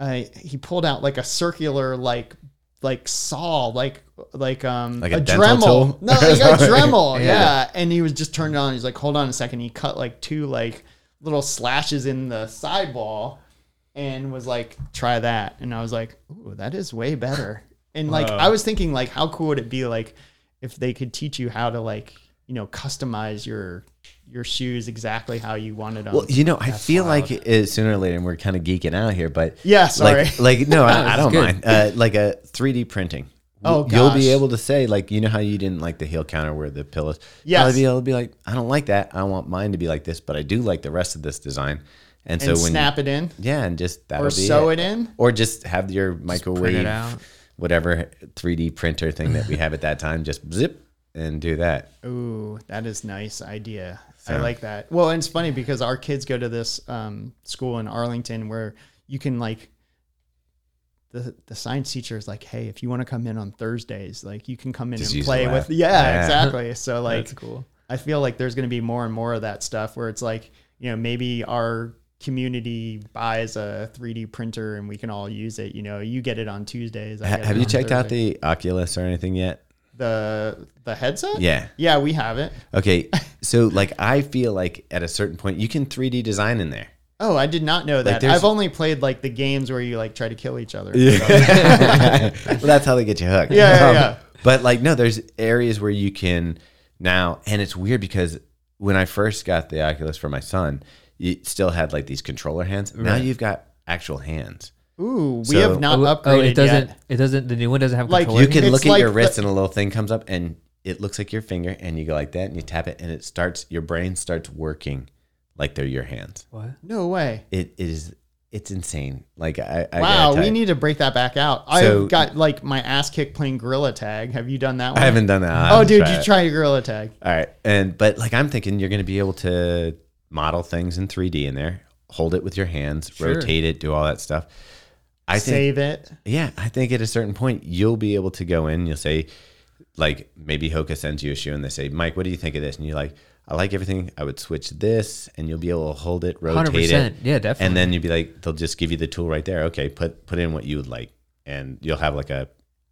Speaker 4: uh, he pulled out like a circular, like, like saw, like, like, um,
Speaker 1: Like a dental tool?
Speaker 4: No, like a Dremel.
Speaker 3: Yeah.
Speaker 4: yeah. And he was just turned it on. He's like, hold on a second. He cut like two, like little slashes in the sidewall and was like, try that. And I was like, ooh, that is way better. And like, I was thinking, like, how cool would it be, like, if they could teach you how to, like, you know, customize your your shoes exactly how you wanted them.
Speaker 1: Well, you know, I feel like it, sooner or later, and we're kind of geeking out here, but
Speaker 4: Yeah, sorry.
Speaker 1: like, like no, I, I don't
Speaker 3: good.
Speaker 1: mind. Uh, like a 3D printing.
Speaker 4: Oh,
Speaker 1: you'll be
Speaker 4: gosh.
Speaker 1: able to say like, you know how you didn't like the heel counter where the pillows.
Speaker 4: Yes.
Speaker 1: I'll be able to be like, I don't like that. I want mine to be like this, but I do like the rest of this design. And, so
Speaker 4: and
Speaker 1: when
Speaker 4: snap it in
Speaker 1: yeah, and just that'll
Speaker 4: or
Speaker 1: be
Speaker 4: sew
Speaker 1: it.
Speaker 4: it in.
Speaker 1: or just have your microwave,
Speaker 3: out.
Speaker 1: whatever 3D printer thing that we have at that time, just zip. and do that.
Speaker 4: Ooh, that is nice idea. I like that. Well, and it's funny because our kids go to this um, school in Arlington where you can like the the science teacher is like, hey, if you want to come in on Thursdays, like you can come in
Speaker 1: Just
Speaker 4: and
Speaker 1: use
Speaker 4: play
Speaker 1: the
Speaker 4: with.
Speaker 1: lab.
Speaker 4: Yeah,
Speaker 1: Yeah.
Speaker 4: exactly. So like,
Speaker 3: That's cool.
Speaker 4: I feel like there's going to be more and more of that stuff where it's like, you know, maybe our community buys a 3D printer and we can all use it. You know, you get it on Tuesdays. I
Speaker 1: Ha-
Speaker 4: get it
Speaker 1: have you
Speaker 4: on
Speaker 1: checked out
Speaker 4: Thursday.
Speaker 1: the Oculus or anything yet?
Speaker 4: the the headset?
Speaker 1: Yeah.
Speaker 4: yeah, we have it.
Speaker 1: Okay. So like I feel like at a certain point you can 3D design in there.
Speaker 4: Oh, I did not know that.
Speaker 1: there's-
Speaker 4: I've only played like the games where you like try to kill each other.
Speaker 1: well, that's how they get you hooked.
Speaker 4: Yeah, yeah, yeah.
Speaker 1: But like, no, there's areas where you can now, and it's weird because when I first got the Oculus for my son, it still had like these controller hands. Now you've got actual hands.
Speaker 4: Ooh, we
Speaker 1: So-
Speaker 4: have not upgraded
Speaker 3: oh, it doesn't.
Speaker 4: yet.
Speaker 3: It doesn't. The new one doesn't have
Speaker 4: Like,
Speaker 3: controller.
Speaker 1: You can
Speaker 4: It's
Speaker 1: look at
Speaker 4: like
Speaker 1: your wrist,
Speaker 4: the-
Speaker 1: and a little thing comes up, and it looks like your finger, and you go like that, and you tap it, and it starts. Your brain starts working like they're your hands.
Speaker 3: what?
Speaker 4: No way.
Speaker 1: It is. It's insane. Like I. I gotta
Speaker 4: Wow,
Speaker 1: tell
Speaker 4: we
Speaker 1: you.
Speaker 4: need to break that back out.
Speaker 1: So-
Speaker 4: I've got like my ass kicked playing Gorilla Tag. Have you done that one?
Speaker 1: I haven't done that. I'll
Speaker 4: Oh,
Speaker 1: have to
Speaker 4: dude,
Speaker 1: try
Speaker 4: you
Speaker 1: it.
Speaker 4: try Gorilla Tag.
Speaker 1: All right. And but like I'm thinking you're going to be able to model things in 3D in there, hold it with your hands,
Speaker 3: Sure.
Speaker 1: rotate it, do all that stuff. I think
Speaker 4: Save it.
Speaker 1: yeah, I think at a certain point you'll be able to go in, you'll say like maybe Hoka sends you a shoe and they say, "Mike, what do you think of this?" and you're like, "I like everything. I would switch this." And you'll be able to hold it, rotate
Speaker 3: Hundred
Speaker 1: it.
Speaker 3: percent. Yeah, definitely.
Speaker 1: And then you'd be like, they'll just give you the tool right there. Okay, put put in what you would like, and you'll have like a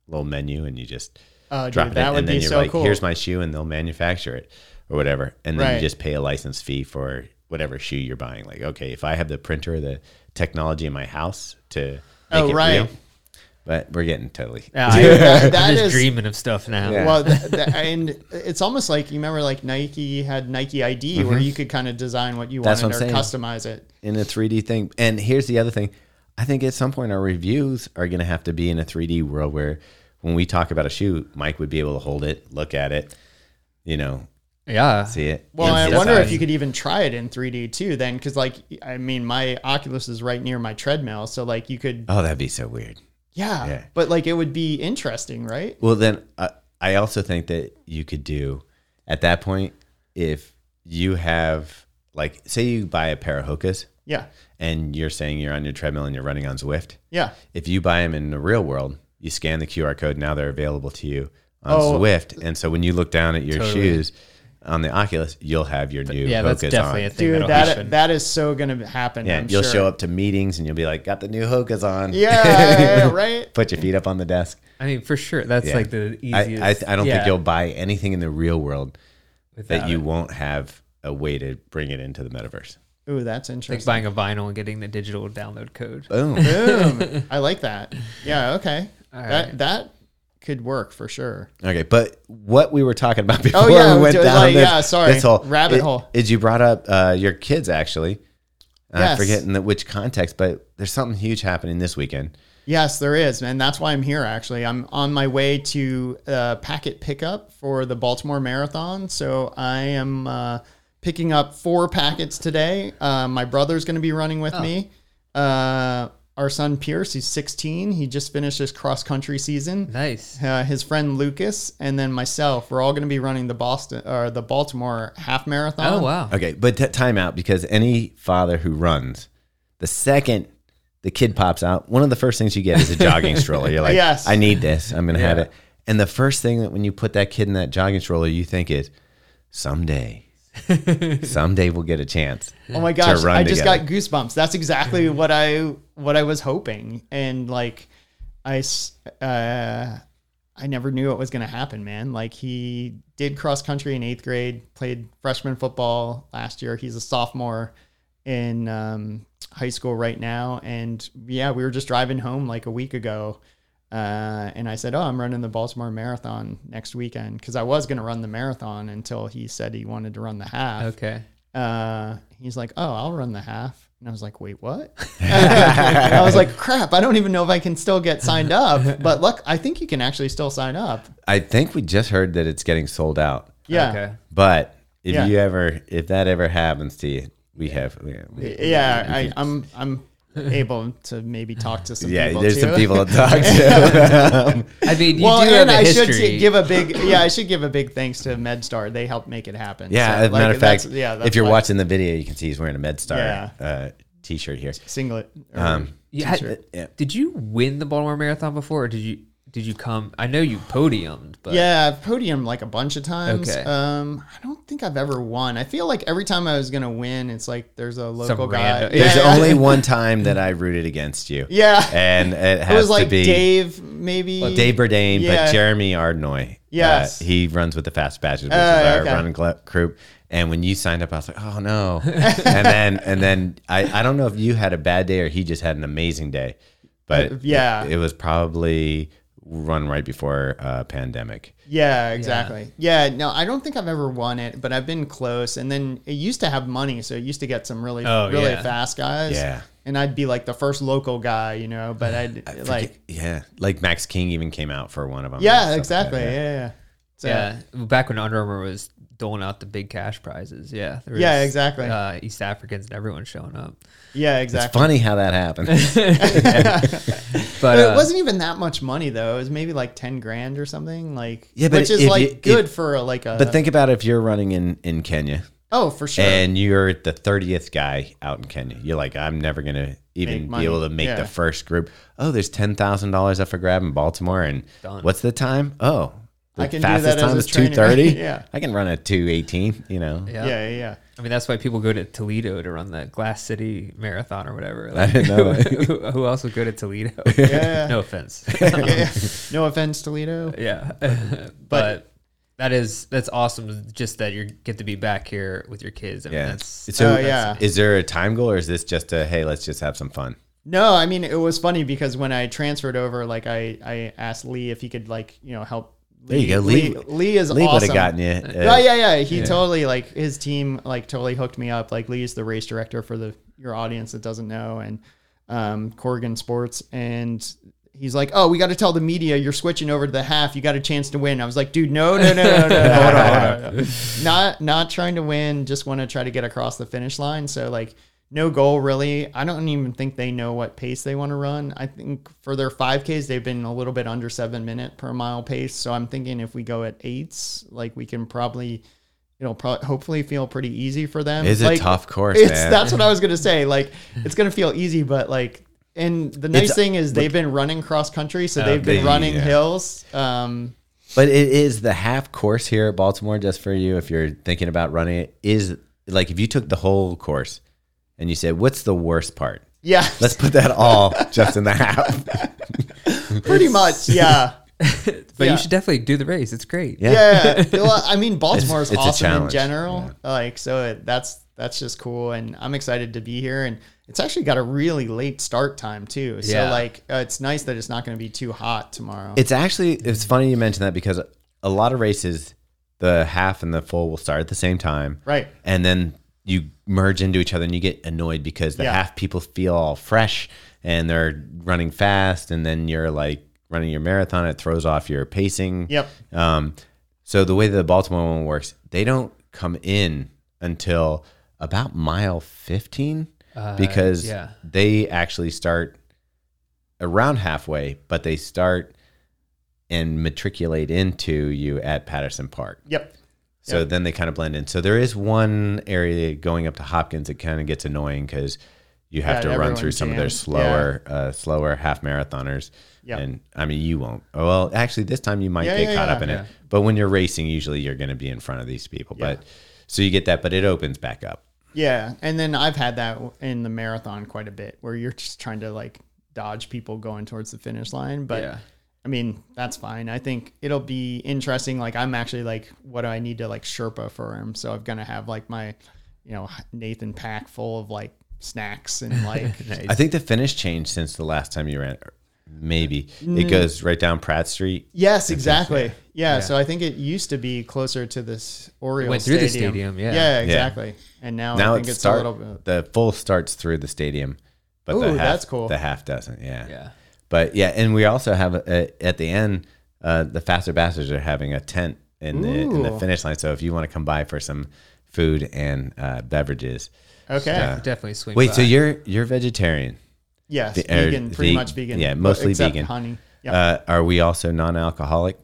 Speaker 1: little menu, and you just
Speaker 4: Oh, dude,
Speaker 1: drop it,
Speaker 4: that
Speaker 1: in,
Speaker 4: would
Speaker 1: and then
Speaker 4: be
Speaker 1: you're
Speaker 4: so
Speaker 1: like,
Speaker 4: cool.
Speaker 1: here's my shoe, and they'll manufacture it or whatever, and then
Speaker 4: Right.
Speaker 1: you just pay a license fee for whatever shoe you're buying. Like, okay, if I have the printer, the technology in my house to make
Speaker 4: Oh,
Speaker 1: it
Speaker 4: right.
Speaker 1: real, but we're getting totally
Speaker 4: Yeah, I- that- that
Speaker 3: I'm just
Speaker 4: is-
Speaker 3: dreaming of stuff now.
Speaker 1: Yeah.
Speaker 4: Well, th- th- and it's almost like you remember, like Nike had Nike ID,
Speaker 1: Mm-hmm.
Speaker 4: where you could kind of design what you
Speaker 1: That's
Speaker 4: wanted or
Speaker 1: what I'm
Speaker 4: customize it.
Speaker 1: in a 3D thing. And here's the other thing: I think at some point our reviews are going to have to be in a 3D world where, when we talk about a shoe, Mike would be able to hold it, look at it, you know,
Speaker 3: Yeah.
Speaker 1: see it.
Speaker 4: Well,
Speaker 1: in
Speaker 4: I
Speaker 1: his
Speaker 4: wonder
Speaker 1: eyes.
Speaker 4: if you could even try it in 3D too, then, because like I mean, my Oculus is right near my treadmill, so like you could,
Speaker 1: Oh, that'd be so weird.
Speaker 4: yeah,
Speaker 1: Yeah.
Speaker 4: but like it would be interesting, right?
Speaker 1: Well, then uh, I also think that you could do at that point if you have like say you buy a pair of Hokas
Speaker 4: Yeah,
Speaker 1: and you're saying you're on your treadmill and you're running on Zwift.
Speaker 4: yeah.
Speaker 1: If you buy them in the real world, you scan the QR code. Now they're available to you on
Speaker 4: Oh.
Speaker 1: Zwift, and so when you look down at your
Speaker 3: Totally.
Speaker 1: shoes on the Oculus, you'll have your new
Speaker 3: Yeah, that's
Speaker 1: Hokas
Speaker 3: definitely a
Speaker 1: on.
Speaker 3: thing.
Speaker 4: Dude,
Speaker 3: that'll
Speaker 4: that
Speaker 3: happen.
Speaker 4: that is so gonna happen.
Speaker 1: Yeah,
Speaker 4: I'm
Speaker 1: you'll
Speaker 4: sure.
Speaker 1: show up to meetings and you'll be like, "Got the new Hokas on."
Speaker 4: Yeah, right.
Speaker 1: Put your feet up on the desk.
Speaker 3: I mean, for sure. That's
Speaker 1: Yeah.
Speaker 3: like the
Speaker 1: I,
Speaker 3: easiest.
Speaker 1: I, I don't
Speaker 3: yeah,
Speaker 1: think you'll buy anything in the real world that
Speaker 3: without
Speaker 1: you
Speaker 3: it.
Speaker 1: won't have a way to bring it into the metaverse.
Speaker 4: Ooh, that's
Speaker 3: like
Speaker 4: interesting.
Speaker 3: buying a vinyl and getting the digital download code.
Speaker 1: Boom.
Speaker 4: Boom. I like that. Yeah. Okay. that
Speaker 3: right.
Speaker 4: that could work for sure.
Speaker 1: okay, but what we were talking about before
Speaker 4: Oh, yeah,
Speaker 1: we went
Speaker 4: d-
Speaker 1: down
Speaker 4: like,
Speaker 1: this,
Speaker 4: yeah, sorry,
Speaker 1: this whole
Speaker 4: rabbit
Speaker 1: it-
Speaker 4: hole.
Speaker 1: is you brought up uh, your kids actually.
Speaker 4: Yes.
Speaker 1: I forget in the, which context, but there's something huge happening this weekend.
Speaker 4: Yes, there is, and that's why I'm here. Actually, I'm on my way to uh, packet pickup for the Baltimore Marathon, so I am uh, picking up four packets today. Uh, my brother's going to be running
Speaker 3: Oh.
Speaker 4: with me. Uh, our son Pierce, he's 16. He just finished his cross country season.
Speaker 3: Nice.
Speaker 4: uh, his friend Lucas, and then myself. We're all going to be running the Boston or the Baltimore half marathon.
Speaker 3: Oh wow.
Speaker 1: Okay, but t- time out because any father who runs, the second the kid pops out, one of the first things you get is a jogging stroller. You're like,
Speaker 4: Yes.
Speaker 1: I need this. I'm going to have it. And the first thing that when you put that kid in that jogging stroller, you think is, someday, someday we'll get a chance.
Speaker 4: Oh my gosh,
Speaker 1: run
Speaker 4: I just
Speaker 1: together. Mm-hmm.
Speaker 4: got goosebumps. That's exactly what I what I was hoping, and like I s- uh, I never knew it was going to happen, man. Like he did cross country in eighth grade, played freshman football last year. He's a sophomore in um, high school right now, and yeah, we were just driving home like a week ago. Uh, and I said, "Oh, I'm running the Baltimore Marathon next weekend because I was going to run the marathon until he said he wanted to run the half."
Speaker 3: Okay.
Speaker 4: uh, he's like, "Oh, I'll run the half," and I was like, "Wait, what?" I was like, "Crap, I don't even know if I can still get signed up." But look, I think you can actually still sign up.
Speaker 1: I think we just heard that it's getting sold out.
Speaker 4: Yeah,
Speaker 3: Okay.
Speaker 1: But if
Speaker 4: Yeah.
Speaker 1: you ever, if that ever happens to you, we have. we- we-
Speaker 4: yeah. I, I'm I'm able to maybe talk to some
Speaker 1: yeah,
Speaker 4: people.
Speaker 1: there's
Speaker 4: too.
Speaker 1: some people to talk to. Um,
Speaker 3: I mean, you
Speaker 4: well,
Speaker 3: do have
Speaker 4: and
Speaker 3: a
Speaker 4: I
Speaker 3: history.
Speaker 4: should t- give a big yeah, I should give a big thanks to MedStar. They helped make it happen.
Speaker 1: yeah,
Speaker 4: So,
Speaker 1: as a
Speaker 4: like,
Speaker 1: matter of fact,
Speaker 4: that's- yeah, that's
Speaker 1: if you're
Speaker 4: why-
Speaker 1: watching the video, you can see he's wearing a MedStar
Speaker 4: Yeah.
Speaker 1: uh, t-shirt here.
Speaker 4: singlet, or-
Speaker 1: Um,
Speaker 3: You had-
Speaker 4: t-shirt.
Speaker 1: Yeah.
Speaker 3: Did you win the Baltimore Marathon before, or did you did you come? I know you podiumed, but
Speaker 4: yeah, I've podiumed like a bunch of times.
Speaker 3: Okay.
Speaker 4: Um, I don't think I've ever won. I feel like every time I was gonna win, it's like there's a local guy.
Speaker 3: random-
Speaker 1: There's
Speaker 4: yeah, yeah.
Speaker 1: only one time that I rooted against you.
Speaker 4: Yeah.
Speaker 1: And it
Speaker 4: It
Speaker 1: has
Speaker 4: was like
Speaker 1: to be Oh,
Speaker 4: Dave, maybe
Speaker 1: Dave Bourdain,
Speaker 4: Yeah.
Speaker 1: but Jeremy Arnoy.
Speaker 4: Yes.
Speaker 1: Uh, he runs with the Fast Batches, which is
Speaker 4: Oh,
Speaker 1: our
Speaker 4: okay.
Speaker 1: running cl- group. And when you signed up, I was like, oh no. and then, and then I, I don't know if you had a bad day or he just had an amazing day, but
Speaker 4: yeah.
Speaker 1: it, it was probably run right before uh, pandemic.
Speaker 4: Yeah, exactly. Yeah. no, I don't think I've ever won it, but I've been close. And then it used to have money, so it used to get some really,
Speaker 3: Oh,
Speaker 4: really
Speaker 3: yeah.
Speaker 4: fast guys.
Speaker 1: Yeah.
Speaker 4: and I'd be like the first local guy, you know. But I'd like,
Speaker 1: yeah, like Max King even came out for one of them. and stuff
Speaker 4: yeah,
Speaker 1: like
Speaker 4: exactly.
Speaker 1: that,
Speaker 4: yeah.
Speaker 1: yeah.
Speaker 4: yeah, yeah. So,
Speaker 3: yeah. Back when Under Armour was doling out the big cash prizes, yeah, there
Speaker 4: Yeah,
Speaker 3: was,
Speaker 4: exactly.
Speaker 3: Uh, East Africans and everyone showing up,
Speaker 4: yeah,
Speaker 1: It's
Speaker 4: exactly.
Speaker 1: funny how that happens.
Speaker 3: but
Speaker 4: But
Speaker 3: uh,
Speaker 4: it wasn't even that much money though. It was maybe like ten grand or something. Like,
Speaker 1: Yeah, but
Speaker 4: which is
Speaker 1: if
Speaker 4: like
Speaker 1: you-
Speaker 4: good
Speaker 1: if-
Speaker 4: for like a.
Speaker 1: but think about if you're running in, in Kenya.
Speaker 4: oh, for sure.
Speaker 1: and you're the 30th guy out in Kenya. You're like, I'm never going to even be
Speaker 4: money.
Speaker 1: able to make
Speaker 4: Yeah.
Speaker 1: the first group. Oh, there's $10,000 up for grab in Baltimore. And
Speaker 3: Done.
Speaker 1: what's the time? Oh, the
Speaker 4: I can do that as a trainer.
Speaker 1: 230.
Speaker 4: Yeah.
Speaker 1: I can run a 218, you know.
Speaker 3: yeah.
Speaker 4: yeah, yeah, yeah.
Speaker 3: I mean that's why people go to Toledo to run the Glass City Marathon or whatever.
Speaker 1: I didn't know
Speaker 3: who, who else would go to Toledo?
Speaker 4: Yeah.
Speaker 3: no offense.
Speaker 4: Yeah. no offense, Toledo.
Speaker 3: yeah, but, that is that's awesome. Just that you get to be back here with your kids. I mean,
Speaker 1: Yeah.
Speaker 3: that's
Speaker 1: So
Speaker 4: Oh, yeah.
Speaker 1: is there a time goal or is this just a, hey, let's just have some fun?
Speaker 4: No, I mean it was funny because when I transferred over, like I, I asked Lee if he could like you know help.
Speaker 1: There you
Speaker 4: Lee.
Speaker 1: go. Lee-
Speaker 4: Lee, Lee is
Speaker 1: Lee would
Speaker 4: awesome.
Speaker 1: have gotten you.
Speaker 4: yeah,
Speaker 1: uh,
Speaker 4: yeah, yeah. He totally like his team like totally hooked me up. Like Lee's the race director for the your audience that doesn't know and um, Corrigan Sports and. He's like, oh, we got to tell the media you're switching over to the half. You got a chance to win. I was like, dude, no, no, no, no, no, no, hold on, hold on. not not trying to win. Just want to try to get across the finish line. So like, no goal really. I don't even think they know what pace they want to run. I think for their 5Ks, they've been a little bit under seven minute per mile pace. So I'm thinking if we go at eights, like we can probably, it'll probably hopefully feel pretty easy for them.
Speaker 1: It's a
Speaker 4: Like,
Speaker 1: tough course,
Speaker 4: It's,
Speaker 1: man.
Speaker 4: That's what I was going to say. Like, it's going to feel easy, but like, and the nice
Speaker 1: It's- Uh,
Speaker 4: thing is they've been running cross country, so they've been
Speaker 1: they-
Speaker 4: running
Speaker 1: yeah.
Speaker 4: hills. Um,
Speaker 1: But it is the half course here at Baltimore, just for you, if you're thinking about running it, is like if you took the whole course and you said, what's the worst part?
Speaker 4: yeah,
Speaker 1: Let's put that all just in the half.
Speaker 4: pretty much. Yeah.
Speaker 3: But
Speaker 4: Yeah.
Speaker 3: you should definitely do the race. It's great.
Speaker 1: Yeah.
Speaker 4: yeah. Well, I mean, Baltimore is
Speaker 1: it's a
Speaker 4: awesome in
Speaker 1: challenge,
Speaker 4: general. Like, so it, that's that's just cool, and I'm excited to be here. And it's actually got a really late start time too. So
Speaker 3: Yeah.
Speaker 4: like, uh, it's nice that it's not going to be too hot tomorrow.
Speaker 1: It's actually it's funny you mention that because a lot of races, the half and the full will start at the same time,
Speaker 4: Right.
Speaker 1: And then you merge into each other and you get annoyed because the
Speaker 4: Yeah.
Speaker 1: half people feel all fresh and they're running fast, and then you're like running your marathon. It throws off your pacing.
Speaker 4: Yep.
Speaker 1: Um, so the way that the Baltimore one works, they don't come in until about mile 15 because
Speaker 3: Uh, yeah.
Speaker 1: they actually start around halfway, but they start and matriculate into you at Patterson Park.
Speaker 4: Yep.
Speaker 1: So then they kind of blend in. So there is one area going up to Hopkins that kind of gets annoying because you have
Speaker 4: Yeah,
Speaker 1: to run
Speaker 4: everyone
Speaker 1: through some of their
Speaker 4: jams.
Speaker 1: slower, uh, slower half marathoners.
Speaker 4: Yep.
Speaker 1: And I mean, you won't. oh, Well, actually, this time you might
Speaker 4: Yeah,
Speaker 1: get
Speaker 4: yeah,
Speaker 1: caught
Speaker 4: yeah.
Speaker 1: up in it. But when you're racing, usually you're going to be in front of these people. But so you get that, but it opens back up.
Speaker 4: Yeah, and then I've had that w- in the marathon quite a bit, where you're just trying to like dodge people going towards the finish line. But
Speaker 3: Yeah.
Speaker 4: I mean, that's fine. I think it'll be interesting. Like I'm actually like, what do I need to like Sherpa for him? So I'm gonna have like my, you know, Nathan pack full of like snacks and like
Speaker 1: I think the finish changed since the last time you ran. Maybe
Speaker 4: Mm.
Speaker 1: it goes right down Pratt Street.
Speaker 4: Yes, exactly. Yeah, so I think it used to be closer to this Oriole
Speaker 3: went through the
Speaker 4: stadium.
Speaker 3: stadium, yeah.
Speaker 4: yeah,
Speaker 3: Yeah.
Speaker 4: exactly. And now,
Speaker 1: Now
Speaker 4: Oh, I
Speaker 1: it
Speaker 4: think it's a
Speaker 1: starts.
Speaker 4: little bit.
Speaker 1: The full starts through the stadium, but the
Speaker 4: Ooh,
Speaker 1: half,
Speaker 4: that's cool.
Speaker 1: The half doesn't. Yeah.
Speaker 3: Yeah.
Speaker 1: But yeah, and we also have a, a, at the end, uh, the faster bastards are having a tent in the in the
Speaker 4: Ooh.
Speaker 1: finish line. So if you want to come by for some food and uh, beverages,
Speaker 4: Okay.
Speaker 1: Yeah.
Speaker 3: Definitely swing.
Speaker 1: wait.
Speaker 3: by.
Speaker 1: So you're you're vegetarian?
Speaker 4: Yes,
Speaker 1: The- er,
Speaker 4: vegan, pretty
Speaker 1: the-
Speaker 4: much vegan.
Speaker 1: yeah, mostly
Speaker 4: except
Speaker 1: vegan.
Speaker 4: Honey. Yeah.
Speaker 1: Uh, are we also non-alcoholic?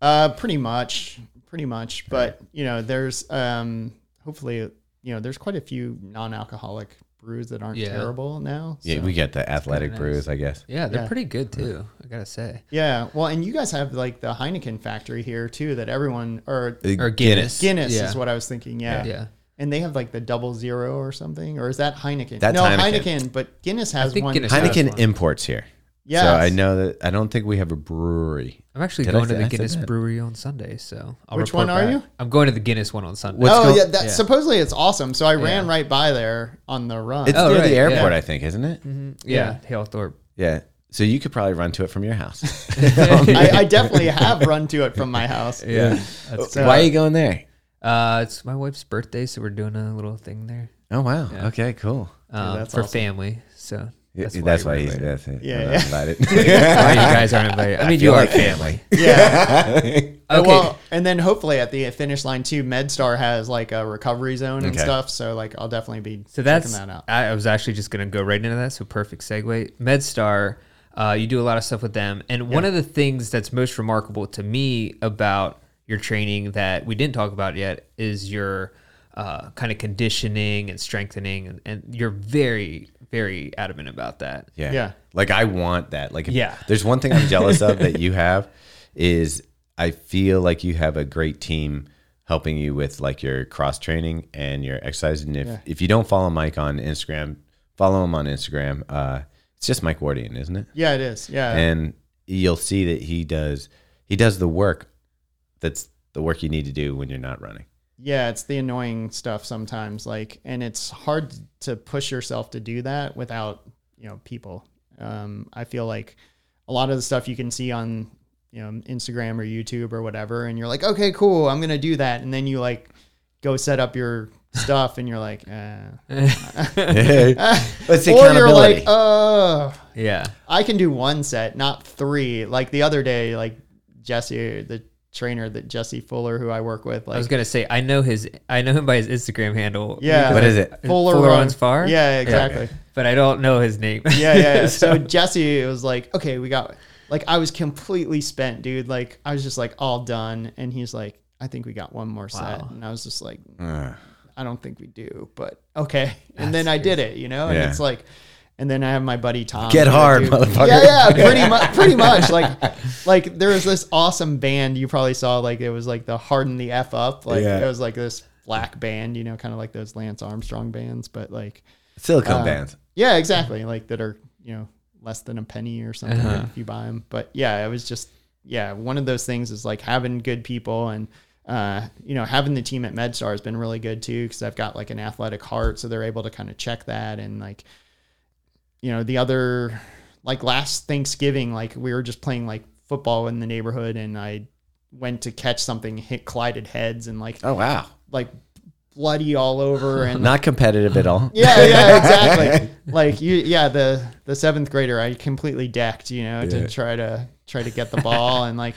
Speaker 4: Uh, pretty much, pretty much. But you know, there's um, hopefully, you know, there's quite a few non-alcoholic brews that aren't
Speaker 3: Yeah.
Speaker 4: terrible now.
Speaker 1: Yeah,
Speaker 4: so-
Speaker 1: we get the athletic
Speaker 3: nice.
Speaker 1: brews, I guess.
Speaker 3: Yeah, they're
Speaker 4: Yeah.
Speaker 3: pretty good too. I gotta say.
Speaker 4: yeah. Well, and you guys have like the Heineken factory here too that everyone or
Speaker 1: Uh,
Speaker 3: Or Guinness.
Speaker 4: Guinness
Speaker 3: Yeah.
Speaker 4: is what I was thinking. Yeah.
Speaker 3: Yeah.
Speaker 4: And they have like the double zero or something, or is that Heineken?
Speaker 1: That's
Speaker 4: no,
Speaker 1: Heineken.
Speaker 4: Heineken. but Guinness has
Speaker 3: think
Speaker 4: one.
Speaker 3: Guinness has
Speaker 4: has
Speaker 1: Heineken
Speaker 4: one.
Speaker 1: imports here.
Speaker 4: Yes.
Speaker 1: So I know that I don't think we have a brewery.
Speaker 3: I'm actually
Speaker 1: Did I
Speaker 3: going to
Speaker 1: say-
Speaker 3: the
Speaker 1: I said
Speaker 3: Guinness
Speaker 1: that?
Speaker 3: brewery on Sunday, so I'll
Speaker 4: Which
Speaker 3: report
Speaker 4: one are
Speaker 3: back.
Speaker 4: you?
Speaker 3: I'm going to the Guinness one on Sunday.
Speaker 1: What's-
Speaker 4: oh
Speaker 1: go-
Speaker 4: yeah, that,
Speaker 3: yeah.
Speaker 4: supposedly it's awesome. So I ran right by there on the run.
Speaker 1: It's
Speaker 3: Oh,
Speaker 1: near
Speaker 3: right,
Speaker 1: the airport,
Speaker 3: yeah. Mm-hmm.
Speaker 1: I think, isn't it?
Speaker 3: yeah, Hale Thorpe.
Speaker 1: Yeah. So you could probably run to it from your house. Oh,
Speaker 4: I, I definitely have run to it from my house.
Speaker 3: Yeah, that's
Speaker 4: So-
Speaker 1: Why are you going there?
Speaker 3: Uh, it's my wife's birthday, so we're doing a little thing there
Speaker 1: Oh wow. Okay, cool.
Speaker 3: um,
Speaker 4: that's
Speaker 3: for
Speaker 4: awesome.
Speaker 3: family. So
Speaker 1: Yeah, That's,
Speaker 3: you
Speaker 1: why
Speaker 3: were
Speaker 1: he's
Speaker 3: invited.
Speaker 1: that's it.
Speaker 4: Yeah,
Speaker 1: I'm not
Speaker 4: yeah.
Speaker 1: invited.
Speaker 3: Why you guys aren't invited. I mean, you
Speaker 1: feel
Speaker 3: are
Speaker 1: like
Speaker 3: family.
Speaker 4: Yeah.
Speaker 3: Okay.
Speaker 4: Well, and then hopefully at the finish line too, MedStar has like a recovery zone and
Speaker 1: Okay.
Speaker 4: stuff. So like I'll definitely be
Speaker 3: so that's
Speaker 4: checking that out.
Speaker 3: I, I was actually just gonna go right into that. So perfect segue. MedStar, uh, you do a lot of stuff with them, and one of the things that's most remarkable to me about your training that we didn't talk about yet is your uh, kind of conditioning and strengthening, and, and you're very, very adamant about that.
Speaker 1: yeah.
Speaker 4: Yeah.
Speaker 1: Like I want that. Like if
Speaker 3: Yeah.
Speaker 1: there's one thing I'm jealous of that you have is I feel like you have a great team helping you with like your cross training and your exercise. And if, if you don't follow Mike on Instagram, follow him on Instagram. Uh it's just Mike Wardian, isn't it?
Speaker 4: Yeah, it is. Yeah.
Speaker 1: and you'll see that he does he does the work that's the work you need to do when you're not running.
Speaker 4: yeah, it's the annoying stuff sometimes. Like, and it's hard to push yourself to do that without, you know, people. Um, I feel like a lot of the stuff you can see on, you know, Instagram or YouTube or whatever, and you're like, okay, cool, I'm going to do that. And then you like go set up your stuff and you're like, uh,
Speaker 1: Let's
Speaker 4: or you're like, oh,
Speaker 3: Yeah.
Speaker 4: I can do one set, not three. Like the other day, like Jesse, the trainer that Jesse Fuller, who I work with, like
Speaker 3: I was gonna say I know his I know him by his Instagram handle.
Speaker 4: Yeah.
Speaker 1: What is it?
Speaker 4: Fuller,
Speaker 3: uh, Fuller
Speaker 4: Run.
Speaker 3: runs far.
Speaker 4: Yeah, exactly.
Speaker 3: But I don't know his name.
Speaker 4: Yeah, yeah. yeah. so Jesse was like, okay, we got like I was completely spent, dude. Like I was just like all done, and he's like, I think we got one more set,
Speaker 3: Wow.
Speaker 4: and I was just like,
Speaker 1: Ugh.
Speaker 4: I don't think we do, but okay. And then I did it, you know, and
Speaker 1: Yeah.
Speaker 4: it's like. And then I have my buddy Tom.
Speaker 1: Get
Speaker 4: who I
Speaker 1: hard,
Speaker 4: do-
Speaker 1: motherfucker.
Speaker 4: Yeah, yeah, pretty much, pretty much. Like, like there was this awesome band you probably saw. Like it was like the harden the f up. Like
Speaker 1: Yeah.
Speaker 4: it was like this black band, you know, kind of like those Lance Armstrong bands, but like
Speaker 1: silicone
Speaker 4: uh,
Speaker 1: bands.
Speaker 4: yeah, exactly. Like that are you know less than a penny or something if you buy them. But yeah, it was just yeah one of those things is like having good people and uh, you know having the team at MedStar has been really good too because I've got like an athletic heart, so they're able to kind of check that and like you know the other like last Thanksgiving like we were just playing like football in the neighborhood and I went to catch something hit collided heads and like
Speaker 1: Oh wow,
Speaker 4: like bloody all over and
Speaker 1: not competitive at all.
Speaker 4: yeah, yeah, exactly. like you, yeah, the the seventh grader, I completely decked, you know,
Speaker 1: Yeah.
Speaker 4: to try to try to get the ball, and like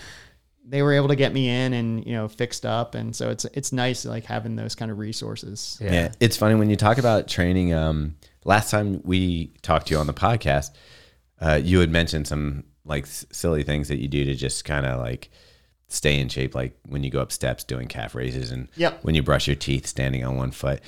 Speaker 4: they were able to get me in and you know fixed up, and so it's it's nice like having those kind of resources.
Speaker 3: Yeah.
Speaker 1: Yeah. it's funny when you talk about training. Um, last time we talked to you on the podcast, uh, you had mentioned some like s- silly things that you do to just kind of like stay in shape, like when you go up steps doing calf raises, and
Speaker 4: Yep.
Speaker 1: when you brush your teeth standing on one foot.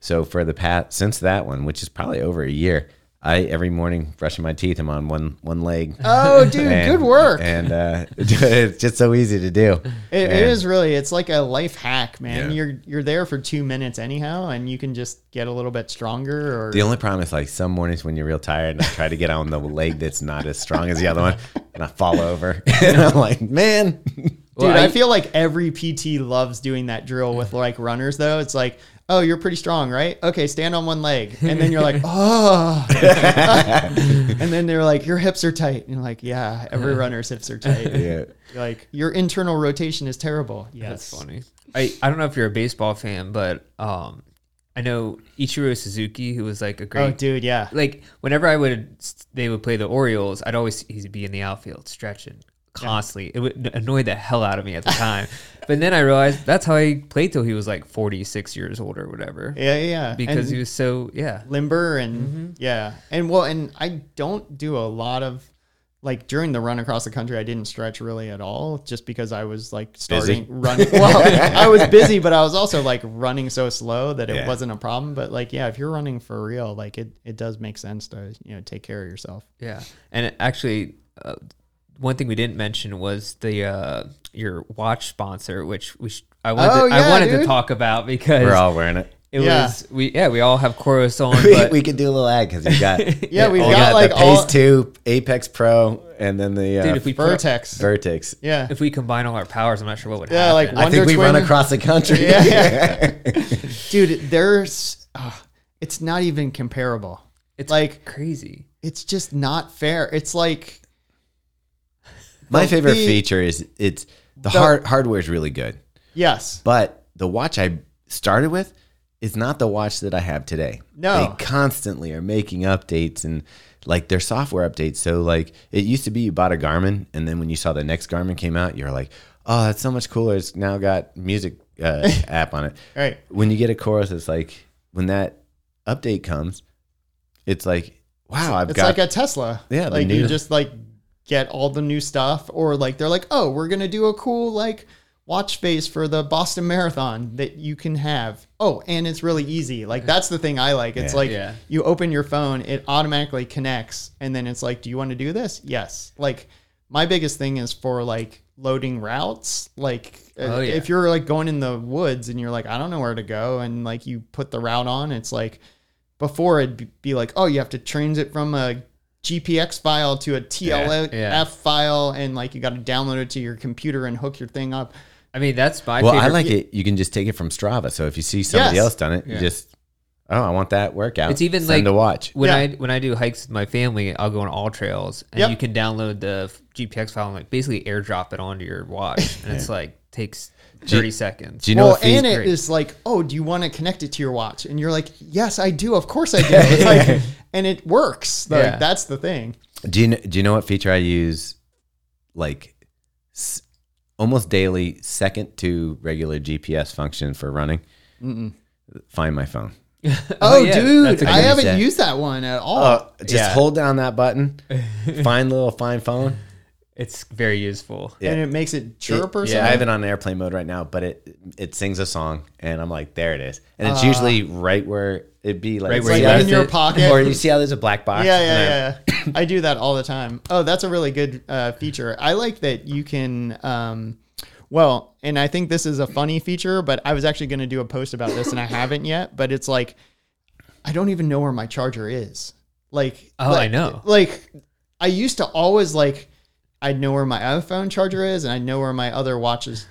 Speaker 1: So for the past since that one, which is probably over a year, I every morning brushing my teeth, I'm on one one leg.
Speaker 4: Oh, dude, good work.
Speaker 1: And uh, it's just so easy to do.
Speaker 4: It, it
Speaker 1: And-
Speaker 4: is really it's like a life hack, man.
Speaker 1: Yeah.
Speaker 4: You're you're there for two minutes anyhow, and you can just get a little bit stronger. Or
Speaker 1: The only problem is like some mornings when you're real tired and I try to get on the leg that's not as strong as the other one and I fall over and I'm like, man,
Speaker 4: dude,
Speaker 3: Well,
Speaker 4: I,
Speaker 3: I-
Speaker 4: feel like every PT loves doing that drill with like runners though. It's like. Oh, you're pretty strong, right? Okay, stand on one leg. And then you're like, oh, And then they're like, your hips are tight. And you're like, yeah, every runner's hips are tight.
Speaker 1: Yeah.
Speaker 4: You're like, your internal rotation is terrible. Yes.
Speaker 3: That's funny. I, I don't know if you're a baseball fan, but um, I know Ichiro Suzuki, who was like a great
Speaker 4: Oh, dude, yeah.
Speaker 3: like whenever I would they would play the Orioles, I'd always he'd be in the outfield stretching constantly. It would annoy the hell out of me at the time. But then I realized that's how he played till he was like 46 years old or whatever.
Speaker 4: Yeah, yeah, yeah.
Speaker 3: Because
Speaker 4: And-
Speaker 3: he was so, yeah.
Speaker 4: limber and
Speaker 3: Mm-hmm.
Speaker 4: yeah and well and i don't do a lot of like during the run across the country i didn't stretch really at all just because i was like starting running well i was busy but i was also like running so slow that it
Speaker 1: Yeah.
Speaker 4: wasn't a problem but like yeah if you're running for real like it, it does make sense to you know take care of yourself
Speaker 3: Yeah. And it actually, uh, one thing we didn't mention was the uh, your watch sponsor, which we sh- I wanted,
Speaker 4: Oh,
Speaker 3: to, I
Speaker 4: yeah,
Speaker 3: wanted to
Speaker 4: dude.
Speaker 3: talk about because
Speaker 1: We're all wearing it.
Speaker 3: it
Speaker 4: Yeah.
Speaker 3: was, we, yeah, we all have Coros on.
Speaker 1: We,
Speaker 3: but
Speaker 1: we could do a little ad because you got
Speaker 4: yeah we've
Speaker 1: we got
Speaker 4: got, like
Speaker 1: the
Speaker 4: all
Speaker 1: Pace Two, Apex Pro, and then the uh,
Speaker 3: dude, if we, put-
Speaker 4: vertex
Speaker 1: Vertex.
Speaker 4: yeah
Speaker 3: if we combine all our powers, I'm not sure what would happen.
Speaker 4: yeah like
Speaker 1: I
Speaker 4: wonder
Speaker 1: think we
Speaker 4: twin
Speaker 1: run across the country.
Speaker 4: Yeah. dude there's uh, it's not even comparable
Speaker 3: it's
Speaker 4: like-
Speaker 3: crazy.
Speaker 4: it's just not fair it's like
Speaker 1: My favorite
Speaker 4: the-
Speaker 1: feature is it's the, hard hardware is really good,
Speaker 4: yes
Speaker 1: but the watch I started with is not the watch that I have today.
Speaker 4: No.
Speaker 1: they constantly are making updates and like their software updates. So like it used to be you bought a Garmin and then when you saw the next Garmin came out, you're like, oh, that's so much cooler. It's now got music uh, app on it.
Speaker 4: Right.
Speaker 1: when you get a chorus, it's like when that update comes, it's like wow, I've
Speaker 4: It's
Speaker 1: got
Speaker 4: like a Tesla.
Speaker 1: Yeah, the
Speaker 4: Like
Speaker 1: new-
Speaker 4: you just like get all the new stuff or like they're like, "Oh, we're going to do a cool like watch face for the Boston Marathon that you can have." Oh, and it's really easy. Like that's the thing I like. It's
Speaker 1: Yeah.
Speaker 4: like
Speaker 3: Yeah.
Speaker 4: you open your phone, it automatically connects and then it's like, "Do you want to do this?" Yes. Like my biggest thing is for like loading routes. Like uh,
Speaker 3: Oh, yeah.
Speaker 4: if you're like going in the woods and you're like, "I don't know where to go." And like you put the route on, it's like before it'd be- be like, oh, you have to transit from a GPX file to a TLF
Speaker 3: yeah.
Speaker 4: file, and like you got to download it to your computer and hook your thing up.
Speaker 3: I mean, that's my
Speaker 1: Well,
Speaker 3: favorite.
Speaker 1: I like it. You can just take it from Strava. So if you see somebody
Speaker 4: Yes.
Speaker 1: else done it, you just oh, I want that workout.
Speaker 3: It's even
Speaker 1: Send
Speaker 3: like
Speaker 1: to watch.
Speaker 3: when
Speaker 4: Yeah.
Speaker 3: I when I do hikes with my family, I'll go on all trails, and
Speaker 4: Yep.
Speaker 3: you can download the f- GPX file and like basically airdrop it onto your watch, and it's like takes thirty seconds.
Speaker 1: Do you know
Speaker 4: well,
Speaker 1: what fees?
Speaker 4: and it
Speaker 3: great.
Speaker 4: is like, oh, do you want to connect it to your watch? And you're like, yes, I do. Of course I do. It's like, and it works. Like,
Speaker 3: Yeah.
Speaker 4: That's the thing.
Speaker 1: do you kn- do you know what feature I use like s- almost daily, second to regular GPS function for running? Find my phone.
Speaker 4: Oh,
Speaker 3: yeah, that's
Speaker 4: dude,
Speaker 3: a
Speaker 4: I
Speaker 1: good
Speaker 4: haven't
Speaker 1: idea.
Speaker 4: used that one at all.
Speaker 1: Oh, just
Speaker 3: yeah.
Speaker 1: hold down that button. find little find phone.
Speaker 3: It's very useful.
Speaker 1: yeah.
Speaker 4: And it makes it chirp or
Speaker 1: It-
Speaker 4: something.
Speaker 1: I have it on airplane mode right now, but it it sings a song, and I'm like, there it is, and it's usually right Ah. where it'd be like
Speaker 3: Right where
Speaker 1: see
Speaker 3: you
Speaker 1: how
Speaker 3: left
Speaker 4: in your
Speaker 3: it.
Speaker 4: pocket.
Speaker 1: or you see how there's a black box.
Speaker 4: Yeah,
Speaker 1: and I-
Speaker 4: yeah, yeah, yeah. I do that all the time. Oh, that's a really good uh, feature. I like that you can. Um, well, and I think this is a funny feature, but I was actually going to do a post about this and I haven't yet. But it's like, I don't even know where my charger is. Like,
Speaker 3: Oh,
Speaker 4: like-
Speaker 3: I know.
Speaker 4: Like, I used to always like, I'd know where my iPhone charger is and I know where my other watch's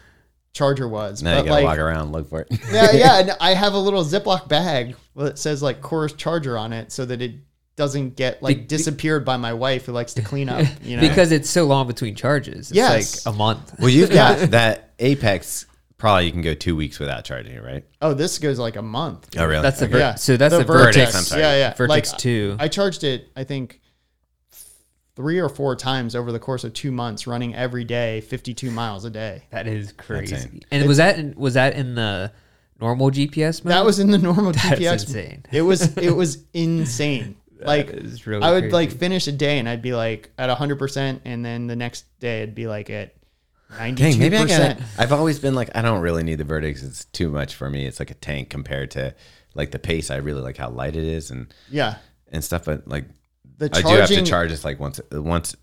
Speaker 4: charger was.
Speaker 1: Now you
Speaker 4: but
Speaker 1: gotta
Speaker 4: like,
Speaker 1: walk around and look for it.
Speaker 4: yeah, yeah. And I have a little Ziploc bag that says like Chorus Charger on it, so that it doesn't get like disappeared by my wife who likes to clean up. You know,
Speaker 3: Because it's so long between charges. It's
Speaker 4: Yes.
Speaker 3: like a month.
Speaker 1: well, you've got that Apex. Probably you can go two weeks without charging it, right?
Speaker 4: oh, this goes like a month.
Speaker 1: Oh, really?
Speaker 3: That's the
Speaker 1: Okay.
Speaker 3: ver-
Speaker 4: Yeah.
Speaker 3: so that's the,
Speaker 1: Vertex,
Speaker 3: vertex.
Speaker 1: I'm sorry.
Speaker 4: Yeah, yeah.
Speaker 3: Vertex
Speaker 4: Like,
Speaker 3: two.
Speaker 4: I charged it. I think three or four times over the course of two months, running every day, fifty-two miles a day.
Speaker 3: that is crazy.
Speaker 1: insane.
Speaker 3: And was that in, was that in the normal GPS mode?
Speaker 4: That was in the normal
Speaker 3: That's
Speaker 4: GPX.
Speaker 3: insane.
Speaker 4: It was it was insane. like
Speaker 3: is really
Speaker 4: I would
Speaker 3: crazy.
Speaker 4: like finish a day and I'd be like at hundred percent, and then the next day I'd be like at
Speaker 1: Dang,
Speaker 4: ninety-two
Speaker 1: maybe I got.
Speaker 4: percent.
Speaker 1: I've always been like, I don't really need the verdicts. It's too much for me. It's like a tank compared to like the pace. I really like how light it is and
Speaker 4: Yeah,
Speaker 1: and stuff. But like,
Speaker 4: the
Speaker 1: I do have
Speaker 4: charging.
Speaker 1: to charge this like once once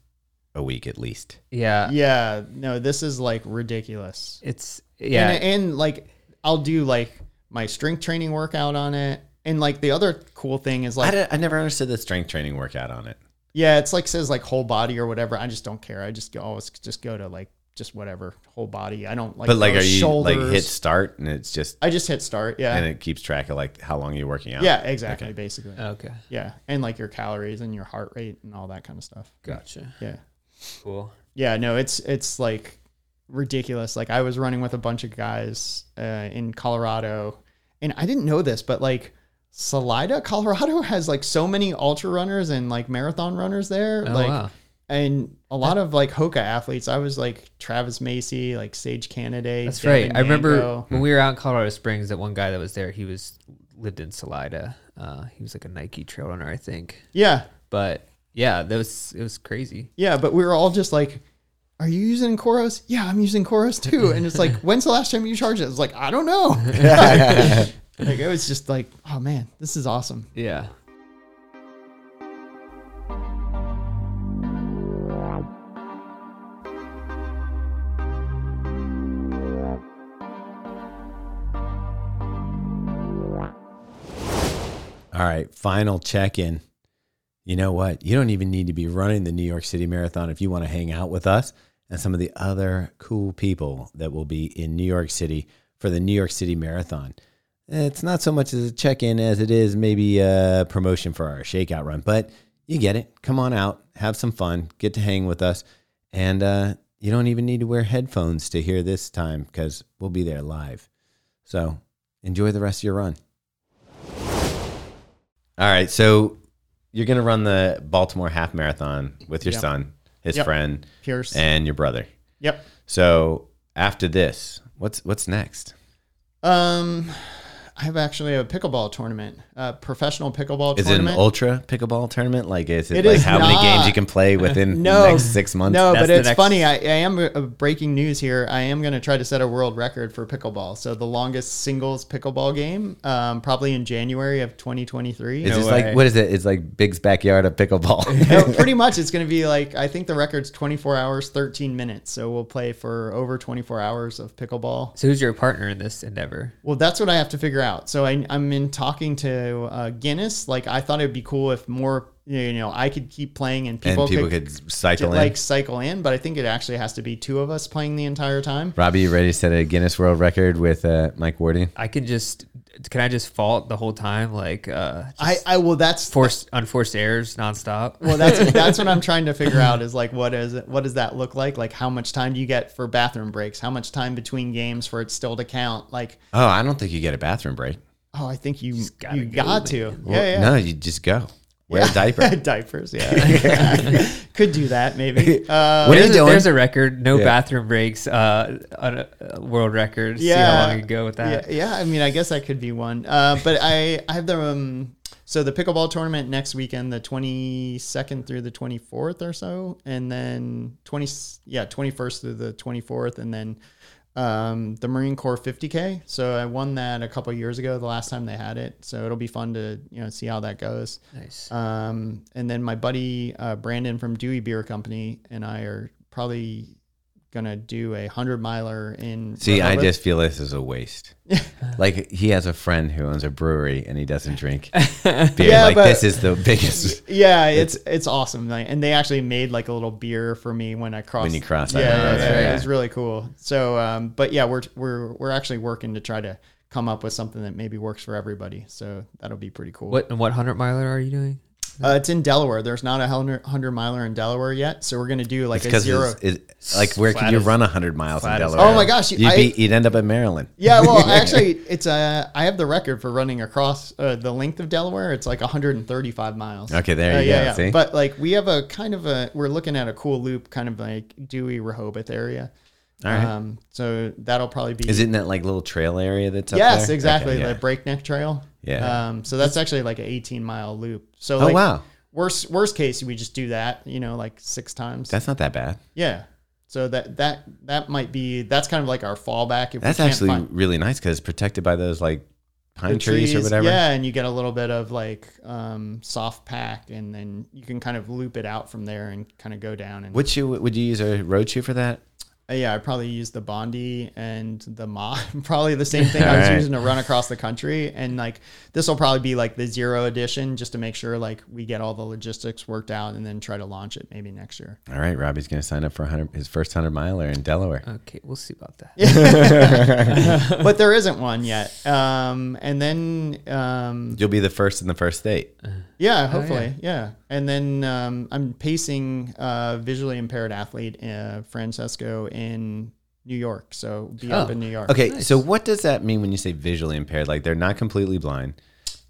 Speaker 1: a week at least.
Speaker 3: yeah.
Speaker 4: Yeah, no, this is like ridiculous.
Speaker 3: It's yeah.
Speaker 4: and, and like I'll do like my strength training workout on it, and like the other cool thing is
Speaker 1: I,
Speaker 4: like
Speaker 1: don't- I never understood the strength training workout on it.
Speaker 4: yeah, it's like says like whole body or whatever. I just don't care. I just go always just go to like just whatever whole body. I don't like
Speaker 1: But like,
Speaker 4: no
Speaker 1: are you
Speaker 4: shoulders.
Speaker 1: like hit start and it's just
Speaker 4: I just hit start. Yeah.
Speaker 1: and it keeps track of like how long you're working out?
Speaker 4: Yeah, exactly. Basically.
Speaker 3: okay.
Speaker 4: yeah. And like your calories and your heart rate and all that kind of stuff.
Speaker 3: Gotcha.
Speaker 4: Yeah.
Speaker 3: Cool.
Speaker 4: Yeah. No, it's, it's like ridiculous. Like I was running with a bunch of guys uh, in Colorado and I didn't know this, but like Salida, Colorado has like so many ultra runners and like marathon runners there.
Speaker 3: Oh,
Speaker 4: like,
Speaker 3: wow.
Speaker 4: and a lot of like Hoka athletes. I was like Travis Macy, like Sage Canaday.
Speaker 3: That's
Speaker 4: Devin
Speaker 3: right. I remember
Speaker 4: Yanko.
Speaker 3: when we were out in Colorado Springs, that one guy that was there, he was lived in Salida. Uh, he was like a Nike trail runner, I think.
Speaker 4: Yeah,
Speaker 3: But yeah, that was it was crazy.
Speaker 4: yeah, but we were all just like. Are you using Koros? Yeah, I'm using Koros too. And it's like, when's the last time you charged it? It's like, I don't know. like, it was just like, oh man, this is awesome.
Speaker 3: Yeah.
Speaker 1: All right, final check in. You know what? You don't even need to be running the New York City Marathon if you want to hang out with us and some of the other cool people that will be in New York City for the New York City Marathon. It's not so much as a check in as it is maybe a promotion for our shakeout run, but you get it. Come on out, have some fun, get to hang with us. And uh, you don't even need to wear headphones to hear this time because we'll be there live. So enjoy the rest of your run. All right, so you're going to run the Baltimore half marathon with your
Speaker 4: Yep.
Speaker 1: son, his
Speaker 4: Yep.
Speaker 1: friend,
Speaker 4: Pierce.
Speaker 1: and your brother.
Speaker 4: yep.
Speaker 1: So after this, what's what's next?
Speaker 4: Um, I have actually a pickleball tournament, a professional pickleball
Speaker 1: Is it an
Speaker 4: tournament.
Speaker 1: ultra pickleball tournament? Like is it,
Speaker 4: It
Speaker 1: like
Speaker 4: is
Speaker 1: how many games
Speaker 4: not.
Speaker 1: you can play within
Speaker 4: No.
Speaker 1: the next six months?
Speaker 4: no,
Speaker 3: That's
Speaker 4: but
Speaker 3: the
Speaker 4: it's
Speaker 3: next-
Speaker 4: funny. I, I am uh, breaking news here. I am going to try to set a world record for pickleball. So the longest singles pickleball game, um, probably in January of 2023.
Speaker 1: It's
Speaker 3: No
Speaker 1: just
Speaker 3: way.
Speaker 1: like what is it? It's like Big's backyard of pickleball.
Speaker 4: No, pretty much, it's going to be like I think the record's 24 hours 13 minutes. So we'll play for over 24 hours of pickleball.
Speaker 3: So who's your partner in this endeavor?
Speaker 4: Well, that's what I have to figure out. So I, I'm in talking to uh, Guinness. Like I thought it would be cool if more, you know, I could keep playing and people,
Speaker 1: and people
Speaker 4: could,
Speaker 1: could, cycle in.
Speaker 4: like cycle in. But I think it actually has to be two of us playing the entire time.
Speaker 1: Robbie, you ready to set a Guinness World Record with uh, Mike Wardy?
Speaker 3: I can just can I just fault the whole time like uh just
Speaker 4: I, I well, that's
Speaker 3: forced unforced errors nonstop.
Speaker 4: well, that's that's what I'm trying to figure out is like what is it, what does that look like? Like how much time do you get for bathroom breaks? How much time between games for it still to count? Like
Speaker 1: Oh, I don't think you get a bathroom break.
Speaker 4: oh, I think you
Speaker 3: gotta
Speaker 4: you
Speaker 3: go,
Speaker 4: got to
Speaker 1: Well,
Speaker 4: yeah yeah.
Speaker 1: No, you just go. Wear a diaper.
Speaker 4: Diapers, yeah. Could do that maybe. Uh,
Speaker 1: what are you
Speaker 3: there's, a,
Speaker 1: doing?
Speaker 3: there's a record, no
Speaker 1: Yeah.
Speaker 3: bathroom breaks, uh, on a, a world record. See
Speaker 4: Yeah.
Speaker 3: how long you can go with that.
Speaker 4: Yeah, yeah, I mean, I guess that could be one. Uh, but I, I have the um, so the pickleball tournament next weekend, the twenty second through the twenty fourth or so, and then twenty yeah twenty first through the twenty fourth, and then um, the Marine Corps fifty k. So I won that a couple years ago, the last time they had it. So it'll be fun to you know see how that goes.
Speaker 3: Nice.
Speaker 4: Um, and then my buddy uh, Brandon from Dewey Beer Company and I are probably gonna do a hundred miler in.
Speaker 1: See, I
Speaker 4: Rehoboth.
Speaker 1: just feel this is a waste. like he has a friend who owns a brewery and he doesn't drink beer.
Speaker 4: Yeah,
Speaker 1: like
Speaker 4: but-
Speaker 1: this is the biggest.
Speaker 4: Yeah, it's it's awesome. Like, and they actually made like a little beer for me when I crossed.
Speaker 1: When you crossed, I
Speaker 4: yeah,
Speaker 1: remember
Speaker 4: yeah,
Speaker 1: that,
Speaker 4: yeah,
Speaker 1: yeah.
Speaker 4: it was really cool. So, um, but yeah, we're we're we're actually working to try to come up with something that maybe works for everybody. So that'll be pretty cool.
Speaker 3: What and what hundred miler are you doing?
Speaker 4: Uh, it's in Delaware. There's not a hundred miler in Delaware yet, so we're gonna do like a
Speaker 1: Because
Speaker 4: zero.
Speaker 1: like where
Speaker 3: Flat
Speaker 1: could you
Speaker 3: as-
Speaker 1: run hundred miles in
Speaker 3: flat as-
Speaker 1: Delaware?
Speaker 4: Oh my gosh,
Speaker 1: you'd,
Speaker 4: I-
Speaker 1: be, you'd end up in Maryland.
Speaker 4: yeah, well, actually, it's uh, I have the record for running across uh, the length of Delaware. It's like 135 miles.
Speaker 1: Okay, there
Speaker 4: Uh,
Speaker 1: you
Speaker 4: yeah,
Speaker 1: go.
Speaker 4: yeah.
Speaker 1: See,
Speaker 4: But like we have a kind of a we're looking at a cool loop, kind of like Dewey Rehoboth area.
Speaker 1: All right.
Speaker 4: Um, so that'll probably be.
Speaker 1: is it in that like little trail area that's up there?
Speaker 4: Yes,
Speaker 1: Okay,
Speaker 4: exactly.
Speaker 1: yeah.
Speaker 4: The breakneck trail.
Speaker 1: Yeah.
Speaker 4: Um, so that's actually like an 18 mile loop. So
Speaker 1: Oh,
Speaker 4: like,
Speaker 1: wow.
Speaker 4: Worst worst case, we just do that. You know, like six times.
Speaker 1: that's not that bad.
Speaker 4: yeah. So that that that might be that's kind of like our fallback if
Speaker 1: That's
Speaker 4: we can't
Speaker 1: actually
Speaker 4: find
Speaker 1: really nice because it's protected by those like
Speaker 4: the
Speaker 1: pine trees, or whatever.
Speaker 4: Yeah, and you get a little bit of like um, soft pack, and then you can kind of loop it out from there and kind of go down and
Speaker 1: Would you would you use a road shoe for that?
Speaker 4: Uh, yeah, I probably used the Bondi and the Ma, probably the same thing I was
Speaker 1: All right.
Speaker 4: using to run across the country. And like this will probably be like the zero edition, just to make sure like we get all the logistics worked out, and then try to launch it maybe next year.
Speaker 1: All right, Robbie's going to sign up for 100, his first hundred miler in Delaware.
Speaker 4: Uh.
Speaker 3: Okay, we'll see about that.
Speaker 4: but there isn't one yet. Um, and then um,
Speaker 1: You'll be the first in the first state.
Speaker 4: Uh, yeah, hopefully, yeah. And then um, I'm pacing uh, visually impaired athlete uh, Francesco in New York, so be up
Speaker 3: Oh,
Speaker 4: in New York.
Speaker 1: Okay, so what does that mean when you say visually impaired? Like they're not completely blind,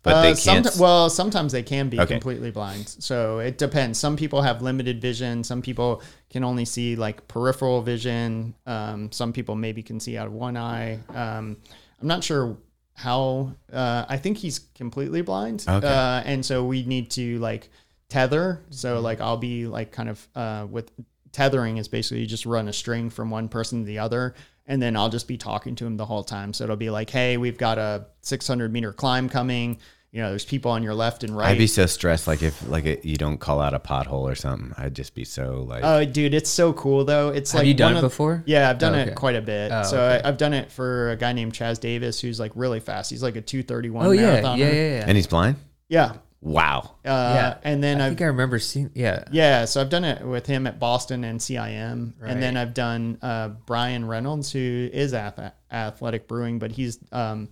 Speaker 1: but
Speaker 4: Uh,
Speaker 1: they can't.
Speaker 4: someti- well, sometimes they can be
Speaker 1: Okay.
Speaker 4: completely blind. So it depends. Some people have limited vision. Some people can only see like peripheral vision. Um, some people maybe can see out of one eye. Um, I'm not sure how. Uh, I think he's completely blind.
Speaker 1: Okay.
Speaker 4: Uh, and so we need to like tether.
Speaker 3: Mm-hmm.
Speaker 4: So like I'll be like kind of uh, with tethering is basically you just run a string from one person to the other and then I'll just be talking to him the whole time. So it'll be like, hey, we've got a 600 meter climb coming. You know, there's people on your left and right.
Speaker 1: I'd be so stressed, like if like it, you don't call out a pothole or something, I'd just be so like.
Speaker 4: Oh, dude, it's so cool though. It's
Speaker 3: Have
Speaker 4: like
Speaker 3: you done
Speaker 4: one
Speaker 3: it
Speaker 4: of-
Speaker 3: before?
Speaker 4: Yeah, I've done
Speaker 3: Oh,
Speaker 4: it
Speaker 3: okay.
Speaker 4: quite a bit.
Speaker 3: Oh,
Speaker 4: so I, I've done it for a guy named Chaz Davis, who's like really fast. He's like a 231
Speaker 3: Oh yeah, yeah,
Speaker 4: marathoner.
Speaker 3: yeah, yeah.
Speaker 1: and he's blind.
Speaker 4: yeah.
Speaker 1: Wow.
Speaker 4: Uh,
Speaker 3: Yeah.
Speaker 4: And then
Speaker 3: I
Speaker 4: I've
Speaker 3: think I remember seeing. Yeah,
Speaker 4: Yeah, so I've done it with him at Boston and CIM, and then I've done uh, Brian Reynolds, who is ath- athletic brewing, but he's um,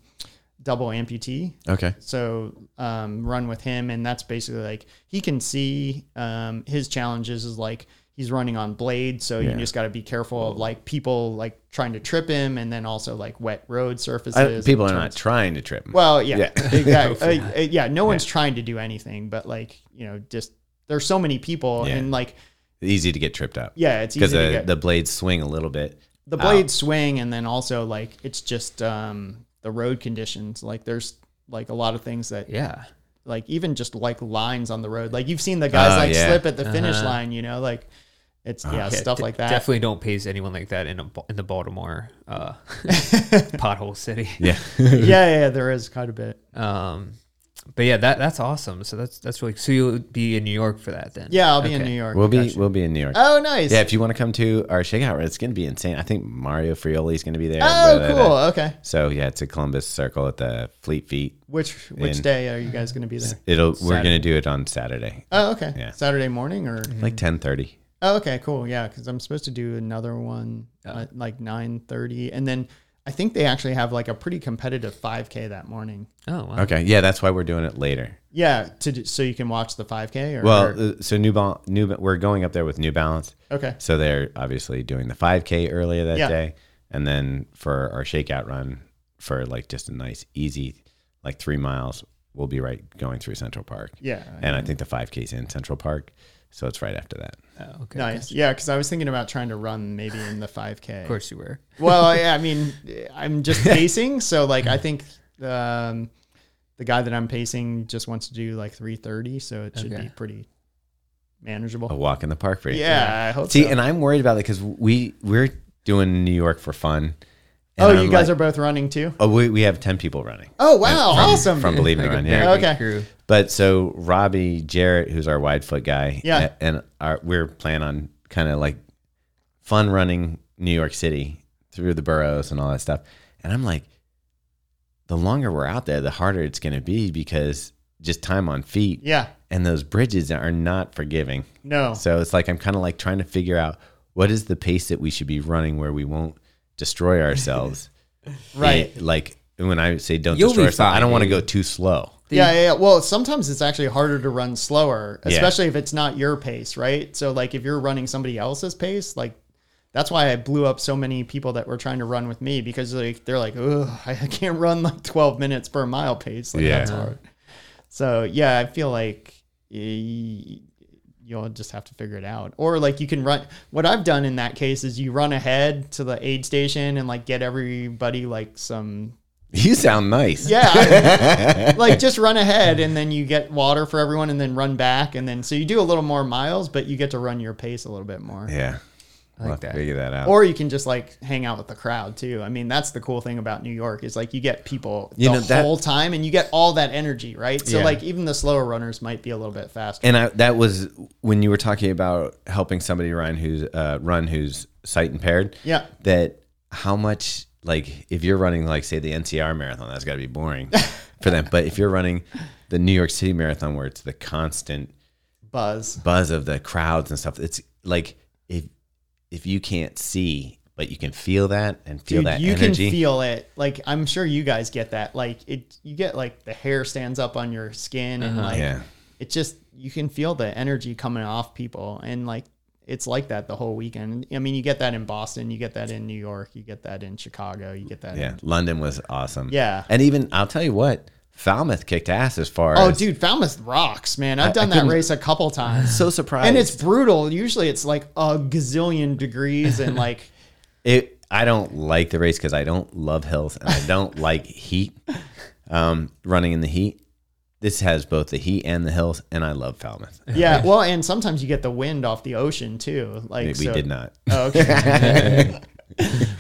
Speaker 4: double amputee.
Speaker 1: Okay.
Speaker 4: So um, run with him, and that's basically like he can see. Um, his challenges is like he's running on blade, so you just got to be careful of like people like trying to trip him, and then also like wet road surfaces.
Speaker 1: I-
Speaker 4: and
Speaker 1: people are
Speaker 4: turns.
Speaker 1: not trying to trip him.
Speaker 4: Well, yeah,
Speaker 1: Yeah.
Speaker 4: exactly. Uh, uh, yeah, no one's trying to do anything, but like you know, just there's so many people,
Speaker 1: Yeah.
Speaker 4: and like
Speaker 1: easy to get tripped up.
Speaker 4: yeah, it's easy
Speaker 1: Because
Speaker 4: to
Speaker 1: the,
Speaker 4: get
Speaker 1: the blades swing a little bit.
Speaker 4: the blades swing, and then also like it's just um the road conditions. Like there's like a lot of things that
Speaker 3: yeah.
Speaker 4: like even just like lines on the road. Like you've seen the guys
Speaker 1: Oh,
Speaker 4: like
Speaker 1: yeah. Oh,
Speaker 4: slip at the finish line, you know, like it's yeah
Speaker 3: Yeah,
Speaker 4: stuff
Speaker 3: de-
Speaker 4: like that.
Speaker 3: Definitely don't pace anyone like that in a, Ba- in the Baltimore uh, pothole city.
Speaker 1: Yeah.
Speaker 4: Yeah, yeah, yeah, there is quite a bit.
Speaker 3: Um, but yeah, that that's awesome. So that's that's really so you'll be in New York for that then.
Speaker 4: Yeah, I'll be in
Speaker 3: Okay.
Speaker 4: New York.
Speaker 1: we'll be
Speaker 4: Gotcha.
Speaker 1: we'll be in New York.
Speaker 4: Oh, nice.
Speaker 1: Yeah, if you want to come to our shakeout, it's going to be insane. I think Mario Frioli is going to be there. uh,
Speaker 4: oh,
Speaker 1: Blah, blah, blah.
Speaker 4: cool. Okay.
Speaker 1: So yeah, it's a Columbus Circle at the Fleet Feet.
Speaker 4: Which which
Speaker 1: In-
Speaker 4: day are you guys going to be there?
Speaker 1: It'll we're going to do it on Saturday,
Speaker 4: Oh, okay.
Speaker 1: Yeah. Mm-hmm.
Speaker 4: Saturday morning or
Speaker 1: like ten thirty.
Speaker 4: Oh, okay, cool. Yeah, because I'm supposed to do another one at like 9:30, and then I think they actually have like a pretty competitive 5K that morning.
Speaker 3: Oh, wow.
Speaker 1: Okay, yeah, that's why we're doing it later.
Speaker 4: Yeah, to do, so you can watch the 5K. Or, or-
Speaker 1: Well, uh, so New Balance, New Ba- we're going up there with New Balance,
Speaker 4: okay,
Speaker 1: so they're obviously doing the five k earlier that
Speaker 4: Yeah.
Speaker 1: day, and then for our shakeout run for like just a nice easy like three miles, we'll be right going through Central Park,
Speaker 4: yeah,
Speaker 1: and I think the five k's in Central Park, so it's right after that.
Speaker 3: Oh, okay.
Speaker 4: nice. Yeah, because I was thinking about trying to run maybe in the 5K.
Speaker 3: Of course you were.
Speaker 4: well, I, I mean, I'm just pacing, so like I think um, the guy that I'm pacing just wants to do like 3:30, so it should
Speaker 3: Okay.
Speaker 4: be pretty
Speaker 1: A
Speaker 4: manageable.
Speaker 1: walk in the park for you.
Speaker 4: Yeah, I hope
Speaker 1: Oh, See,
Speaker 4: so.
Speaker 1: and I'm worried about that because we we're doing New York for fun.
Speaker 4: oh, you guys are both running too.
Speaker 1: Oh, we, we have ten people running.
Speaker 4: Oh wow, awesome!
Speaker 1: From Believe Me
Speaker 3: Like a
Speaker 1: Run,
Speaker 3: very
Speaker 1: yeah.
Speaker 4: Okay.
Speaker 3: big crew.
Speaker 1: But so Robbie Jarrett, who's our wide foot guy,
Speaker 4: Yeah.
Speaker 1: a- and our, we're planning on kind of like fun running New York City through the boroughs and all that stuff. And I'm like, the longer we're out there, the harder it's going to be because just time on feet
Speaker 4: yeah,
Speaker 1: and those bridges are not forgiving.
Speaker 4: no,
Speaker 1: So it's like I'm kind of like trying to figure out what is the pace that we should be running where we won't destroy ourselves.
Speaker 4: right.
Speaker 1: It- like when I say don't
Speaker 3: You'll
Speaker 1: destroy
Speaker 3: be
Speaker 1: ourselves, I
Speaker 3: fine,
Speaker 1: don't want to
Speaker 3: dude.
Speaker 1: go too slow.
Speaker 4: yeah, yeah, yeah. Well, sometimes it's actually harder to run slower,
Speaker 1: Yeah.
Speaker 4: especially if it's not your pace, right? So, like, if you're running somebody else's pace, like, that's why I blew up so many people that were trying to run with me because like they're like, "Ugh, I can't run like 12 minutes per mile pace." Like,
Speaker 1: Yeah.
Speaker 4: that's hard. So yeah, I feel like eh, you'll just have to figure it out, or like you can run. What I've done in that case is you run ahead to the aid station and like get everybody like some
Speaker 1: You sound nice.
Speaker 4: Yeah. I- like just run ahead and then you get water for everyone and then run back and then so you do a little more miles but you get to run your pace a little bit more.
Speaker 1: Yeah.
Speaker 3: I like that.
Speaker 1: figure that out.
Speaker 4: Or you can just like hang out with the crowd too. I mean, that's the cool thing about New York is like you get people
Speaker 1: You
Speaker 4: the
Speaker 1: know, that-
Speaker 4: whole time and you get all that energy, right? So
Speaker 3: Yeah.
Speaker 4: like even the slower runners might be a little bit faster.
Speaker 1: and I, that was when you were talking about helping somebody run who's uh, run who's sight impaired.
Speaker 4: Yeah.
Speaker 1: That how much like if you're running like say the NCR marathon, that's got to be boring for them. But if you're running the New York City marathon, where it's the constant
Speaker 4: Buzz.
Speaker 1: buzz of the crowds and stuff, it's like if if you can't see but you can feel that and feel
Speaker 4: Dude,
Speaker 1: that
Speaker 4: you
Speaker 1: energy.
Speaker 4: can feel it. Like I'm sure you guys get that. Like it you get like the hair stands up on your skin and like
Speaker 1: Uh-huh. yeah.
Speaker 4: it just you can feel the energy coming off people and like it's like that the whole weekend i mean you get that in boston you get that in new york you get that in chicago you get that
Speaker 1: Yeah,
Speaker 4: in
Speaker 1: London was awesome.
Speaker 4: Yeah.
Speaker 1: and even I'll tell you what, Falmouth kicked ass as far
Speaker 4: Oh,
Speaker 1: as.
Speaker 4: dude, Falmouth rocks, man. I've done that
Speaker 1: couldn't-
Speaker 4: race a couple times.
Speaker 1: So surprised.
Speaker 4: and it's brutal. Usually it's like a gazillion degrees and like
Speaker 1: It. I don't like the race because I don't love hills and I don't like heat. Um, running in the heat. This has both the heat and the hills, and I love Falmouth.
Speaker 4: yeah, well, and sometimes you get the wind off the ocean too. Like
Speaker 1: We
Speaker 4: so-
Speaker 1: did not.
Speaker 4: Oh, okay.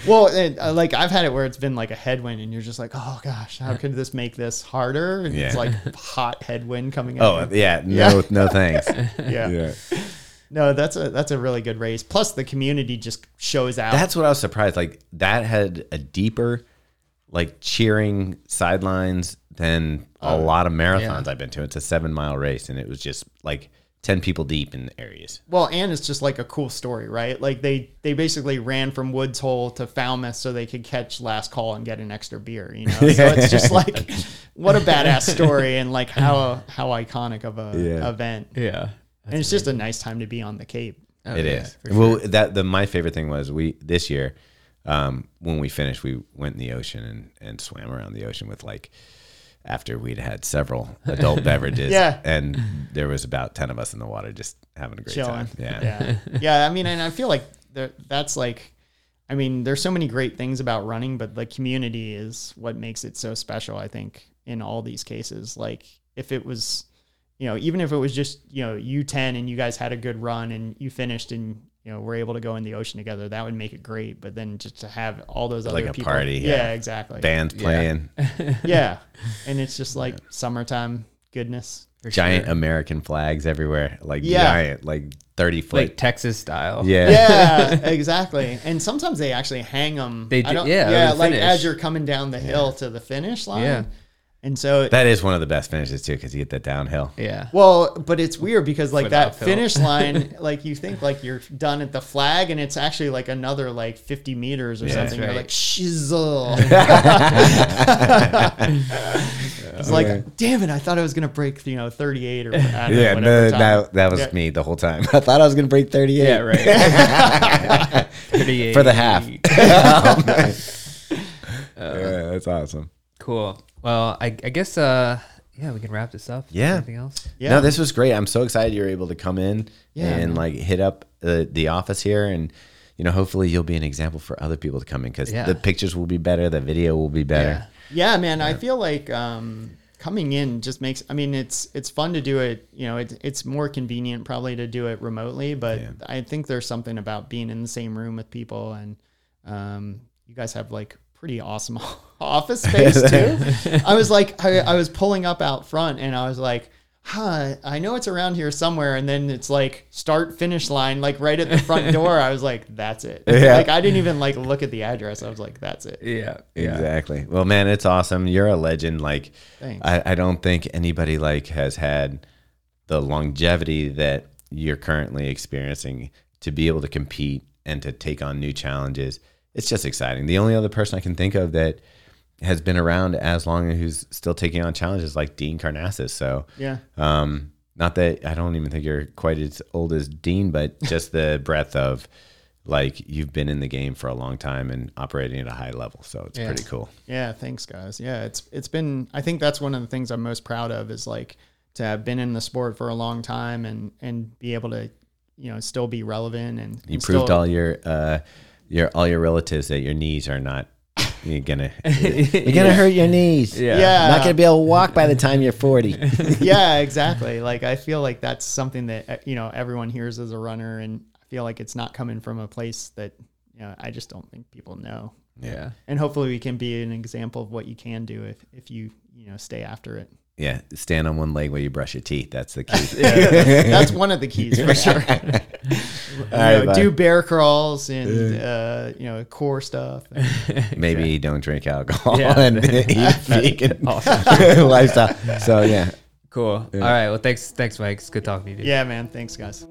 Speaker 4: well, and, uh, like I've had it where it's been like a headwind, and you're just like, oh gosh, how could this make this harder? And it's
Speaker 1: Yeah.
Speaker 4: like hot headwind coming.
Speaker 1: Oh
Speaker 4: out.
Speaker 1: yeah, no, no thanks.
Speaker 4: yeah.
Speaker 1: Yeah.
Speaker 4: No, that's a that's a really good race. Plus, the community just shows out.
Speaker 1: That's what I was surprised. Like that had a deeper, like cheering sidelines than a lot of marathons I've been to. It's a seven mile race, and it was just like ten people deep in the areas.
Speaker 4: well, and it's just like a cool story, right? Like they they basically ran from Woods Hole to Falmouth so they could catch last call and get an extra beer. You know, so it's just like what a badass story and like how how iconic of a
Speaker 1: Yeah.
Speaker 4: event.
Speaker 3: Yeah.
Speaker 4: and it's just a nice time to be on the Cape.
Speaker 1: It is well that the my favorite thing was we this year um, when we finished we went in the ocean and, and swam around the ocean with like after we'd had several adult beverages
Speaker 4: Yeah.
Speaker 1: and there was about 10 of us in the water just having a great time yeah
Speaker 4: yeah, yeah. I mean, and I feel like there, that's like, I mean, there's so many great things about running, but the community is what makes it so special. I think in all these cases, like if it was, you know, even if it was just you know you ten and you guys had a good run and you finished and you know were able to go in the ocean together, that would make it great. But then just to have all those
Speaker 1: Like
Speaker 4: other
Speaker 1: a
Speaker 4: people,
Speaker 1: party,
Speaker 4: yeah,
Speaker 1: yeah.
Speaker 4: exactly,
Speaker 1: bands playing
Speaker 4: yeah, and it's just like summertime goodness.
Speaker 1: giant American flags everywhere like
Speaker 4: Yeah.
Speaker 1: giant like 30 foot
Speaker 3: Like Texas style.
Speaker 1: yeah
Speaker 4: yeah, exactly. And sometimes they actually hang them.
Speaker 3: They do- yeah,
Speaker 4: yeah.
Speaker 3: over the
Speaker 4: Like
Speaker 3: finish.
Speaker 4: as you're coming down the hill to the finish line.
Speaker 3: Yeah.
Speaker 4: And so,
Speaker 1: that is one of the best finishes too because you get that downhill
Speaker 3: Yeah.
Speaker 4: well, but it's weird because like
Speaker 3: Foot
Speaker 4: that
Speaker 3: uphill.
Speaker 4: finish line, like you think like you're done at the flag, and it's actually like another like 50 meters or something. You're
Speaker 3: right.
Speaker 4: like shizzle. it's like, damn it! I thought I was gonna break, you know, 38 or I don't know,
Speaker 1: yeah
Speaker 4: whatever
Speaker 1: no,
Speaker 4: time.
Speaker 1: that, that was
Speaker 4: Yeah.
Speaker 1: me the whole time I thought I was gonna break 38
Speaker 3: Yeah, right. 38.
Speaker 1: for the half. Um, yeah, that's awesome.
Speaker 3: Cool. Well, I, I guess, uh, yeah, we can wrap this up.
Speaker 1: Yeah.
Speaker 3: Anything else?
Speaker 4: Yeah.
Speaker 1: No, this was great. I'm so excited you were able to come in
Speaker 4: Yeah.
Speaker 1: and like hit up the, the office here and you know, hopefully you'll be an example for other people to come in because
Speaker 3: Yeah.
Speaker 1: the pictures will be better, the video will be better.
Speaker 4: Yeah, man, I feel like um, coming in just makes. I mean, it's it's fun to do it. You know, it, it's more convenient probably to do it remotely, but I think there's something about being in the same room with people, and um, you guys have like pretty awesome office space too. I was like, I, I was pulling up out front, and I was like. Huh, I know it's around here somewhere, and then it's like start finish line, like right at the front door. I was like, "That's it."
Speaker 1: Yeah.
Speaker 4: Like I didn't even like look at the address. I was like, "That's it."
Speaker 3: Yeah.
Speaker 1: Exactly. Well, man, it's awesome. You're a legend. Like,
Speaker 4: Thanks.
Speaker 1: I, I don't think anybody like has had the longevity that you're currently experiencing to be able to compete and to take on new challenges. It's just exciting. The only other person I can think of that has been around as long and who's still taking on challenges is, like Dean Carnassus. So,
Speaker 4: Yeah.
Speaker 1: um, not that I don't even think you're quite as old as Dean, but just the breadth of like you've been in the game for a long time and operating at a high level. So it's pretty cool.
Speaker 4: Yeah, thanks guys. Yeah, it's it's been I think that's one of the things I'm most proud of is like to have been in the sport for a long time and and be able to you know still be relevant and
Speaker 1: You proved all your uh, your all your relatives that your knees are not you're gonna you're gonna hurt your knees.
Speaker 3: Yeah.
Speaker 4: Yeah.
Speaker 1: Not gonna be able to walk by the time you're 40.
Speaker 4: yeah, exactly. Like I feel like that's something that uh, you know everyone hears as a runner and I feel like it's not coming from a place that you know I just don't think people know.
Speaker 3: Yeah.
Speaker 4: And hopefully we can be an example of what you can do if if you you know stay after it.
Speaker 1: yeah, stand on one leg while you brush your teeth. That's the key.
Speaker 4: that's one of the keys for sure. You know,
Speaker 1: bye.
Speaker 4: do bear crawls and uh, you know core stuff.
Speaker 1: Maybe don't drink alcohol
Speaker 3: Yeah.
Speaker 1: and eat vegan lifestyle. So yeah.
Speaker 3: Cool. All right. Well, thanks. Thanks, Mike. It's good talking to you. Dude.
Speaker 4: yeah, man. Thanks, guys.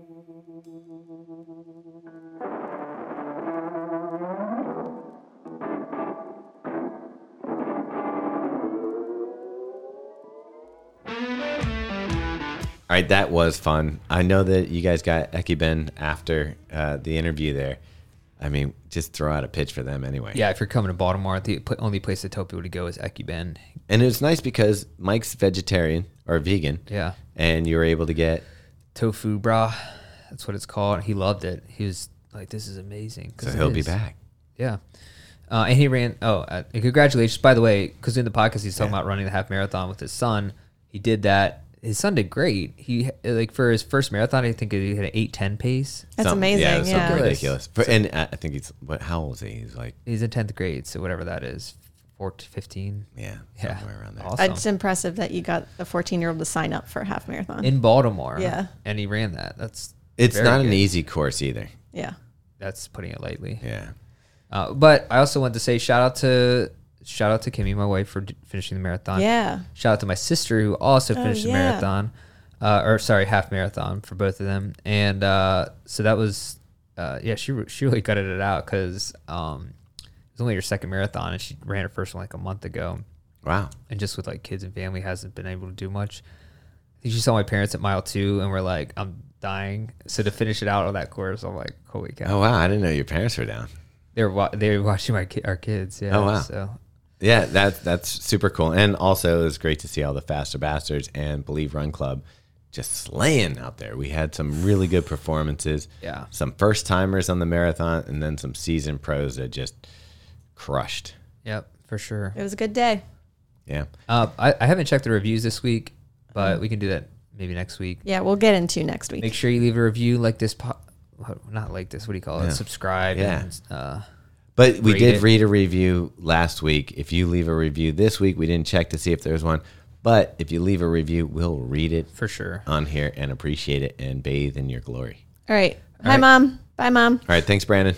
Speaker 1: All right, that was fun. I know that you guys got Eki Ben after uh, the interview there. I mean, just throw out a pitch for them anyway.
Speaker 3: Yeah, if you're coming to Baltimore, the pl- only place to tell people to go is Ecubend.
Speaker 1: And it's nice because Mike's vegetarian or vegan,
Speaker 3: Yeah,
Speaker 1: and you were able to get.
Speaker 3: tofu bra, that's what it's called. He loved it. He was like, "This is amazing." 'cause
Speaker 1: So
Speaker 3: it
Speaker 1: he'll be
Speaker 3: is.
Speaker 1: back.
Speaker 3: Yeah. Uh, and he ran. Oh, uh, and congratulations! By the way, because in the podcast he's talking about running the half marathon with his son. He did that. His son did great. He like for his first marathon, I think he had an eight ten pace.
Speaker 2: That's
Speaker 1: Something-
Speaker 2: amazing.
Speaker 1: Yeah,
Speaker 2: Yeah.
Speaker 1: it was something ridiculous. For- and uh, I I think he's what? How old is he? He's like
Speaker 3: He's in tenth grade, so whatever that is, four to fifteen.
Speaker 1: yeah,
Speaker 3: Yeah,
Speaker 1: somewhere around there.
Speaker 3: Awesome.
Speaker 2: It's impressive that you got a 14 year old to sign up for a half marathon.
Speaker 3: in Baltimore.
Speaker 2: Yeah.
Speaker 3: and he ran that. That's
Speaker 1: It's
Speaker 3: very
Speaker 1: not an
Speaker 3: good.
Speaker 1: easy course either.
Speaker 2: yeah.
Speaker 3: That's putting it lightly.
Speaker 1: Yeah.
Speaker 3: Uh, but I also want to say shout out to shout out to Kimmy, my wife, for d- finishing the marathon.
Speaker 2: Yeah.
Speaker 3: Shout out to my sister who also finished
Speaker 2: yeah.
Speaker 3: the marathon, uh, or sorry, half marathon for both of them. And uh, so that was, uh, yeah, she re- she really gutted it out because um, it was only her second marathon and she ran her first one like a month ago.
Speaker 1: Wow.
Speaker 3: And just with like kids and family, hasn't been able to do much. I think she saw my parents at mile two and we're like, I'm dying. So to finish it out on that course, I'm like, holy cow!
Speaker 1: Oh wow. I didn't know your parents were down.
Speaker 3: They were wa- they were watching my ki- our kids. Yeah.
Speaker 1: Oh, wow.
Speaker 3: So
Speaker 1: Yeah, that that's super cool. And also it was great to see all the Faster Bastards and Believe Run Club just slaying out there. We had some really good performances.
Speaker 3: Yeah.
Speaker 1: Some first timers on the marathon and then some seasoned pros that just crushed.
Speaker 3: yep, for sure.
Speaker 2: It was a good day.
Speaker 1: Yeah.
Speaker 3: Uh, I, I haven't checked the reviews this week, but we can do that maybe next week.
Speaker 2: Yeah. We'll get into next week.
Speaker 3: Make sure you leave a review like this. Po- not like this. What do you call it?
Speaker 1: Yeah.
Speaker 3: Subscribe.
Speaker 1: Yeah.
Speaker 3: And, uh,
Speaker 1: But we
Speaker 3: Read
Speaker 1: did
Speaker 3: it.
Speaker 1: read a review last week. If you leave a review this week, we didn't check to see if there was one. But if you leave a review, we'll read it
Speaker 3: for sure.
Speaker 1: on here and appreciate it and bathe in your glory.
Speaker 2: All right. Hi,
Speaker 3: right.
Speaker 2: mom. Bye, mom.
Speaker 1: All right, thanks, Brandon.